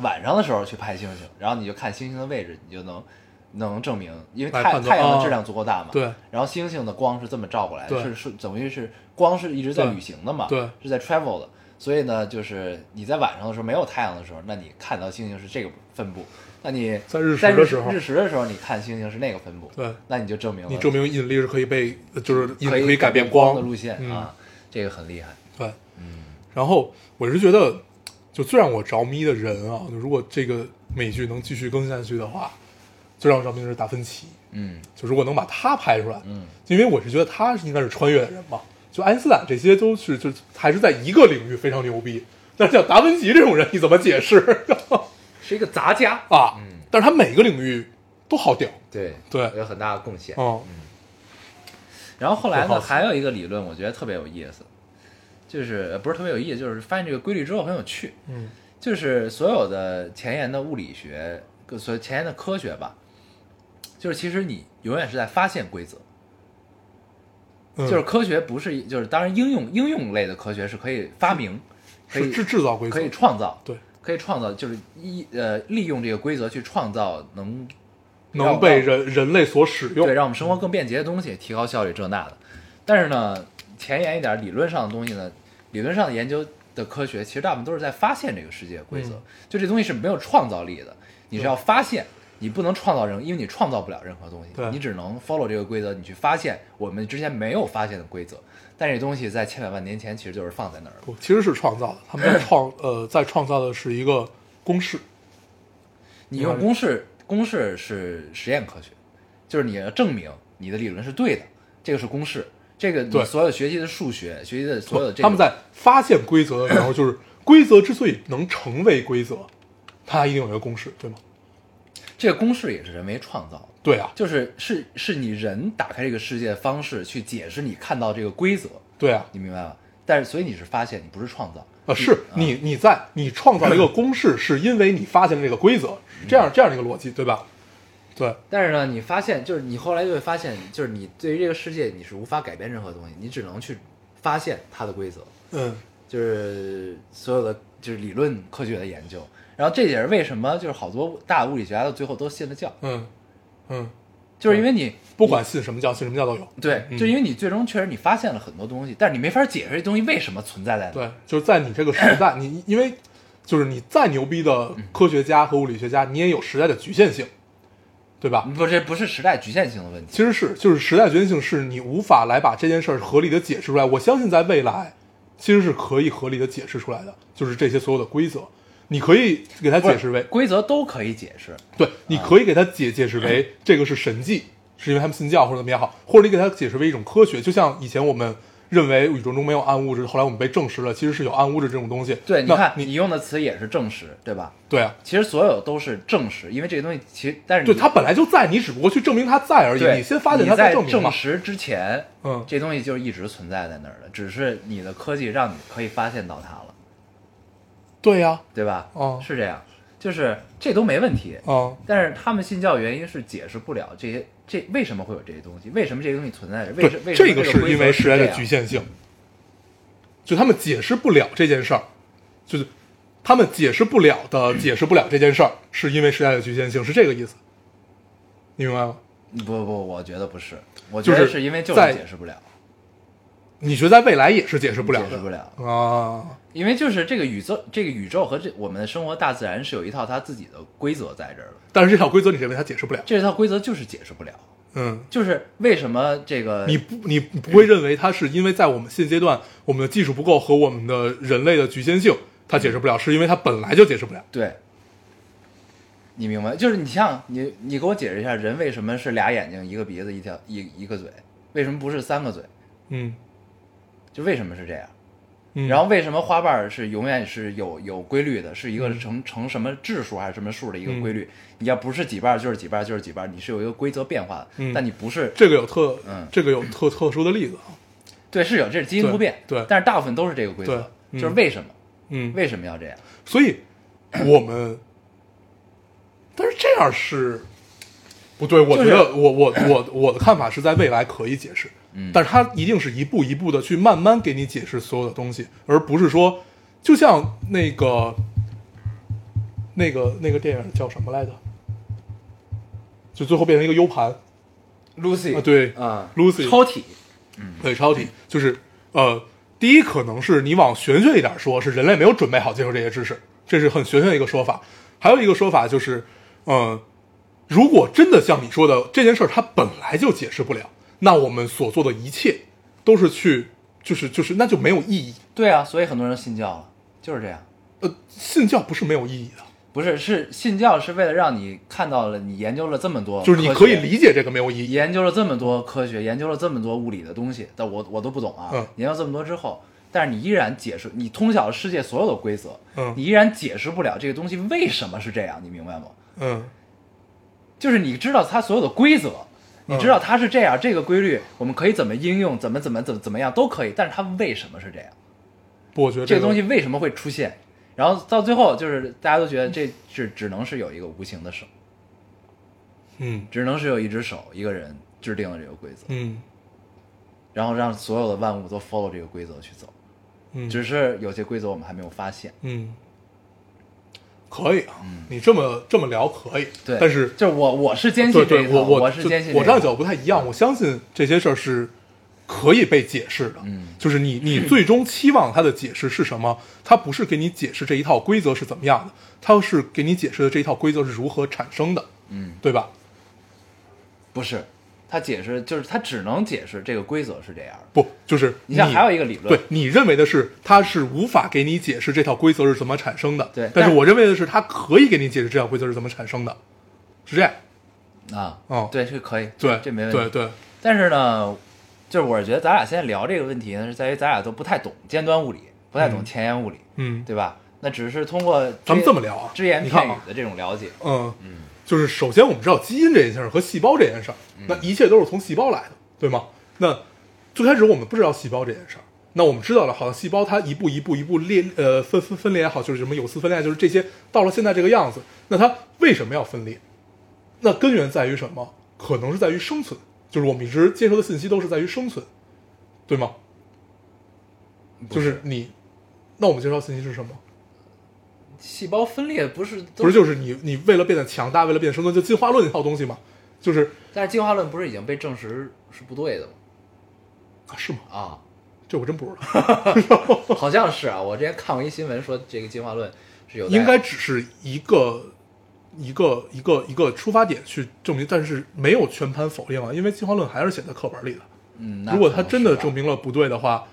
[SPEAKER 2] 晚上的时候去拍星星，然后你就看星星的位置，你就能能证明，因为
[SPEAKER 3] 来
[SPEAKER 2] 太
[SPEAKER 3] 判
[SPEAKER 2] 太
[SPEAKER 3] 断
[SPEAKER 2] 阳的
[SPEAKER 3] 啊
[SPEAKER 2] 质量足够大嘛，
[SPEAKER 3] 对
[SPEAKER 2] 然后星星的光是这么照过来的，
[SPEAKER 3] 对
[SPEAKER 2] 是是等于是光是一直在
[SPEAKER 3] 对
[SPEAKER 2] 旅行的嘛，
[SPEAKER 3] 对
[SPEAKER 2] 是在 travel 的。所以呢，就是你在晚上的时候没有太阳的时候，那你看到星星是这个分布；那你
[SPEAKER 3] 在日食
[SPEAKER 2] 在
[SPEAKER 3] 的时候
[SPEAKER 2] 日食的时候你看星星是那个分布，
[SPEAKER 3] 对
[SPEAKER 2] 那你就证明了
[SPEAKER 3] 你证明引力是可以被，就是引
[SPEAKER 2] 可
[SPEAKER 3] 力
[SPEAKER 2] 以
[SPEAKER 3] 可以改变
[SPEAKER 2] 变光的
[SPEAKER 3] 光
[SPEAKER 2] 路线、
[SPEAKER 3] 嗯
[SPEAKER 2] 啊，这个很厉害。
[SPEAKER 3] 对，嗯，然后我是觉得，就最让我着迷的人啊，就如果这个美剧能继续更下去的话，最让我着迷的是达芬奇。
[SPEAKER 2] 嗯
[SPEAKER 3] 就如果能把他拍出来，
[SPEAKER 2] 嗯，
[SPEAKER 3] 因为我是觉得他是应该是穿越的人嘛。就爱因斯坦这些都是就还是在一个领域非常牛逼，但是像达芬奇这种人，你怎么解释
[SPEAKER 2] 是一个杂家，
[SPEAKER 3] 啊？
[SPEAKER 2] 嗯
[SPEAKER 3] 但是他每个领域都好屌，
[SPEAKER 2] 对
[SPEAKER 3] 对
[SPEAKER 2] 有很大的贡献。
[SPEAKER 3] 嗯
[SPEAKER 2] 然后后来
[SPEAKER 3] 很
[SPEAKER 2] 呢，
[SPEAKER 3] 好奇
[SPEAKER 2] 还有一个理论，我觉得特别有意思，就是呃不是特别有意思，就是发现这个规律之后很有趣。
[SPEAKER 3] 嗯
[SPEAKER 2] 就是所有的前沿的物理学，各所前沿的科学吧，就是其实你永远是在发现规则，
[SPEAKER 3] 嗯，
[SPEAKER 2] 就是科学不是就是当然应用应用类的科学是可以发明，可
[SPEAKER 3] 是
[SPEAKER 2] 以
[SPEAKER 3] 制制造规则，
[SPEAKER 2] 可以创造，
[SPEAKER 3] 对
[SPEAKER 2] 可以创造，就是一呃利用这个规则去创造能
[SPEAKER 3] 能被人人类所使用
[SPEAKER 2] 对，。让我们生活更便捷的东西，提高效率这那的。但是呢，前沿一点，理论上的东西呢，理论上的研究的科学，其实大部分都是在发现这个世界规则。
[SPEAKER 3] 嗯
[SPEAKER 2] 就这东西是没有创造力的，你是要发现，你不能创造任何，因为你创造不了任何东西
[SPEAKER 3] 对，
[SPEAKER 2] 你只能 follow 这个规则，你去发现我们之前没有发现的规则。但这东西在千百万年前其实就是放在那儿了。
[SPEAKER 3] 不，其实是创造的，他们在创呃在创造的是一个公式，
[SPEAKER 2] 你用公式，公式是实验科学，就是你要证明你的理论是对的，这个是公式。这个
[SPEAKER 3] 对
[SPEAKER 2] 你所有学习的数学，学习的所有的这个，
[SPEAKER 3] 他们在发现规则的时候，就是规则之所以能成为规则，它一定有一个公式，对吗？
[SPEAKER 2] 这个公式也是人为创造的，
[SPEAKER 3] 对啊，
[SPEAKER 2] 就是是是你人打开这个世界的方式去解释你看到这个规则，
[SPEAKER 3] 对啊，
[SPEAKER 2] 你明白吗？但是所以你是发现，你不是创造。嗯
[SPEAKER 3] 呃，是你你在你创造了一个公式，是因为你发现了这个规则，是
[SPEAKER 2] 嗯
[SPEAKER 3] 这样这样的一个逻辑，对吧？对，
[SPEAKER 2] 但是呢，你发现就是你后来就会发现，就是你对于这个世界你是无法改变任何东西，你只能去发现它的规则，
[SPEAKER 3] 嗯，
[SPEAKER 2] 就是所有的就是理论科学的研究。然后这也是为什么就是好多大物理学家到最后都信了教，
[SPEAKER 3] 嗯嗯，
[SPEAKER 2] 就是因为你
[SPEAKER 3] 不管信什么教，信什么教都有。
[SPEAKER 2] 对，
[SPEAKER 3] 嗯
[SPEAKER 2] 就因为你最终确实你发现了很多东西，但是你没法解释这东西为什么存在在那。
[SPEAKER 3] 对，就是在你这个时 代，你因为就是你再牛逼的科学家和物理学家，你也有时代的局限性，对吧？
[SPEAKER 2] 不是，这不是时代局限性的问题。
[SPEAKER 3] 其实是就是时代局限性，是你无法来把这件事儿合理的解释出来。我相信在未来，其实是可以合理的解释出来的，就是这些所有的规则，你可以给它
[SPEAKER 2] 不是
[SPEAKER 3] 解释为
[SPEAKER 2] 规则都可以解释，
[SPEAKER 3] 对，你可以给它解解释为这个是神迹，是因为他们信教或者怎么样好，或者你给它解释为一种科学，就像以前我们认为宇宙中没有暗物质，后来我们被证实了，其实是有暗物质这种东西。
[SPEAKER 2] 对，你
[SPEAKER 3] 那
[SPEAKER 2] 看
[SPEAKER 3] 你
[SPEAKER 2] 你用的词也是证实，对吧？
[SPEAKER 3] 对啊，
[SPEAKER 2] 其实所有都是证实，因为这个东西其实，但是
[SPEAKER 3] 对，
[SPEAKER 2] 你
[SPEAKER 3] 它本来就在，你只不过去证明它在而已。
[SPEAKER 2] 对
[SPEAKER 3] 你先发现
[SPEAKER 2] 你
[SPEAKER 3] 它
[SPEAKER 2] 在
[SPEAKER 3] 再证明嘛。
[SPEAKER 2] 实之前，
[SPEAKER 3] 嗯
[SPEAKER 2] 这东西就一直存在在那儿的，只是你的科技让你可以发现到它了，
[SPEAKER 3] 对呀、
[SPEAKER 2] 对吧？
[SPEAKER 3] 哦
[SPEAKER 2] 是这样，就是这都没问题。
[SPEAKER 3] 嗯，
[SPEAKER 2] 但是他们信教原因是解释不了这些，这为什么会有这些东西？为什么这些东西存在着？为什
[SPEAKER 3] 对，
[SPEAKER 2] 为什么
[SPEAKER 3] 个
[SPEAKER 2] 规则
[SPEAKER 3] 是因为时代
[SPEAKER 2] 这
[SPEAKER 3] 的
[SPEAKER 2] 样
[SPEAKER 3] 局限性，就他们解释不了这件事儿，就是他们解释不了的解释不了这件事儿，是因为时代的局限性，是这个意思，你明白吗？
[SPEAKER 2] 不不，我觉得不是，我
[SPEAKER 3] 就
[SPEAKER 2] 觉得
[SPEAKER 3] 是
[SPEAKER 2] 是因为就
[SPEAKER 3] 在
[SPEAKER 2] 解释不了，
[SPEAKER 3] 你觉得在未来也是解释不了的，
[SPEAKER 2] 解释不了
[SPEAKER 3] 啊？
[SPEAKER 2] 因为就是这个宇宙，这个宇宙和这我们的生活大自然是有一套它自己的规则在这儿的，
[SPEAKER 3] 但是这条规则你认为它解释不了，
[SPEAKER 2] 这套规则就是解释不了，
[SPEAKER 3] 嗯，
[SPEAKER 2] 就是为什么这个
[SPEAKER 3] 你不你你不会认为它是因为在我们现阶段我们的技术不够和我们的人类的局限性，它解释不了，是因为它本来就解释不了。
[SPEAKER 2] 对，你明白？就是你像你你给我解释一下，人为什么是俩眼睛、一个鼻子、一条一一个嘴，为什么不是三个嘴？
[SPEAKER 3] 嗯，
[SPEAKER 2] 就为什么是这样？
[SPEAKER 3] 嗯
[SPEAKER 2] 然后为什么花瓣儿是永远是有有规律的，是一
[SPEAKER 3] 嗯
[SPEAKER 2] 个成成什么质数还是什么数的一个规律？你要不是几瓣儿就是几瓣儿就是几瓣儿，你是有一个规则变化的。
[SPEAKER 3] 嗯
[SPEAKER 2] 但你不是
[SPEAKER 3] 这个有特，
[SPEAKER 2] 嗯
[SPEAKER 3] 这个有特特殊的例子啊，
[SPEAKER 2] 对，是有这是基因突变，
[SPEAKER 3] 对对
[SPEAKER 2] 但是大部分都是这个规
[SPEAKER 3] 对
[SPEAKER 2] 则，
[SPEAKER 3] 嗯
[SPEAKER 2] 就是为什么、
[SPEAKER 3] 嗯，
[SPEAKER 2] 为什么要这样？
[SPEAKER 3] 所以我们，但是这样是不对。我
[SPEAKER 2] 就
[SPEAKER 3] 觉
[SPEAKER 2] 是
[SPEAKER 3] 得我我我我的看法是在未来可以解释，
[SPEAKER 2] 嗯
[SPEAKER 3] 但是它一定是一步一步的去慢慢给你解释所有的东西，而不是说，就像那个那个那个电影叫什么来着？就最后变成一个 U 盘，
[SPEAKER 2] Lucy
[SPEAKER 3] 啊对
[SPEAKER 2] 啊
[SPEAKER 3] Lucy
[SPEAKER 2] 超体，
[SPEAKER 3] 对，超体就是呃，第一可能是你往玄学一点说，是人类没有准备好接受这些知识，这是很玄学的一个说法。还有一个说法就是，嗯、如果真的像你说的这件事儿，它本来就解释不了，那我们所做的一切都是去，就是就是，那就没有意义。
[SPEAKER 2] 对啊，所以很多人信教了，就是这样。
[SPEAKER 3] 呃，信教不是没有意义的，
[SPEAKER 2] 不是，是信教是为了让你看到了，你研究了这么多科学，
[SPEAKER 3] 就是你可以理解这个没有意义。
[SPEAKER 2] 研究了这么多科学，研究了这么多物理的东西，但我我都不懂啊。
[SPEAKER 3] 嗯
[SPEAKER 2] 研究这么多之后，但是你依然解释，你通晓了世界所有的规则，
[SPEAKER 3] 嗯
[SPEAKER 2] 你依然解释不了这个东西为什么是这样，你明白吗？
[SPEAKER 3] 嗯，
[SPEAKER 2] 就是你知道它所有的规则，
[SPEAKER 3] 嗯
[SPEAKER 2] 你知道它是这样，这个规律我们可以怎么应用，怎么怎么怎么怎么样都可以，但是它为什么是这样？
[SPEAKER 3] 不，我觉得
[SPEAKER 2] 这
[SPEAKER 3] 这
[SPEAKER 2] 个
[SPEAKER 3] 个
[SPEAKER 2] 东西为什么会出现？然后到最后就是大家都觉得这是只能是有一个无形的手，
[SPEAKER 3] 嗯
[SPEAKER 2] 只能是有一只手一个人制定了这个规则，
[SPEAKER 3] 嗯
[SPEAKER 2] 然后让所有的万物都 follow 这个规则去走。
[SPEAKER 3] 嗯，
[SPEAKER 2] 只是有些规则我们还没有发现。
[SPEAKER 3] 嗯，可以啊，你这么这么聊可以，
[SPEAKER 2] 对，
[SPEAKER 3] 但是
[SPEAKER 2] 就是我我是坚
[SPEAKER 3] 对
[SPEAKER 2] 信这一
[SPEAKER 3] 对，
[SPEAKER 2] 套，
[SPEAKER 3] 我
[SPEAKER 2] 我是
[SPEAKER 3] 就
[SPEAKER 2] 坚信
[SPEAKER 3] 我
[SPEAKER 2] 这
[SPEAKER 3] 站的
[SPEAKER 2] 样
[SPEAKER 3] 角度不太一样，我相信这些事儿是可以被解释的。嗯，就是你你最终期望它的解释是什么？它不是给你解释这一套规则是怎么样的，它是给你解释的这一套规则是如何产生的。嗯，对吧？
[SPEAKER 2] 不是，他解释就是他只能解释这个规则是这样的。
[SPEAKER 3] 不，就是
[SPEAKER 2] 你像还有一个理论，
[SPEAKER 3] 对你认为的是，它是无法给你解释这套规则是怎么产生的。
[SPEAKER 2] 对
[SPEAKER 3] 但是
[SPEAKER 2] 但
[SPEAKER 3] 我认为的是，它可以给你解释这套规则是怎么产生的，是这样。
[SPEAKER 2] 啊，
[SPEAKER 3] 哦
[SPEAKER 2] 对，这可以，
[SPEAKER 3] 对，
[SPEAKER 2] 这没问题。
[SPEAKER 3] 对对，
[SPEAKER 2] 但是呢，就是我是觉得咱俩现在聊这个问题呢，是在于咱俩都不太懂尖端物理，不太懂前沿物理，
[SPEAKER 3] 嗯，
[SPEAKER 2] 对吧？那只是通过
[SPEAKER 3] 咱们
[SPEAKER 2] 只
[SPEAKER 3] 这么聊啊，
[SPEAKER 2] 只言
[SPEAKER 3] 你看
[SPEAKER 2] 片
[SPEAKER 3] 啊
[SPEAKER 2] 语，的这种了解，
[SPEAKER 3] 嗯，就是首先我们知道基因这件事儿和细胞这件事儿，那一切都是从细胞来的，对吗？那最开始我们不知道细胞这件事儿，那我们知道了，好像细胞它一步一步一步裂呃分分分裂也好，就是什么有丝分裂，就是这些到了现在这个样子，那它为什么要分裂？那根源在于什么？可能是在于生存，就是我们一直接收的信息都是在于生存，对吗？就是你，那我们接收到信息是什么？
[SPEAKER 2] 细胞分裂不是都
[SPEAKER 3] 不是，就是你你为了变得强大，为了变得生存，就进化论那套东西嘛，就是
[SPEAKER 2] 但是进化论不是已经被证实是不对的吗？
[SPEAKER 3] 啊是吗？
[SPEAKER 2] 啊，
[SPEAKER 3] 这我真不知 道，
[SPEAKER 2] 好像是啊，我之前看过一新闻说这个进化论是有待
[SPEAKER 3] 应该只是一个一个一个一个出发点去证明，但是没有全盘否定啊，因为进化论还是写在课本里的。
[SPEAKER 2] 嗯，那
[SPEAKER 3] 如果
[SPEAKER 2] 可
[SPEAKER 3] 它
[SPEAKER 2] 能
[SPEAKER 3] 真
[SPEAKER 2] 是
[SPEAKER 3] 的
[SPEAKER 2] 吧
[SPEAKER 3] 证明了不对的话，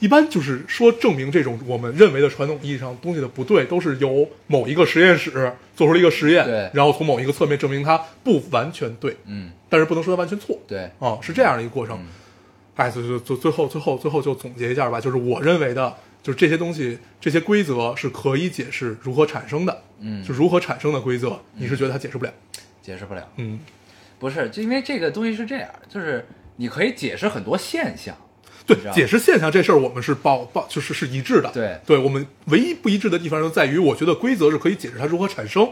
[SPEAKER 3] 一般就是说证明这种我们认为的传统意义上东西的不对，都是由某一个实验室做出了一个实
[SPEAKER 2] 对
[SPEAKER 3] 验，然后从某一个侧面证明它不完全对，
[SPEAKER 2] 嗯，
[SPEAKER 3] 但是不能说它完全错。
[SPEAKER 2] 对，
[SPEAKER 3] 哦，是这样的一个过程。
[SPEAKER 2] 嗯
[SPEAKER 3] 哎，就就就最后最后最后就总结一下吧，就是我认为的，就是这些东西这些规则是可以解释如何产生的，
[SPEAKER 2] 嗯
[SPEAKER 3] 就如何产生的规则，你是觉得它解释不了，
[SPEAKER 2] 解释不了。
[SPEAKER 3] 嗯，
[SPEAKER 2] 不是，就因为这个东西是这样，就是你可以解释很多现象，
[SPEAKER 3] 对
[SPEAKER 2] 知道，
[SPEAKER 3] 解释现象这事儿我们是抱抱就是是一致的，
[SPEAKER 2] 对
[SPEAKER 3] 对我们唯一不一致的地方就在于，我觉得规则是可以解释它如何产生，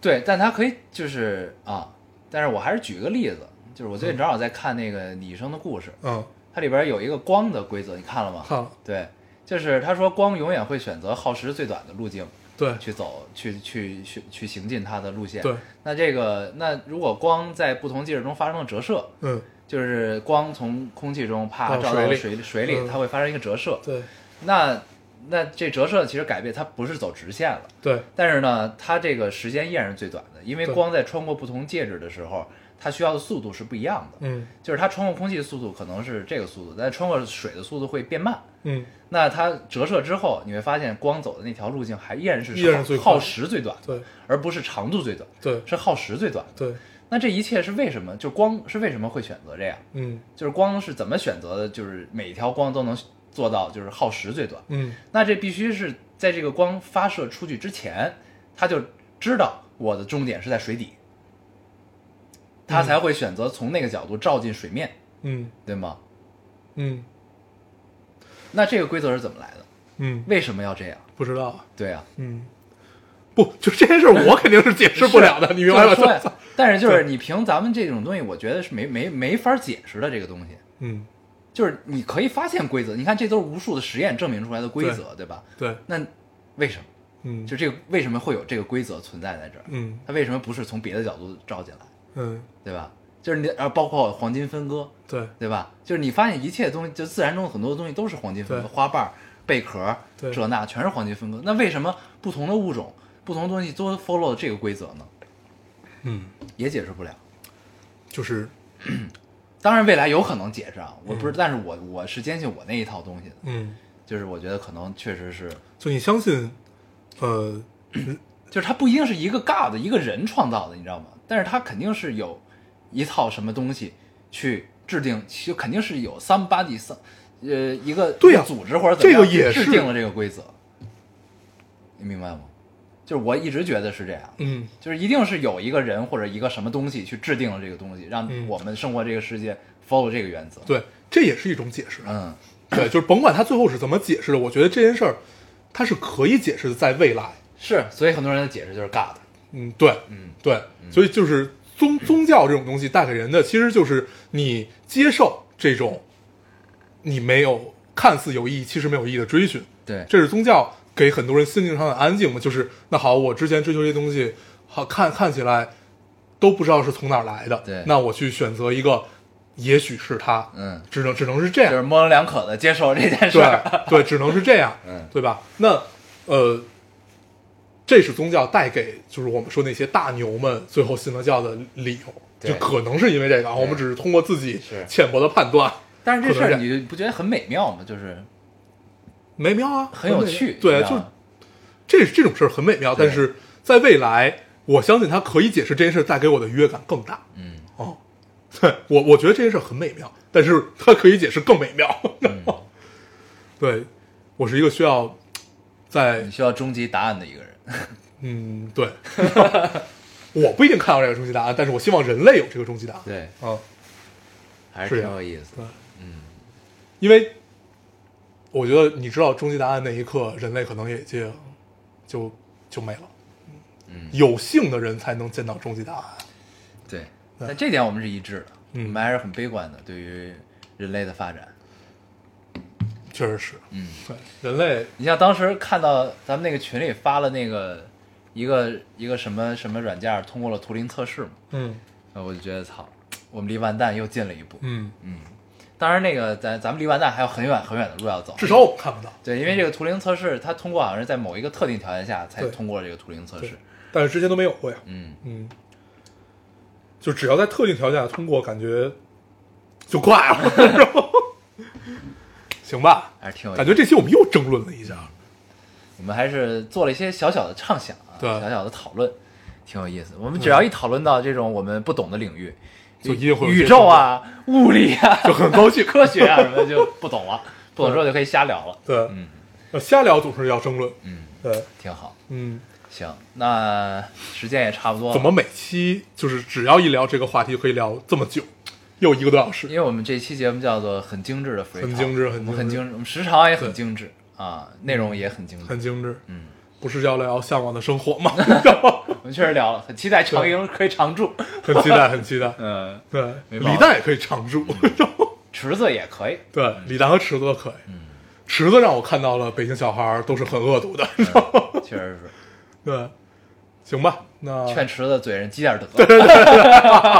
[SPEAKER 2] 对，但它可以就是啊，但是我还是举个例子，就是我最近正好在看那个《你一生的故事》，
[SPEAKER 3] 嗯，
[SPEAKER 2] 它里边有一个光的规则，你看了吗？
[SPEAKER 3] 看了，
[SPEAKER 2] 对，就是他说光永远会选择耗时最短的路径
[SPEAKER 3] 对，
[SPEAKER 2] 去走，去去去去行进它的路线。
[SPEAKER 3] 对，
[SPEAKER 2] 那这个那如果光在不同介质中发生了折射，
[SPEAKER 3] 嗯，
[SPEAKER 2] 就是光从空气中啪
[SPEAKER 3] 到
[SPEAKER 2] 照
[SPEAKER 3] 水
[SPEAKER 2] 到
[SPEAKER 3] 里
[SPEAKER 2] 水里水里
[SPEAKER 3] 嗯，
[SPEAKER 2] 它会发生一个折射。
[SPEAKER 3] 对
[SPEAKER 2] 那那这折射其实改变它不是走直线了，
[SPEAKER 3] 对
[SPEAKER 2] 但是呢，它这个时间依然是最短的，因为
[SPEAKER 3] 对
[SPEAKER 2] 光在穿过不同介质的时候，它需要的速度是不一样的。
[SPEAKER 3] 嗯
[SPEAKER 2] 就是它穿过空气的速度可能是这个速度，但是穿过水的速度会变慢。
[SPEAKER 3] 嗯，
[SPEAKER 2] 那它折射之后，你会发现光走的那条路径还依然是
[SPEAKER 3] 依然是最快
[SPEAKER 2] 耗时最短的，
[SPEAKER 3] 对
[SPEAKER 2] 而不是长度最短，
[SPEAKER 3] 对
[SPEAKER 2] 是耗时最短的。
[SPEAKER 3] 对，
[SPEAKER 2] 那这一切是为什么？就光是为什么会选择这样？
[SPEAKER 3] 嗯
[SPEAKER 2] 就是光是怎么选择的？就是每一条光都能做到，就是耗时最短。
[SPEAKER 3] 嗯
[SPEAKER 2] 那这必须是在这个光发射出去之前，他就知道我的终点是在水底，他才会选择从那个角度照进水面，
[SPEAKER 3] 嗯
[SPEAKER 2] 对吗？
[SPEAKER 3] 嗯
[SPEAKER 2] 那这个规则是怎么来的？
[SPEAKER 3] 嗯，
[SPEAKER 2] 为什么要这样？
[SPEAKER 3] 不知道啊，
[SPEAKER 2] 对啊，
[SPEAKER 3] 嗯，不，就这件事儿我肯定是解释不了的，你明白
[SPEAKER 2] 就是说
[SPEAKER 3] 吗？
[SPEAKER 2] 呀但是就是
[SPEAKER 3] 对
[SPEAKER 2] 你凭咱们这种东西，我觉得是没没没法解释的这个东西。
[SPEAKER 3] 嗯，
[SPEAKER 2] 就是你可以发现规则，你看这都是无数的实验证明出来的规则，对吧？
[SPEAKER 3] 对，
[SPEAKER 2] 那为什么？
[SPEAKER 3] 嗯，
[SPEAKER 2] 就这个为什么会有这个规则存在在这儿？
[SPEAKER 3] 嗯
[SPEAKER 2] 它为什么不是从别的角度照进来？
[SPEAKER 3] 嗯，
[SPEAKER 2] 对吧？就是你啊，包括黄金分割，
[SPEAKER 3] 对
[SPEAKER 2] 对吧？就是你发现一切东西，就自然中很多东西都是黄金分割，
[SPEAKER 3] 对
[SPEAKER 2] 花瓣、贝壳
[SPEAKER 3] 对
[SPEAKER 2] 这那全是黄金分割。那为什么不同的物种、不同东西都 follow 这个规则呢？
[SPEAKER 3] 嗯，
[SPEAKER 2] 也解释不了。
[SPEAKER 3] 就是
[SPEAKER 2] 当然，未来有可能解释啊，我不是，但是我我是坚信我那一套东西的，
[SPEAKER 3] 嗯，
[SPEAKER 2] 就是我觉得可能确实是，
[SPEAKER 3] 就你相信，呃，
[SPEAKER 2] 就是它不一定是一个 God 一个人创造的，你知道吗？但是它肯定是有一套什么东西去制定，就肯定是有 somebody some 呃一个
[SPEAKER 3] 对呀
[SPEAKER 2] 一个组织或者怎么样
[SPEAKER 3] 这个也是
[SPEAKER 2] 制定了这个规则，你明白吗？就是我一直觉得是这样，
[SPEAKER 3] 嗯，
[SPEAKER 2] 就是一定是有一个人或者一个什么东西去制定了这个东西，让
[SPEAKER 3] 嗯
[SPEAKER 2] 我们生活这个世界 follow 这个原则。
[SPEAKER 3] 对，这也是一种解释。啊
[SPEAKER 2] 嗯，
[SPEAKER 3] 对，就是甭管他最后是怎么解释的，我觉得这件事儿它是可以解释的，在未来。
[SPEAKER 2] 是，所以很多人的解释就是 God。
[SPEAKER 3] 嗯，对，嗯，对，所以就是宗宗教这种东西带给人的，其实就是你接受这种你没有看似有意义，其实没有意义的追寻。
[SPEAKER 2] 对，
[SPEAKER 3] 这是宗教给很多人心灵上的安静嘛。就是那好，我之前追求这些东西，好看看起来都不知道是从哪儿来的，
[SPEAKER 2] 对
[SPEAKER 3] 那我去选择一个，也许是它，
[SPEAKER 2] 嗯，
[SPEAKER 3] 只能只能是这 样
[SPEAKER 2] 就，是模棱两可的接受这件事
[SPEAKER 3] 对
[SPEAKER 2] 儿。
[SPEAKER 3] 对，只能是这样，
[SPEAKER 2] 嗯
[SPEAKER 3] 对吧？那呃，这是宗教带给就是我们说那些大牛们最后信了教的理由，
[SPEAKER 2] 对
[SPEAKER 3] 就可能是因为这个，啊我们只是通过自己浅薄的判断，
[SPEAKER 2] 但是这事
[SPEAKER 3] 可
[SPEAKER 2] 儿
[SPEAKER 3] 能
[SPEAKER 2] 你不觉得很美妙吗？就是
[SPEAKER 3] 美妙啊，
[SPEAKER 2] 很有趣，
[SPEAKER 3] 美对，
[SPEAKER 2] 你知道
[SPEAKER 3] 就
[SPEAKER 2] 吗
[SPEAKER 3] 这这种事儿很美妙，但是在未来，我相信它可以解释这件事带给我的愉悦感更大。
[SPEAKER 2] 嗯，
[SPEAKER 3] 哦，对我我觉得这件事很美妙，但是它可以解释更美妙。 对，我是一个需要在
[SPEAKER 2] 你需要终极答案的一个人。
[SPEAKER 3] 嗯，对， 我不一定看到这个终极答案，但是我希望人类有这个终极答案。
[SPEAKER 2] 对，
[SPEAKER 3] 啊，
[SPEAKER 2] 还
[SPEAKER 3] 是啊
[SPEAKER 2] 是挺
[SPEAKER 3] 呀
[SPEAKER 2] 有意思的。
[SPEAKER 3] 因为我觉得你知道终极答案那一刻，人类可能也就就就没了。嗯，有幸的人才能见到终极答案。
[SPEAKER 2] 对，
[SPEAKER 3] 对
[SPEAKER 2] 但这点我们是一致的，
[SPEAKER 3] 嗯
[SPEAKER 2] 我们还是很悲观的，对于人类的发展。
[SPEAKER 3] 确实是，
[SPEAKER 2] 嗯，
[SPEAKER 3] 对，人类
[SPEAKER 2] 你像当时看到咱们那个群里发了那个一个一个什么什么软件通过了图灵测试嘛，
[SPEAKER 3] 嗯
[SPEAKER 2] 呃我就觉得操，我们离完蛋又近了一步。
[SPEAKER 3] 嗯，
[SPEAKER 2] 当然，那个咱咱们离完蛋还有很远很远的路要走。
[SPEAKER 3] 至少我们看不到，
[SPEAKER 2] 对，因为这个图灵测试，它通过好像是在某一个特定条件下才
[SPEAKER 3] 对
[SPEAKER 2] 通过这个图灵测
[SPEAKER 3] 对
[SPEAKER 2] 试。，
[SPEAKER 3] 但是之前都没有过呀。
[SPEAKER 2] 嗯，
[SPEAKER 3] 嗯，就只要在特定条件下通过，感觉就怪了，是吧 行吧？
[SPEAKER 2] 还是挺有意思的
[SPEAKER 3] 感觉这期我们又争论了一下，
[SPEAKER 2] 嗯我们还是做了一些小小的畅想啊，
[SPEAKER 3] 对
[SPEAKER 2] 小小的讨论，挺有意思。我们只要一讨论到这种我们不懂的领域，
[SPEAKER 3] 就一定会有一些
[SPEAKER 2] 宇宙啊、物理啊、
[SPEAKER 3] 就很高兴。
[SPEAKER 2] 科学啊什么的就不 懂了，不懂之后就可以瞎聊了，
[SPEAKER 3] 对，
[SPEAKER 2] 嗯
[SPEAKER 3] 呃，瞎聊总是要争论。嗯，对，
[SPEAKER 2] 挺好。
[SPEAKER 3] 嗯，
[SPEAKER 2] 行，那时间也差不多了，
[SPEAKER 3] 怎么？每期就是只要一聊这个话题，就可以聊这么久，又一个多小时
[SPEAKER 2] 因。为我们这期节目叫做很精致的 free，talk，
[SPEAKER 3] 很精致
[SPEAKER 2] 我们很
[SPEAKER 3] 很精致
[SPEAKER 2] 精致，我们时长也
[SPEAKER 3] 对
[SPEAKER 2] 很精致啊，内容也很精致
[SPEAKER 3] 很。精致，
[SPEAKER 2] 嗯，
[SPEAKER 3] 不是要聊向往的生活吗？ 然后
[SPEAKER 2] 我们确实聊了，很期待长营可以常驻，
[SPEAKER 3] 很期待，很期待。
[SPEAKER 2] 嗯，
[SPEAKER 3] 对，
[SPEAKER 2] 没毛病嗯
[SPEAKER 3] 李诞也可以常驻，然后
[SPEAKER 2] 池子也可以，
[SPEAKER 3] 对，李诞和池子都可以。池子让我看到了北京小孩儿都是很恶毒的，你知道吗？
[SPEAKER 2] 确实是。
[SPEAKER 3] 对，行吧，那
[SPEAKER 2] 劝池子嘴上积点德。嗯，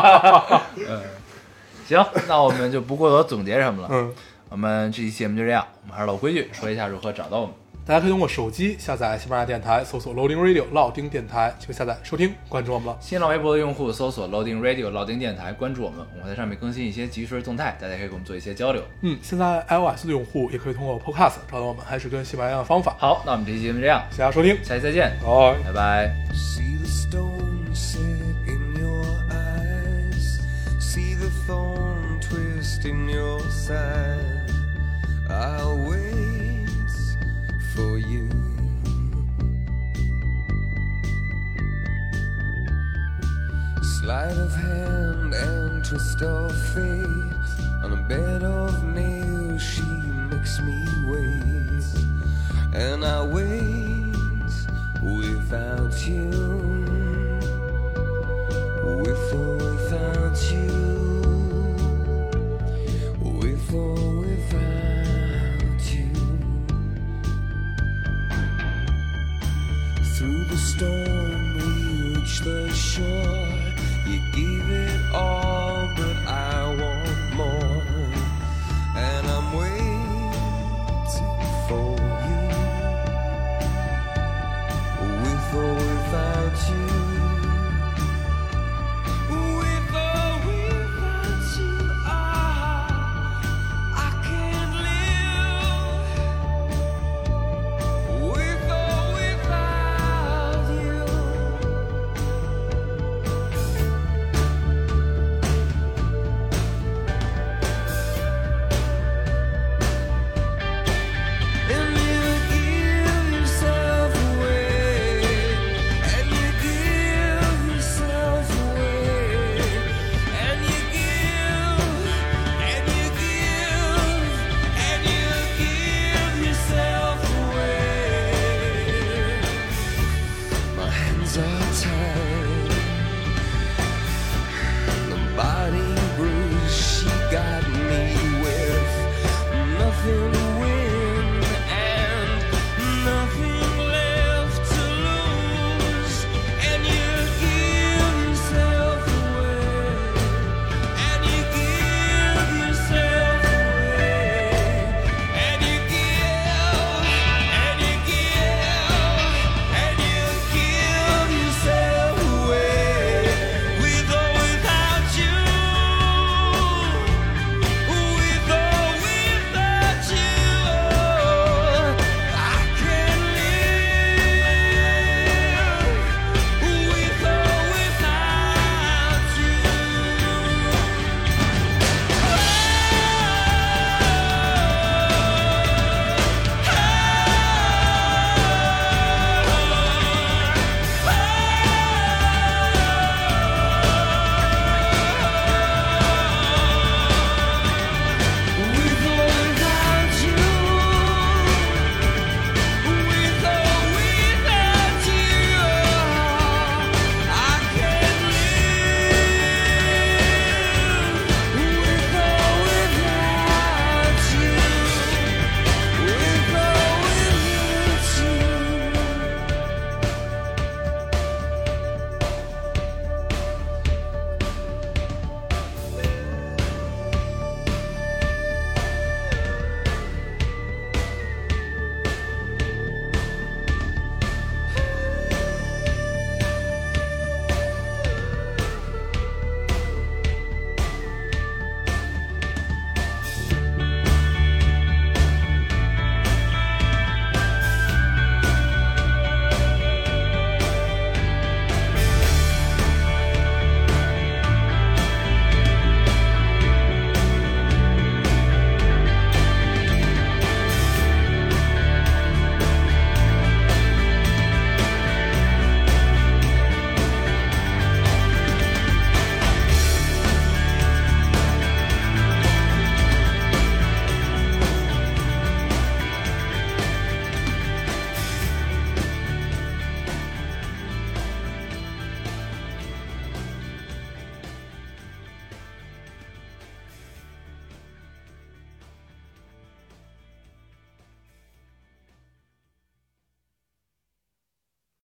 [SPEAKER 2] 行，那我们就不过多总结什么了。
[SPEAKER 3] 嗯，
[SPEAKER 2] 我们这期节目就这样，我们还是老规矩，说一下如何找到我们。
[SPEAKER 3] 大家可以通过手机下载喜马拉雅电台，搜索 Loading Radio 老丁电台，就可以下载收听，关注我们了。
[SPEAKER 2] 新浪微博的用户搜索 Loading Radio 老丁电台，关注我们，我们会在上面更新一些即时动态，大家可以跟我们做一些交流。
[SPEAKER 3] 嗯，现在 iOS 的用户也可以通过 Podcast 找到我们，还是跟喜马拉雅的方法。
[SPEAKER 2] 好，那我们这期节目这样，
[SPEAKER 3] 谢谢大家收听，
[SPEAKER 2] 下期再见，
[SPEAKER 3] 好。
[SPEAKER 2] 拜拜。
[SPEAKER 4] See the stone set in your eyes. See the thorn twist in your side. I'll wait for you. Sleight of hand and twist of fate. On a bed of nails, she makes me wait. And I wait.